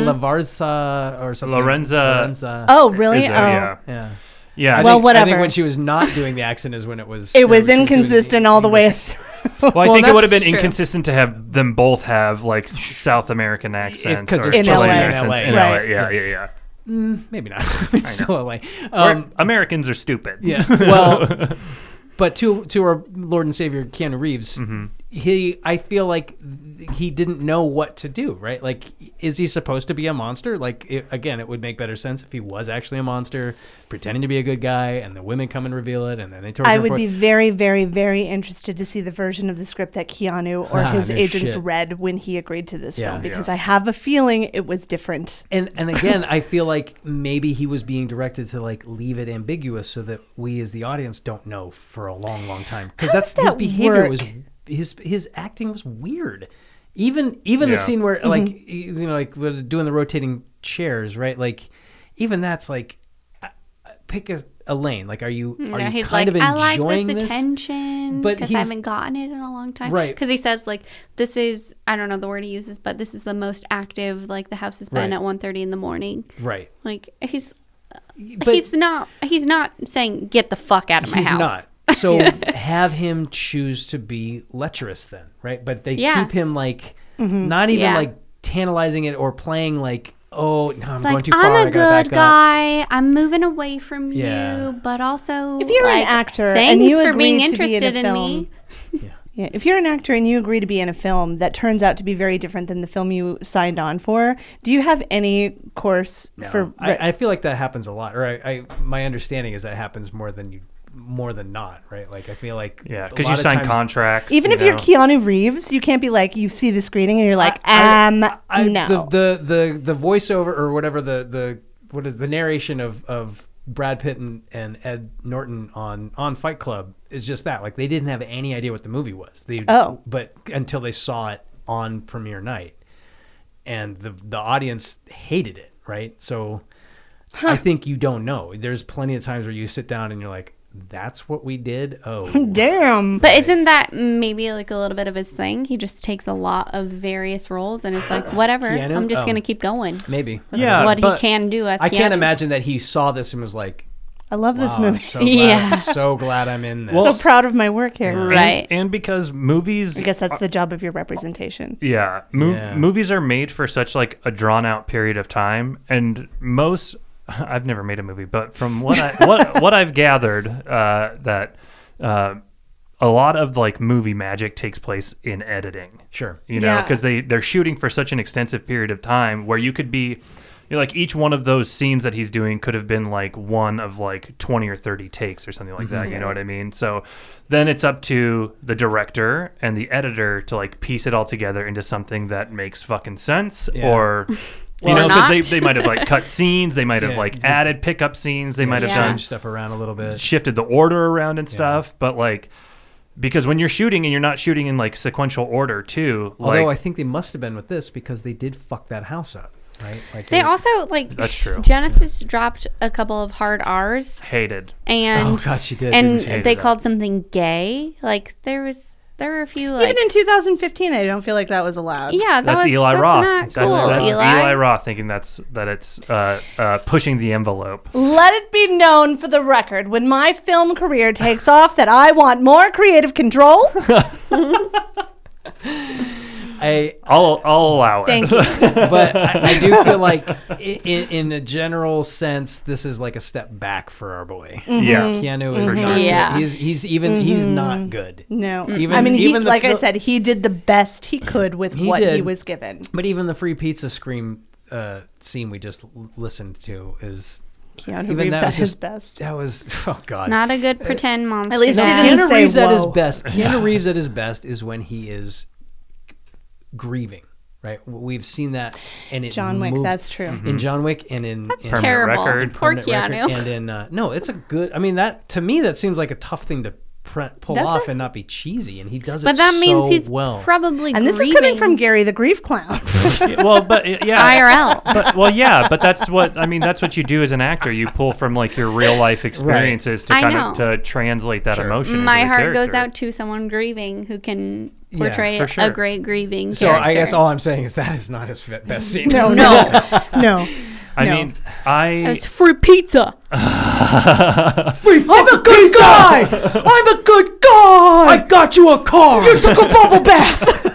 [SPEAKER 2] Lavarza or something.
[SPEAKER 3] Lorenza.
[SPEAKER 2] Lorenza.
[SPEAKER 5] Oh, really?
[SPEAKER 3] Is
[SPEAKER 5] oh,
[SPEAKER 3] it? Yeah.
[SPEAKER 2] Yeah.
[SPEAKER 3] Yeah.
[SPEAKER 2] I
[SPEAKER 5] Well,
[SPEAKER 2] think, I
[SPEAKER 5] whatever.
[SPEAKER 2] think when she was not doing the accent is when it was.
[SPEAKER 5] it
[SPEAKER 2] she
[SPEAKER 5] was
[SPEAKER 2] doing the
[SPEAKER 5] inconsistent all the
[SPEAKER 2] English.
[SPEAKER 5] way through.
[SPEAKER 3] Well, I think it
[SPEAKER 2] that's
[SPEAKER 3] would have been
[SPEAKER 4] true.
[SPEAKER 3] inconsistent to have them both have like s- South American accents
[SPEAKER 2] they're
[SPEAKER 3] or
[SPEAKER 2] still
[SPEAKER 3] Chilean
[SPEAKER 5] in LA.
[SPEAKER 3] accents
[SPEAKER 2] In
[SPEAKER 3] in
[SPEAKER 5] LA,
[SPEAKER 3] LA. Yeah, yeah, yeah.
[SPEAKER 2] Mm, Maybe not. it's still LA.
[SPEAKER 3] Um,
[SPEAKER 2] Um,
[SPEAKER 3] Americans are stupid.
[SPEAKER 2] yeah. Well, but to to our Lord and Savior Keanu Reeves,
[SPEAKER 5] Mm-hmm.
[SPEAKER 2] he I feel like th- he didn't know what to do. Right? Like, is he supposed to be a monster? Like, it, again, it would make better sense if he was actually a monster, pretending to be a good guy, and the women come and reveal it, and then they torture.
[SPEAKER 5] I
[SPEAKER 2] him
[SPEAKER 5] would
[SPEAKER 2] for it.
[SPEAKER 5] be very, very, very interested to see the version of the script that Keanu or
[SPEAKER 2] Ah,
[SPEAKER 5] his
[SPEAKER 2] no
[SPEAKER 5] agents
[SPEAKER 2] shit.
[SPEAKER 5] read when he agreed to this
[SPEAKER 2] Yeah.
[SPEAKER 5] film because I have a feeling it was different.
[SPEAKER 2] and and again i feel like maybe he was being directed to like leave it ambiguous so that we as the audience don't know for a long long time because
[SPEAKER 5] How
[SPEAKER 2] that's
[SPEAKER 5] does
[SPEAKER 2] his
[SPEAKER 5] that
[SPEAKER 2] behavior
[SPEAKER 5] work?
[SPEAKER 2] was his his acting was weird even even the
[SPEAKER 3] Yeah.
[SPEAKER 2] scene
[SPEAKER 4] Mm-hmm.
[SPEAKER 2] where like e, you know like we're doing the rotating chairs right like even that's like I- I- pick a, a lane like are you are
[SPEAKER 4] Hmm, Yeah,
[SPEAKER 2] you
[SPEAKER 4] he's
[SPEAKER 2] kind
[SPEAKER 4] like,
[SPEAKER 2] of
[SPEAKER 4] I like
[SPEAKER 2] enjoying
[SPEAKER 4] this,
[SPEAKER 2] this
[SPEAKER 4] attention
[SPEAKER 2] But
[SPEAKER 4] because I
[SPEAKER 2] he's-
[SPEAKER 4] haven't gotten it in a long time.
[SPEAKER 2] Right.
[SPEAKER 4] Because he says like, this is I don't know the word he uses, but this is the most active like the house has been
[SPEAKER 2] Right.
[SPEAKER 4] at 1.30 in the morning.
[SPEAKER 2] right
[SPEAKER 4] Like he's
[SPEAKER 2] but
[SPEAKER 4] he's not he's not saying get the fuck out of my
[SPEAKER 2] he's
[SPEAKER 4] house.
[SPEAKER 2] not. So have him choose to be lecherous then, right? But they
[SPEAKER 4] Yeah.
[SPEAKER 2] keep him like not even
[SPEAKER 4] Yeah.
[SPEAKER 2] like tantalizing it or playing like, oh, no, I'm
[SPEAKER 4] It's
[SPEAKER 2] going
[SPEAKER 4] like
[SPEAKER 2] too far.
[SPEAKER 4] I'm
[SPEAKER 2] I
[SPEAKER 4] a
[SPEAKER 2] gotta
[SPEAKER 4] good
[SPEAKER 2] back up."
[SPEAKER 4] guy. I'm moving away from
[SPEAKER 2] Yeah.
[SPEAKER 4] you, but also
[SPEAKER 5] If you're an
[SPEAKER 4] like,
[SPEAKER 5] actor and
[SPEAKER 4] thanks
[SPEAKER 5] you
[SPEAKER 4] for being
[SPEAKER 5] agree to be in a
[SPEAKER 4] interested in
[SPEAKER 5] film,
[SPEAKER 4] me.
[SPEAKER 5] Yeah, if you're an actor and you agree to be in a film that turns out to be very different than the film you signed on for, do you have any course
[SPEAKER 2] No.
[SPEAKER 5] for?
[SPEAKER 2] I, I feel like that happens a lot, or I, I my understanding is that happens more than you more than not, right? Like I feel like
[SPEAKER 3] Yeah,
[SPEAKER 2] a
[SPEAKER 3] because you
[SPEAKER 2] lot of
[SPEAKER 3] sign
[SPEAKER 2] times-
[SPEAKER 3] contracts.
[SPEAKER 5] even
[SPEAKER 3] you
[SPEAKER 5] if you're
[SPEAKER 3] know.
[SPEAKER 5] Keanu Reeves, you can't be like you see the screening and you're like,
[SPEAKER 2] I-
[SPEAKER 5] um,
[SPEAKER 2] I,
[SPEAKER 5] no.
[SPEAKER 2] The, the the the voiceover or whatever the the what is the narration of of Brad Pitt and, and Ed Norton on on Fight Club is just that. Like they didn't have any idea what the movie was. They,
[SPEAKER 5] Oh.
[SPEAKER 2] but until they saw it on premiere night, and the the audience hated it. Right, so I think you don't know. There's plenty of times where you sit down and you're like, "That's what we did." Oh,
[SPEAKER 5] Damn.
[SPEAKER 4] But isn't that maybe like a little bit of his thing? He just takes a lot of various roles and it's like, whatever,
[SPEAKER 2] Keanu?
[SPEAKER 4] I'm just
[SPEAKER 2] Oh.
[SPEAKER 4] going to keep going.
[SPEAKER 2] maybe.
[SPEAKER 4] That's
[SPEAKER 3] Yeah,
[SPEAKER 4] what he
[SPEAKER 3] but
[SPEAKER 4] can do as
[SPEAKER 2] I can't
[SPEAKER 4] Keanu.
[SPEAKER 2] imagine that he saw this and was like,
[SPEAKER 5] I love this
[SPEAKER 2] Wow, Oh, I'm
[SPEAKER 5] movie.
[SPEAKER 2] so glad,
[SPEAKER 4] Yeah.
[SPEAKER 2] so glad I'm in this.
[SPEAKER 5] so proud of my work here.
[SPEAKER 3] And-
[SPEAKER 4] Right.
[SPEAKER 3] And, because movies,
[SPEAKER 5] I guess that's the job of your representation.
[SPEAKER 3] yeah, mo-
[SPEAKER 2] Yeah.
[SPEAKER 3] movies are made for such like a drawn out period of time, and most. I've never made a movie, but from what I what what I've gathered, uh, that uh, a lot of like movie magic takes place in editing.
[SPEAKER 2] Sure.
[SPEAKER 3] you know
[SPEAKER 5] Yeah.
[SPEAKER 3] because they they're shooting for such an extensive period of time where you could be you know, like each one of those scenes that he's doing could have been like one of like 20 or 30 takes or something like that you know what i mean so then it's up to the director and the editor to like piece it all together into something that makes fucking sense
[SPEAKER 2] Yeah.
[SPEAKER 3] or you
[SPEAKER 4] Well,
[SPEAKER 3] know because they, they
[SPEAKER 4] not.
[SPEAKER 3] might have like cut scenes they might have
[SPEAKER 2] Yeah,
[SPEAKER 3] like
[SPEAKER 2] they-
[SPEAKER 3] added pickup scenes they might have
[SPEAKER 4] Yeah.
[SPEAKER 3] done
[SPEAKER 2] Change stuff around a little bit.
[SPEAKER 3] shifted the order around and stuff but like because when you're shooting and you're not shooting in like sequential order too
[SPEAKER 2] Although
[SPEAKER 3] like
[SPEAKER 2] I think they must have been with this because they did fuck that house up, right? Like
[SPEAKER 4] They also, like,
[SPEAKER 3] That's true.
[SPEAKER 4] Genesis dropped a couple of hard R's
[SPEAKER 3] hated
[SPEAKER 4] and
[SPEAKER 2] Oh god, she did. didn't
[SPEAKER 4] and
[SPEAKER 2] she?
[SPEAKER 3] hated
[SPEAKER 4] they
[SPEAKER 3] that.
[SPEAKER 4] called something gay. Like, there was, there were a few, like,
[SPEAKER 5] Even in 2015, I don't feel like that was allowed.
[SPEAKER 4] yeah, that
[SPEAKER 3] That's
[SPEAKER 4] was,
[SPEAKER 3] Eli
[SPEAKER 4] that's
[SPEAKER 3] Roth.
[SPEAKER 4] Not
[SPEAKER 3] That's,
[SPEAKER 4] cool,
[SPEAKER 3] that's
[SPEAKER 4] Eli.
[SPEAKER 3] Roth thinking that's that it's uh, uh, pushing the envelope.
[SPEAKER 5] Let it be known for the record when my film career takes off that I want more creative control.
[SPEAKER 2] I
[SPEAKER 3] I'll I'll allow it.
[SPEAKER 5] Thank you.
[SPEAKER 2] but I, I do feel like i- in, in a general sense, this is like a step back for our boy.
[SPEAKER 4] Mm.
[SPEAKER 3] Yeah,
[SPEAKER 2] Keanu is not.
[SPEAKER 3] For sure.
[SPEAKER 2] good.
[SPEAKER 4] Mm-hmm. Yeah. Mm-hmm.
[SPEAKER 2] He's he's even he's not good.
[SPEAKER 5] No.
[SPEAKER 2] Even-
[SPEAKER 5] I mean, he,
[SPEAKER 2] even the
[SPEAKER 5] like I
[SPEAKER 2] fil-
[SPEAKER 5] said, he did the best he could with
[SPEAKER 2] He
[SPEAKER 5] what he
[SPEAKER 2] did.
[SPEAKER 5] was given.
[SPEAKER 2] But even the free pizza scream uh, scene we just l- listened to is
[SPEAKER 5] Keanu
[SPEAKER 2] even
[SPEAKER 5] Reeves
[SPEAKER 2] that
[SPEAKER 5] at
[SPEAKER 2] was
[SPEAKER 5] his
[SPEAKER 2] just-
[SPEAKER 5] best.
[SPEAKER 2] That was oh god.
[SPEAKER 4] Not a good pretend monster.
[SPEAKER 5] least he
[SPEAKER 4] man.
[SPEAKER 5] didn't-
[SPEAKER 2] Keanu
[SPEAKER 5] say
[SPEAKER 2] Reeves at his
[SPEAKER 5] whoa.
[SPEAKER 2] best. Keanu Reeves at his best is when he is grieving, right? We've seen that, and it
[SPEAKER 5] John Wick,
[SPEAKER 2] moved-
[SPEAKER 5] that's true.
[SPEAKER 2] in John Wick and in in
[SPEAKER 3] Permanent
[SPEAKER 4] terrible.
[SPEAKER 3] record,
[SPEAKER 4] Poor
[SPEAKER 2] Permanent Record
[SPEAKER 4] Keanu.
[SPEAKER 2] and in uh, no, it's a good. I mean, that to me that seems like a tough thing to pre- pull
[SPEAKER 5] That's
[SPEAKER 2] off
[SPEAKER 5] a-
[SPEAKER 2] and not be cheesy, and he does it.
[SPEAKER 4] But that means
[SPEAKER 2] so
[SPEAKER 4] he's
[SPEAKER 2] well.
[SPEAKER 4] probably
[SPEAKER 5] And this is coming from Gary the Grief Clown.
[SPEAKER 3] Yeah, well, but uh, yeah,
[SPEAKER 4] IRL.
[SPEAKER 3] but, well, yeah, but that's what I mean. That's what you do as an actor. You pull from like your real life experiences
[SPEAKER 4] I
[SPEAKER 3] to kind of
[SPEAKER 4] know.
[SPEAKER 3] to translate that emotion. into
[SPEAKER 4] My
[SPEAKER 3] the
[SPEAKER 4] heart goes
[SPEAKER 3] character.
[SPEAKER 4] out to someone grieving who can
[SPEAKER 2] Yeah,
[SPEAKER 4] portray
[SPEAKER 3] for sure.
[SPEAKER 4] a great grieving.
[SPEAKER 2] so I
[SPEAKER 4] character.
[SPEAKER 2] guess all I'm saying is that is not his fit, best scene.
[SPEAKER 5] No,
[SPEAKER 4] No,
[SPEAKER 5] no.
[SPEAKER 3] I
[SPEAKER 5] no.
[SPEAKER 3] mean,
[SPEAKER 4] Oh,
[SPEAKER 3] I
[SPEAKER 4] it's free pizza.
[SPEAKER 2] I'm a good guy. I'm a good guy. I got you a car. You took a bubble bath.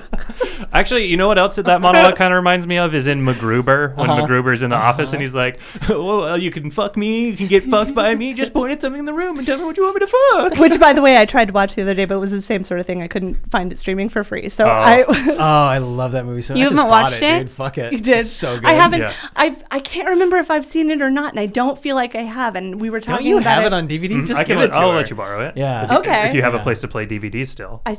[SPEAKER 3] Actually, you know what else that, that monologue kind of reminds me of is in MacGruber when
[SPEAKER 4] Uh-huh.
[SPEAKER 3] MacGruber's in the office and he's like, "Well, uh, you can fuck me, you can get fucked by me. Just point at something in the room and tell me what you want me to fuck."
[SPEAKER 5] Which, by the way, I tried to watch the other day, but it was the same sort of thing. I couldn't find it streaming for free. So I
[SPEAKER 2] oh, I love that movie so much.
[SPEAKER 4] You
[SPEAKER 2] I just
[SPEAKER 4] haven't
[SPEAKER 2] bought
[SPEAKER 4] watched
[SPEAKER 2] it?
[SPEAKER 4] it?
[SPEAKER 2] Dude, fuck it.
[SPEAKER 5] You did.
[SPEAKER 2] It's so good.
[SPEAKER 5] I haven't.
[SPEAKER 3] Yeah.
[SPEAKER 5] I've. I can't remember if I've seen it or not, and I don't feel like I have. And we were
[SPEAKER 2] Don't
[SPEAKER 5] talking
[SPEAKER 2] you
[SPEAKER 5] about
[SPEAKER 2] have it
[SPEAKER 5] it.
[SPEAKER 2] on DVD? Just
[SPEAKER 3] Mm-hmm. I can
[SPEAKER 2] give
[SPEAKER 3] let,
[SPEAKER 2] it to
[SPEAKER 3] I'll
[SPEAKER 2] her.
[SPEAKER 3] let you borrow it.
[SPEAKER 2] Yeah.
[SPEAKER 3] If you-
[SPEAKER 5] Okay.
[SPEAKER 3] If you have
[SPEAKER 2] Yeah.
[SPEAKER 3] a place to play DVD still.
[SPEAKER 5] I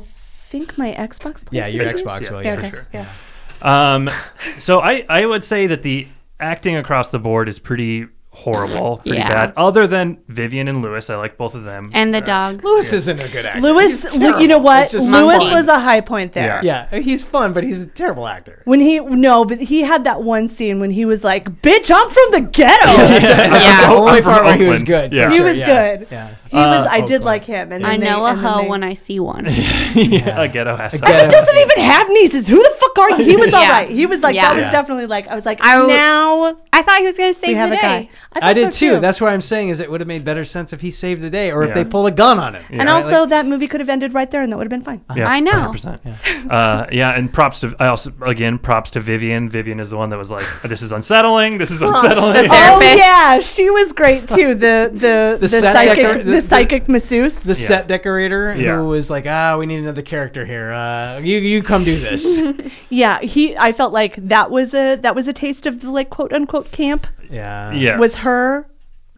[SPEAKER 5] think my Xbox.
[SPEAKER 2] Yeah,
[SPEAKER 5] plays
[SPEAKER 2] your
[SPEAKER 5] it.
[SPEAKER 2] Xbox will, yeah,
[SPEAKER 5] Yeah,
[SPEAKER 2] for
[SPEAKER 5] okay.
[SPEAKER 2] sure.
[SPEAKER 5] Yeah.
[SPEAKER 3] Um, so I, I would say that the acting across the board is pretty horrible, pretty
[SPEAKER 4] Yeah.
[SPEAKER 3] bad. Other than Vivian and Lewis, I like both of them.
[SPEAKER 4] And the dog.
[SPEAKER 2] Lewis isn't a good actor.
[SPEAKER 5] Lewis,
[SPEAKER 2] He's
[SPEAKER 5] Lu- you
[SPEAKER 2] terrible.
[SPEAKER 5] know what?
[SPEAKER 2] It's just
[SPEAKER 5] Lewis
[SPEAKER 2] fun.
[SPEAKER 5] was a high point there.
[SPEAKER 3] Yeah.
[SPEAKER 2] Yeah, he's fun, but he's a terrible actor.
[SPEAKER 5] When he no, but he had that one scene when he was like, "Bitch, I'm from the ghetto."
[SPEAKER 2] That's the
[SPEAKER 4] Yeah.
[SPEAKER 2] only
[SPEAKER 3] I'm from
[SPEAKER 2] part where he was
[SPEAKER 3] Oakland.
[SPEAKER 2] good. for
[SPEAKER 3] Yeah.
[SPEAKER 5] He
[SPEAKER 2] sure,
[SPEAKER 5] was
[SPEAKER 2] yeah,
[SPEAKER 5] good.
[SPEAKER 2] Yeah. Uh,
[SPEAKER 5] He was. I did like him. And
[SPEAKER 4] I
[SPEAKER 5] then
[SPEAKER 4] know
[SPEAKER 5] they,
[SPEAKER 4] a
[SPEAKER 5] and then
[SPEAKER 4] hoe
[SPEAKER 5] they-
[SPEAKER 4] when I see one.
[SPEAKER 3] yeah, a ghetto ass.
[SPEAKER 2] ghetto-
[SPEAKER 5] He doesn't even have nieces. Who the fuck are you? He was all
[SPEAKER 4] Yeah.
[SPEAKER 5] right. He was like
[SPEAKER 4] Yeah.
[SPEAKER 5] that was
[SPEAKER 3] Yeah.
[SPEAKER 5] definitely like I was like
[SPEAKER 4] I w-
[SPEAKER 5] now
[SPEAKER 4] I thought he was going to save
[SPEAKER 5] we have
[SPEAKER 4] the
[SPEAKER 5] a guy.
[SPEAKER 4] day.
[SPEAKER 5] I,
[SPEAKER 2] I
[SPEAKER 5] thought
[SPEAKER 2] did
[SPEAKER 5] so
[SPEAKER 2] too. That's what I'm saying is it would have made better sense if he saved the day or if
[SPEAKER 3] Yeah.
[SPEAKER 2] they pulled a gun on him.
[SPEAKER 5] and
[SPEAKER 3] Yeah.
[SPEAKER 5] also that movie could have ended right there and that would have been fine.
[SPEAKER 3] Yeah,
[SPEAKER 4] I know.
[SPEAKER 3] 100%. Uh, yeah, and props to I also again props to Vivian. Vivian is the one that was like, "This is unsettling. This is unsettling."
[SPEAKER 4] the
[SPEAKER 5] Oh
[SPEAKER 4] therapist.
[SPEAKER 5] yeah, she was great too. The the the,
[SPEAKER 2] set
[SPEAKER 5] psychic
[SPEAKER 2] decor-
[SPEAKER 5] the,
[SPEAKER 2] the-
[SPEAKER 5] psychic masseuse.
[SPEAKER 2] The set decorator
[SPEAKER 3] Yeah.
[SPEAKER 2] who was like, ah, we need another character here. Uh, you you come do this.
[SPEAKER 5] yeah, he. I felt like that was a that was a taste of the like quote unquote camp
[SPEAKER 2] yeah.
[SPEAKER 3] Yes.
[SPEAKER 5] was her.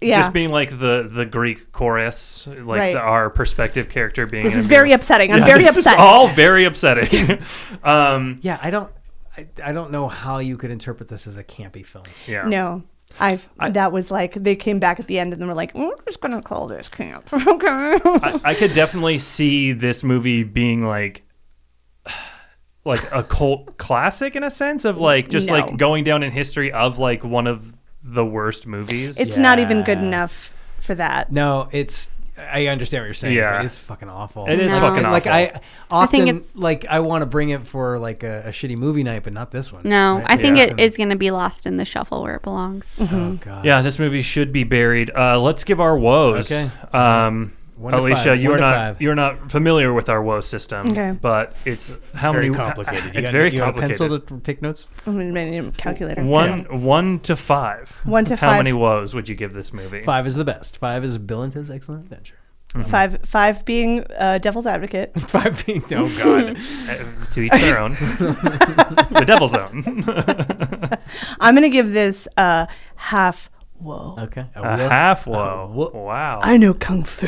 [SPEAKER 5] Yeah,
[SPEAKER 3] Just being like the the Greek chorus, like
[SPEAKER 5] Right.
[SPEAKER 3] the, our perspective character being.
[SPEAKER 5] this
[SPEAKER 3] in
[SPEAKER 5] is
[SPEAKER 3] a
[SPEAKER 5] very
[SPEAKER 3] movie.
[SPEAKER 5] upsetting. I'm very
[SPEAKER 3] This is
[SPEAKER 5] upset.
[SPEAKER 3] all very upsetting. um,
[SPEAKER 2] Yeah, I don't I, I don't know how you could interpret this as a campy film.
[SPEAKER 3] yeah.
[SPEAKER 5] No. I've that was like they came back at the end and they were like, we're just gonna call this camp. okay.
[SPEAKER 3] I, I could definitely see this movie being like like a cult classic in a sense of like just
[SPEAKER 5] No.
[SPEAKER 3] like going down in history of like one of the worst movies.
[SPEAKER 5] It's not even good
[SPEAKER 2] Yeah.
[SPEAKER 5] enough for that.
[SPEAKER 2] No, it's I understand what you're saying.
[SPEAKER 3] Yeah.
[SPEAKER 2] but it's fucking awful.
[SPEAKER 3] It is
[SPEAKER 4] No.
[SPEAKER 3] fucking
[SPEAKER 2] like
[SPEAKER 3] awful.
[SPEAKER 2] I often
[SPEAKER 4] think it's-
[SPEAKER 2] like I want to bring it for like a, a shitty movie night, but not this one.
[SPEAKER 4] No,
[SPEAKER 2] Right?
[SPEAKER 4] I think
[SPEAKER 3] Yeah.
[SPEAKER 4] it is going to be lost in the shuffle where it belongs.
[SPEAKER 2] Oh god.
[SPEAKER 3] yeah, this movie should be buried. Uh, let's give our woes.
[SPEAKER 2] Okay.
[SPEAKER 3] Um,
[SPEAKER 2] One to
[SPEAKER 3] Alicia,
[SPEAKER 2] five.
[SPEAKER 3] you
[SPEAKER 2] One
[SPEAKER 3] are
[SPEAKER 2] to
[SPEAKER 3] not
[SPEAKER 2] five.
[SPEAKER 3] you're not familiar with our woe system.
[SPEAKER 5] Okay.
[SPEAKER 3] But it's how
[SPEAKER 2] Very
[SPEAKER 3] many
[SPEAKER 2] complicated. You
[SPEAKER 3] it's
[SPEAKER 2] got-
[SPEAKER 3] very
[SPEAKER 2] you got a
[SPEAKER 3] complicated.
[SPEAKER 2] pencil to take notes.
[SPEAKER 5] I'm gonna need a calculator.
[SPEAKER 3] One one to five.
[SPEAKER 5] One to
[SPEAKER 3] how
[SPEAKER 5] five.
[SPEAKER 3] many woes would you give this movie?
[SPEAKER 2] Five is the best. Five is Bill and Ted's Excellent Adventure.
[SPEAKER 5] Five five being uh, devil's advocate.
[SPEAKER 2] Five being oh
[SPEAKER 3] God, Uh, to each their own. the devil's own.
[SPEAKER 5] I'm gonna give this uh half whoa.
[SPEAKER 2] okay. A
[SPEAKER 3] A
[SPEAKER 2] whoa.
[SPEAKER 3] half woe.
[SPEAKER 2] whoa.
[SPEAKER 3] Wow.
[SPEAKER 5] I know kung fu.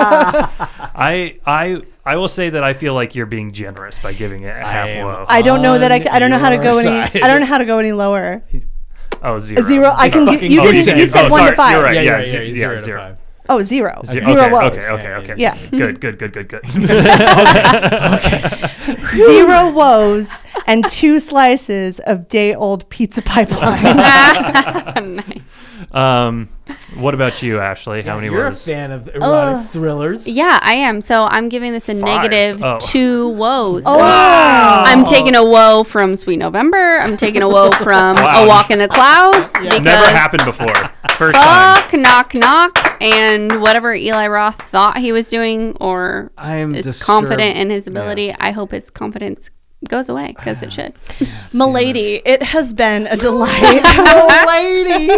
[SPEAKER 3] I I I will say that I feel like you're being generous by giving it a half
[SPEAKER 2] am-
[SPEAKER 3] woe.
[SPEAKER 5] I don't know that I, c- I don't know how to
[SPEAKER 2] On
[SPEAKER 5] go
[SPEAKER 2] your
[SPEAKER 5] any
[SPEAKER 2] side.
[SPEAKER 5] I don't know how to go any lower.
[SPEAKER 3] oh zero.
[SPEAKER 5] Zero. I can give
[SPEAKER 2] Fucking
[SPEAKER 5] you,
[SPEAKER 3] oh,
[SPEAKER 5] did,
[SPEAKER 2] zero.
[SPEAKER 5] you said
[SPEAKER 3] oh,
[SPEAKER 5] one
[SPEAKER 3] sorry,
[SPEAKER 5] to five.
[SPEAKER 3] You're right.
[SPEAKER 2] Yeah,
[SPEAKER 3] yeah,
[SPEAKER 2] yeah,
[SPEAKER 3] ze-
[SPEAKER 2] yeah,
[SPEAKER 3] yeah,
[SPEAKER 2] zero to
[SPEAKER 3] zero.
[SPEAKER 2] five.
[SPEAKER 5] Oh zero.
[SPEAKER 3] Ze-
[SPEAKER 5] Zero
[SPEAKER 3] okay,
[SPEAKER 5] woes.
[SPEAKER 3] okay, okay, okay.
[SPEAKER 5] Yeah.
[SPEAKER 3] Good, good, good, good, good.
[SPEAKER 5] zero woes and two slices of day old pizza pipeline.
[SPEAKER 4] nice.
[SPEAKER 3] Um, what about you, Ashley? How many
[SPEAKER 2] You're
[SPEAKER 3] woes?
[SPEAKER 2] a fan of erotic thrillers.
[SPEAKER 4] Yeah, I am. So I'm giving this a negative
[SPEAKER 3] Oh.
[SPEAKER 4] two woes.
[SPEAKER 5] Oh.
[SPEAKER 4] I'm taking a woe from Sweet November. I'm taking a woe from
[SPEAKER 3] Wow.
[SPEAKER 4] A Walk in the Clouds. because
[SPEAKER 3] Never happened before. First
[SPEAKER 5] Ah!
[SPEAKER 3] time.
[SPEAKER 4] Fuck, knock, knock, and whatever Eli Roth thought he was doing or
[SPEAKER 2] I am
[SPEAKER 4] is
[SPEAKER 2] disturbed.
[SPEAKER 4] confident in his ability, I hope his confidence goes away because it should.
[SPEAKER 5] Milady, it has been a delight.
[SPEAKER 2] lady.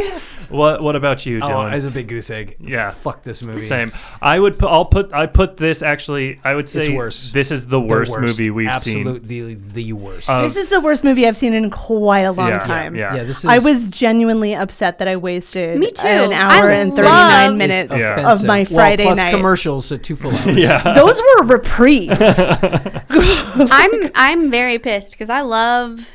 [SPEAKER 3] What What about you,
[SPEAKER 2] Oh,
[SPEAKER 3] Dylan?
[SPEAKER 2] it's a big goose egg.
[SPEAKER 3] Yeah.
[SPEAKER 2] Fuck this movie.
[SPEAKER 3] Same. I would. Put, I'll put. I put this actually. I would say
[SPEAKER 2] worse.
[SPEAKER 3] this is the
[SPEAKER 2] The
[SPEAKER 3] worst, movie we've seen.
[SPEAKER 2] Absolutely the worst.
[SPEAKER 3] Uh,
[SPEAKER 5] this is the worst movie I've seen in quite a long
[SPEAKER 3] yeah,
[SPEAKER 5] time.
[SPEAKER 3] Yeah.
[SPEAKER 2] yeah, this is.
[SPEAKER 5] I was genuinely upset that I wasted
[SPEAKER 4] Me too.
[SPEAKER 5] an
[SPEAKER 4] I
[SPEAKER 5] hour and 39
[SPEAKER 4] love-
[SPEAKER 5] minutes
[SPEAKER 3] Yeah.
[SPEAKER 5] of
[SPEAKER 2] offensive.
[SPEAKER 5] my
[SPEAKER 2] Well,
[SPEAKER 5] Friday
[SPEAKER 2] plus
[SPEAKER 5] night.
[SPEAKER 2] commercials, so two full hours.
[SPEAKER 3] yeah.
[SPEAKER 5] Those were a reprieve.
[SPEAKER 4] I'm I'm very pissed because I love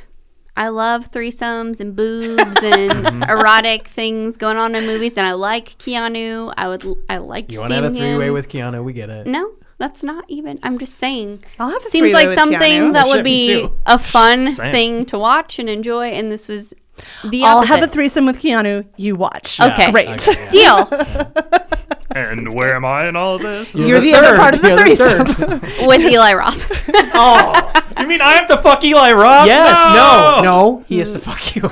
[SPEAKER 4] I love threesomes and boobs
[SPEAKER 2] Mm-hmm.
[SPEAKER 4] and erotic things going on in movies, and I like Keanu. I would I like
[SPEAKER 2] You
[SPEAKER 4] seeing
[SPEAKER 2] want to have a
[SPEAKER 4] him.
[SPEAKER 2] three-way with Keanu? We get it.
[SPEAKER 4] No, that's not even. I'm just saying.
[SPEAKER 5] I'll have a
[SPEAKER 4] Seems
[SPEAKER 5] three-way
[SPEAKER 4] like
[SPEAKER 5] with
[SPEAKER 4] something
[SPEAKER 5] Keanu.
[SPEAKER 4] that
[SPEAKER 2] That
[SPEAKER 4] would
[SPEAKER 2] shit, me
[SPEAKER 4] be
[SPEAKER 2] too.
[SPEAKER 4] a fun
[SPEAKER 3] Same.
[SPEAKER 4] thing to watch and enjoy, and this was the
[SPEAKER 5] I'll
[SPEAKER 4] opposite.
[SPEAKER 5] have a threesome with Keanu. You watch.
[SPEAKER 4] Okay. Yeah,
[SPEAKER 5] Great.
[SPEAKER 2] okay, yeah.
[SPEAKER 4] deal
[SPEAKER 3] And where am I in all of this?
[SPEAKER 5] You're the, other
[SPEAKER 2] third.
[SPEAKER 5] part of the
[SPEAKER 2] You're
[SPEAKER 5] threesome.
[SPEAKER 2] third.
[SPEAKER 4] with Eli Roth.
[SPEAKER 3] oh, you mean I have to fuck Eli Roth?
[SPEAKER 2] yes. No. No. He has to fuck you.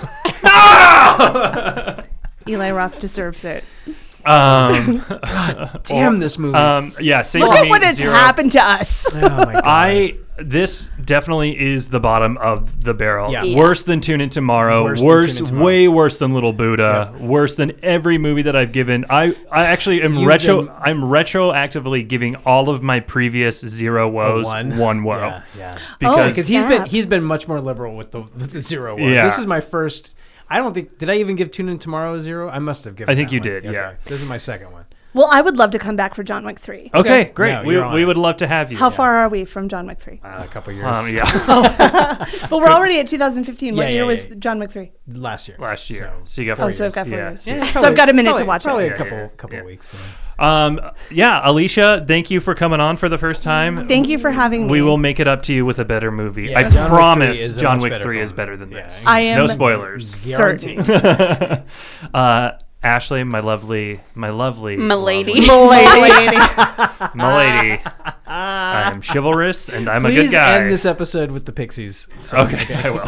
[SPEAKER 5] Eli Roth deserves it.
[SPEAKER 3] no. Um,
[SPEAKER 2] Damn this movie.
[SPEAKER 3] um, yeah, same
[SPEAKER 5] Look
[SPEAKER 3] for
[SPEAKER 5] at
[SPEAKER 3] me,
[SPEAKER 5] what has
[SPEAKER 3] zero.
[SPEAKER 5] happened to us.
[SPEAKER 2] oh my god.
[SPEAKER 3] I this definitely is the bottom of the barrel.
[SPEAKER 2] Yeah. Yeah.
[SPEAKER 3] Worse than Tune In Tomorrow.
[SPEAKER 2] Worse
[SPEAKER 3] Worse,
[SPEAKER 2] than Tune In Tomorrow.
[SPEAKER 3] way worse than Little Buddha. Worse than every movie that I've given. I, I actually am
[SPEAKER 2] You've
[SPEAKER 3] retro.
[SPEAKER 2] been-
[SPEAKER 3] I'm retroactively giving all of my previous zero woes
[SPEAKER 2] one.
[SPEAKER 3] one Oh, woe.
[SPEAKER 2] Yeah, yeah.
[SPEAKER 5] Oh,
[SPEAKER 3] Because
[SPEAKER 2] because he's been
[SPEAKER 5] Snap.
[SPEAKER 2] he's been much more liberal with the, with the zero ones.
[SPEAKER 3] Yeah.
[SPEAKER 2] This is my first. I don't think did I even give Tune In Tomorrow a zero? I must have given.
[SPEAKER 3] I think
[SPEAKER 2] that
[SPEAKER 3] you
[SPEAKER 2] one.
[SPEAKER 3] did, yeah.
[SPEAKER 2] this is my second one.
[SPEAKER 5] Well, I would love to come back for John Wick 3.
[SPEAKER 3] okay, great.
[SPEAKER 2] No,
[SPEAKER 3] we
[SPEAKER 2] you're on
[SPEAKER 3] we
[SPEAKER 2] it.
[SPEAKER 3] would love to have you.
[SPEAKER 5] How far are we from John Wick 3?
[SPEAKER 2] Uh, a couple years
[SPEAKER 3] Um, yeah,
[SPEAKER 5] But we're already at 2015.
[SPEAKER 2] Yeah,
[SPEAKER 5] what
[SPEAKER 2] yeah,
[SPEAKER 5] year
[SPEAKER 2] yeah,
[SPEAKER 5] was
[SPEAKER 2] yeah.
[SPEAKER 5] John Wick 3?
[SPEAKER 2] last year.
[SPEAKER 3] last year.
[SPEAKER 2] So-
[SPEAKER 3] So you got
[SPEAKER 5] Oh,
[SPEAKER 3] four
[SPEAKER 5] so I've got four
[SPEAKER 3] Yeah,
[SPEAKER 5] years.
[SPEAKER 3] yeah.
[SPEAKER 2] Yeah,
[SPEAKER 5] So I've got a minute to watch it.
[SPEAKER 2] probably,
[SPEAKER 3] Yeah,
[SPEAKER 2] Probably a
[SPEAKER 3] yeah,
[SPEAKER 2] couple couple weeks. yeah.
[SPEAKER 3] Um, yeah, Alicia, thank you for coming on for the first time.
[SPEAKER 5] Thank you for having me.
[SPEAKER 3] We will make it up to you with a better movie.
[SPEAKER 2] Yeah,
[SPEAKER 3] I
[SPEAKER 2] John Wick 3
[SPEAKER 3] promise
[SPEAKER 2] is a
[SPEAKER 3] John
[SPEAKER 2] much
[SPEAKER 3] Wick
[SPEAKER 2] better
[SPEAKER 3] 3 is
[SPEAKER 2] film.
[SPEAKER 3] better than
[SPEAKER 2] Yeah,
[SPEAKER 3] this.
[SPEAKER 5] I am
[SPEAKER 3] no spoilers.
[SPEAKER 5] certain.
[SPEAKER 3] uh, Ashley, my lovely, my lovely, lovely-
[SPEAKER 4] Milady.
[SPEAKER 5] Milady.
[SPEAKER 3] milady. I am chivalrous and I'm a
[SPEAKER 2] Please
[SPEAKER 3] good guy.
[SPEAKER 2] end this episode with the Pixies. So,
[SPEAKER 3] okay, I will.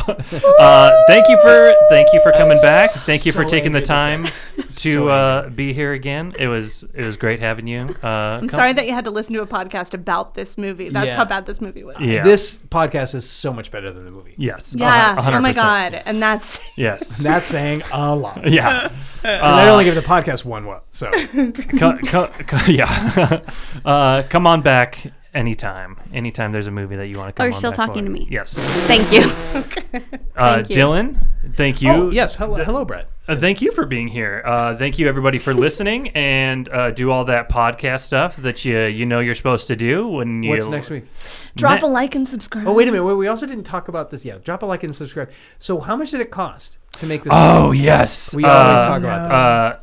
[SPEAKER 3] Uh, thank you for thank you for coming back. Thank you for
[SPEAKER 2] so
[SPEAKER 3] taking the
[SPEAKER 2] angry
[SPEAKER 3] time
[SPEAKER 2] with
[SPEAKER 3] to
[SPEAKER 2] So
[SPEAKER 3] uh, be here again. It was it was great having you. Uh,
[SPEAKER 5] I'm sorry that you had to listen to a podcast about this movie. That's
[SPEAKER 2] Yeah.
[SPEAKER 5] how bad this movie was.
[SPEAKER 3] yeah.
[SPEAKER 2] This podcast is so much better than the movie.
[SPEAKER 3] yes, a
[SPEAKER 5] Yeah.
[SPEAKER 3] hun- a
[SPEAKER 5] oh my
[SPEAKER 3] 100%.
[SPEAKER 5] God. And that's
[SPEAKER 3] Yes.
[SPEAKER 2] That's saying a lot. And
[SPEAKER 3] yeah. Uh,
[SPEAKER 2] I only give the podcast one well. So
[SPEAKER 3] Co- co- co- yeah. uh, come on back anytime. Anytime there's a movie that you want to come
[SPEAKER 4] Oh, you're
[SPEAKER 3] on
[SPEAKER 4] still
[SPEAKER 3] back
[SPEAKER 4] talking
[SPEAKER 3] for.
[SPEAKER 4] to me.
[SPEAKER 3] Yes.
[SPEAKER 4] Thank you.
[SPEAKER 3] Uh,
[SPEAKER 4] Thank you.
[SPEAKER 3] Dylan, thank you.
[SPEAKER 2] oh, yes, hello, hello, Brett.
[SPEAKER 3] Uh, thank you for being here. Uh, thank you everybody for listening and uh, do all that podcast stuff that you you know you're supposed to do when you
[SPEAKER 2] What's next week?
[SPEAKER 5] drop
[SPEAKER 3] Ne-
[SPEAKER 5] a like and subscribe.
[SPEAKER 2] Oh, wait a minute. Wait, we also didn't talk about this yet. Drop a like and subscribe. So, how much did it cost to make this?
[SPEAKER 3] Oh yes.
[SPEAKER 2] We always
[SPEAKER 3] Uh,
[SPEAKER 2] talk about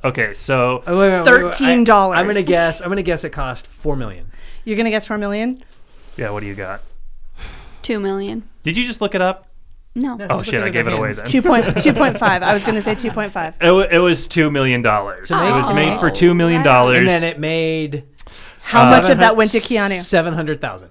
[SPEAKER 3] Uh, okay, so
[SPEAKER 2] Oh, wait, wait, wait, wait, wait. I-
[SPEAKER 5] $13.
[SPEAKER 2] I'm gonna guess. I'm gonna guess it cost four million.
[SPEAKER 5] You're going to guess for a million?
[SPEAKER 3] yeah, what do you got?
[SPEAKER 4] Two million.
[SPEAKER 3] Did you just look it up?
[SPEAKER 4] No.
[SPEAKER 3] Oh
[SPEAKER 2] Just
[SPEAKER 3] shit,
[SPEAKER 2] look
[SPEAKER 3] I
[SPEAKER 2] at
[SPEAKER 3] gave
[SPEAKER 2] her
[SPEAKER 3] it away
[SPEAKER 2] hands.
[SPEAKER 3] then.
[SPEAKER 5] 2.5. 2.5. I was going to say 2.5.
[SPEAKER 3] It, wa- it was two million dollars.
[SPEAKER 2] So
[SPEAKER 3] it was
[SPEAKER 2] maybe-
[SPEAKER 3] made for two million
[SPEAKER 4] Oh, right.
[SPEAKER 3] dollars.
[SPEAKER 2] And then it made
[SPEAKER 5] How much of that went to Keanu?
[SPEAKER 2] Seven hundred thousand.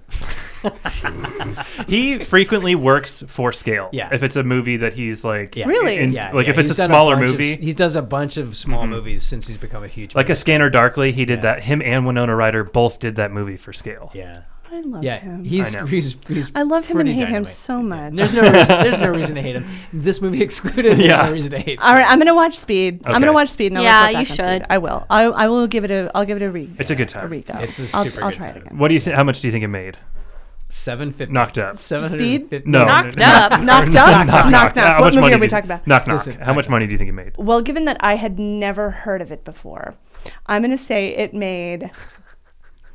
[SPEAKER 3] He frequently works for scale.
[SPEAKER 2] Yeah.
[SPEAKER 3] If it's a movie that he's like,
[SPEAKER 2] Yeah.
[SPEAKER 5] Really?
[SPEAKER 3] in-
[SPEAKER 2] Yeah.
[SPEAKER 3] like
[SPEAKER 2] yeah,
[SPEAKER 3] if it's
[SPEAKER 2] he's
[SPEAKER 3] a
[SPEAKER 2] done
[SPEAKER 3] smaller
[SPEAKER 2] bunch of-
[SPEAKER 3] movie, Mm-hmm.
[SPEAKER 2] he does a bunch of small movies since he's become a huge.
[SPEAKER 3] like a Scanner Darkly, he did
[SPEAKER 2] Yeah.
[SPEAKER 3] that. Him and Winona Ryder both did that movie for scale.
[SPEAKER 2] yeah,
[SPEAKER 5] I love
[SPEAKER 2] yeah.
[SPEAKER 5] him.
[SPEAKER 2] He's,
[SPEAKER 3] I know.
[SPEAKER 2] he's he's
[SPEAKER 5] I love him and
[SPEAKER 2] pretty
[SPEAKER 5] hate him
[SPEAKER 2] dynamite.
[SPEAKER 5] so much.
[SPEAKER 2] There's no reason, there's no reason to hate him. This movie excluded. There's
[SPEAKER 3] Yeah.
[SPEAKER 2] no reason to hate.
[SPEAKER 5] All right, I'm gonna watch Speed. I'm
[SPEAKER 3] Okay.
[SPEAKER 5] gonna watch Speed. And I'll
[SPEAKER 4] Yeah,
[SPEAKER 5] report
[SPEAKER 4] you
[SPEAKER 5] back on Speed.
[SPEAKER 4] should.
[SPEAKER 5] I will. I, I will give it a. I'll give it a read.
[SPEAKER 3] It's a good time.
[SPEAKER 5] a read.
[SPEAKER 2] It's a super
[SPEAKER 5] I'll, I'll
[SPEAKER 2] good
[SPEAKER 5] try it
[SPEAKER 2] time.
[SPEAKER 5] again.
[SPEAKER 3] What do you think? How much do you think it made?
[SPEAKER 2] Seven fifty.
[SPEAKER 3] Knocked up.
[SPEAKER 2] Seven
[SPEAKER 5] Speed?
[SPEAKER 2] hundred fifty.
[SPEAKER 3] No.
[SPEAKER 4] Knocked
[SPEAKER 3] no,
[SPEAKER 4] up.
[SPEAKER 5] Knocked up. Knocked up.
[SPEAKER 3] How
[SPEAKER 5] What
[SPEAKER 3] much
[SPEAKER 5] movie
[SPEAKER 3] money
[SPEAKER 5] are we
[SPEAKER 3] did-
[SPEAKER 5] talking about?
[SPEAKER 3] Knock knock.
[SPEAKER 2] Listen,
[SPEAKER 3] How much money do you think it made?
[SPEAKER 5] Well, given that I had never heard of it before, I'm gonna say it made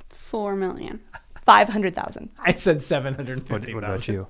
[SPEAKER 4] Four million.
[SPEAKER 5] five hundred thousand.
[SPEAKER 2] I said seven hundred
[SPEAKER 3] What,
[SPEAKER 2] fifty.
[SPEAKER 3] what about you?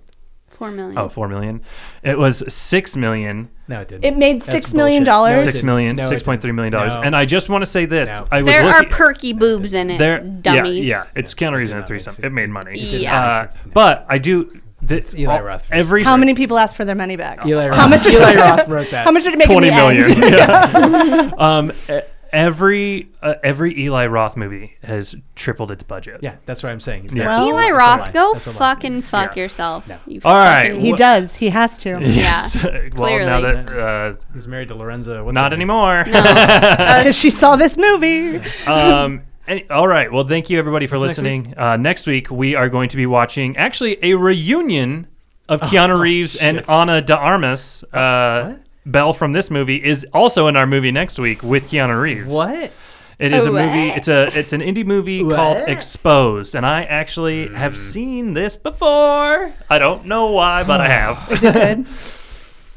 [SPEAKER 4] Four million.
[SPEAKER 3] Oh, four million. It was six million.
[SPEAKER 2] No, it didn't.
[SPEAKER 5] It made
[SPEAKER 2] That's
[SPEAKER 5] six million
[SPEAKER 2] bullshit.
[SPEAKER 5] dollars.
[SPEAKER 2] No, it
[SPEAKER 3] Six
[SPEAKER 2] didn't.
[SPEAKER 3] million.
[SPEAKER 2] No, it
[SPEAKER 3] Six point three million dollars.
[SPEAKER 2] didn't.
[SPEAKER 3] And I just want to say this.
[SPEAKER 2] No.
[SPEAKER 3] I was
[SPEAKER 4] there are
[SPEAKER 3] looking.
[SPEAKER 4] perky boobs in it.
[SPEAKER 3] There,
[SPEAKER 4] dummies.
[SPEAKER 3] Yeah, yeah, it's Keanu Reeves and a
[SPEAKER 2] not make
[SPEAKER 3] threesome.
[SPEAKER 2] six-
[SPEAKER 3] It made money.
[SPEAKER 4] did not
[SPEAKER 2] make
[SPEAKER 3] Uh,
[SPEAKER 2] six million.
[SPEAKER 3] but I do. Th-
[SPEAKER 2] Eli
[SPEAKER 3] all-
[SPEAKER 2] Roth.
[SPEAKER 3] Every
[SPEAKER 5] How many people asked for their money back?
[SPEAKER 2] Eli Roth.
[SPEAKER 5] How much?
[SPEAKER 2] Eli Roth wrote that.
[SPEAKER 5] How much did it make?
[SPEAKER 3] Twenty
[SPEAKER 5] in the
[SPEAKER 3] million.
[SPEAKER 5] End?
[SPEAKER 3] Yeah. um, e- every uh, every Eli Roth movie has tripled its budget.
[SPEAKER 2] Yeah, that's what I'm saying.
[SPEAKER 3] Yeah.
[SPEAKER 2] That's-
[SPEAKER 5] Well,
[SPEAKER 4] Eli
[SPEAKER 2] that's a
[SPEAKER 4] Roth,
[SPEAKER 2] lie.
[SPEAKER 4] go
[SPEAKER 2] That's a lie.
[SPEAKER 4] fucking fuck
[SPEAKER 3] Yeah.
[SPEAKER 4] yourself. You
[SPEAKER 3] All right.
[SPEAKER 4] fucking-
[SPEAKER 5] He
[SPEAKER 3] What-
[SPEAKER 5] does. He has to.
[SPEAKER 3] Yes. well, now
[SPEAKER 4] clearly.
[SPEAKER 3] that uh,
[SPEAKER 2] He's married to Lorenzo. What's
[SPEAKER 3] not
[SPEAKER 2] her name?
[SPEAKER 3] anymore.
[SPEAKER 5] Because she saw this movie.
[SPEAKER 3] um, any- all right. Well, thank you everybody for
[SPEAKER 2] What's next
[SPEAKER 3] listening. uh, next week we are going to be watching actually a reunion of Keanu Reeves and
[SPEAKER 2] Oh, shit.
[SPEAKER 3] Ana de Armas. Uh,
[SPEAKER 2] What?
[SPEAKER 3] Belle from this movie is also in our movie next week with Keanu Reeves.
[SPEAKER 2] What?
[SPEAKER 3] It is a
[SPEAKER 4] What?
[SPEAKER 3] movie. It's a it's an indie movie called
[SPEAKER 2] What? Hmm.
[SPEAKER 3] Exposed, and I actually have seen this before. I don't know why, but I have.
[SPEAKER 5] Good.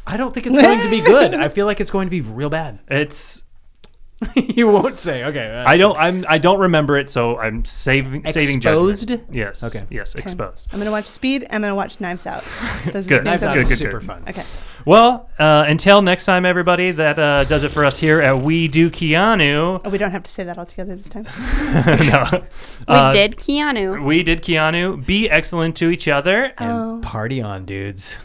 [SPEAKER 2] I don't think it's going to be good. I feel like it's going to be real bad.
[SPEAKER 3] It's
[SPEAKER 2] you won't say. Okay. uh,
[SPEAKER 3] I don't. I'm. I don't remember it, so I'm saving. Saving judgment.
[SPEAKER 2] Exposed?
[SPEAKER 3] Yes.
[SPEAKER 2] Okay.
[SPEAKER 3] Yes. Exposed.
[SPEAKER 5] I'm gonna watch Speed. I'm gonna watch Knives Out. Those
[SPEAKER 3] Good.
[SPEAKER 5] Are the things
[SPEAKER 3] Knives
[SPEAKER 5] I'm
[SPEAKER 2] That
[SPEAKER 3] Good,
[SPEAKER 2] was
[SPEAKER 3] good,
[SPEAKER 2] super
[SPEAKER 3] good.
[SPEAKER 2] fun.
[SPEAKER 5] Okay.
[SPEAKER 3] Well, uh, until next time, everybody. That uh, does it for us here at We Do Keanu.
[SPEAKER 5] Oh, we don't have to say that all together this time.
[SPEAKER 3] no.
[SPEAKER 4] We
[SPEAKER 3] Uh,
[SPEAKER 4] did Keanu.
[SPEAKER 3] We did Keanu. Be excellent to each other.
[SPEAKER 5] Oh.
[SPEAKER 2] And party on, dudes.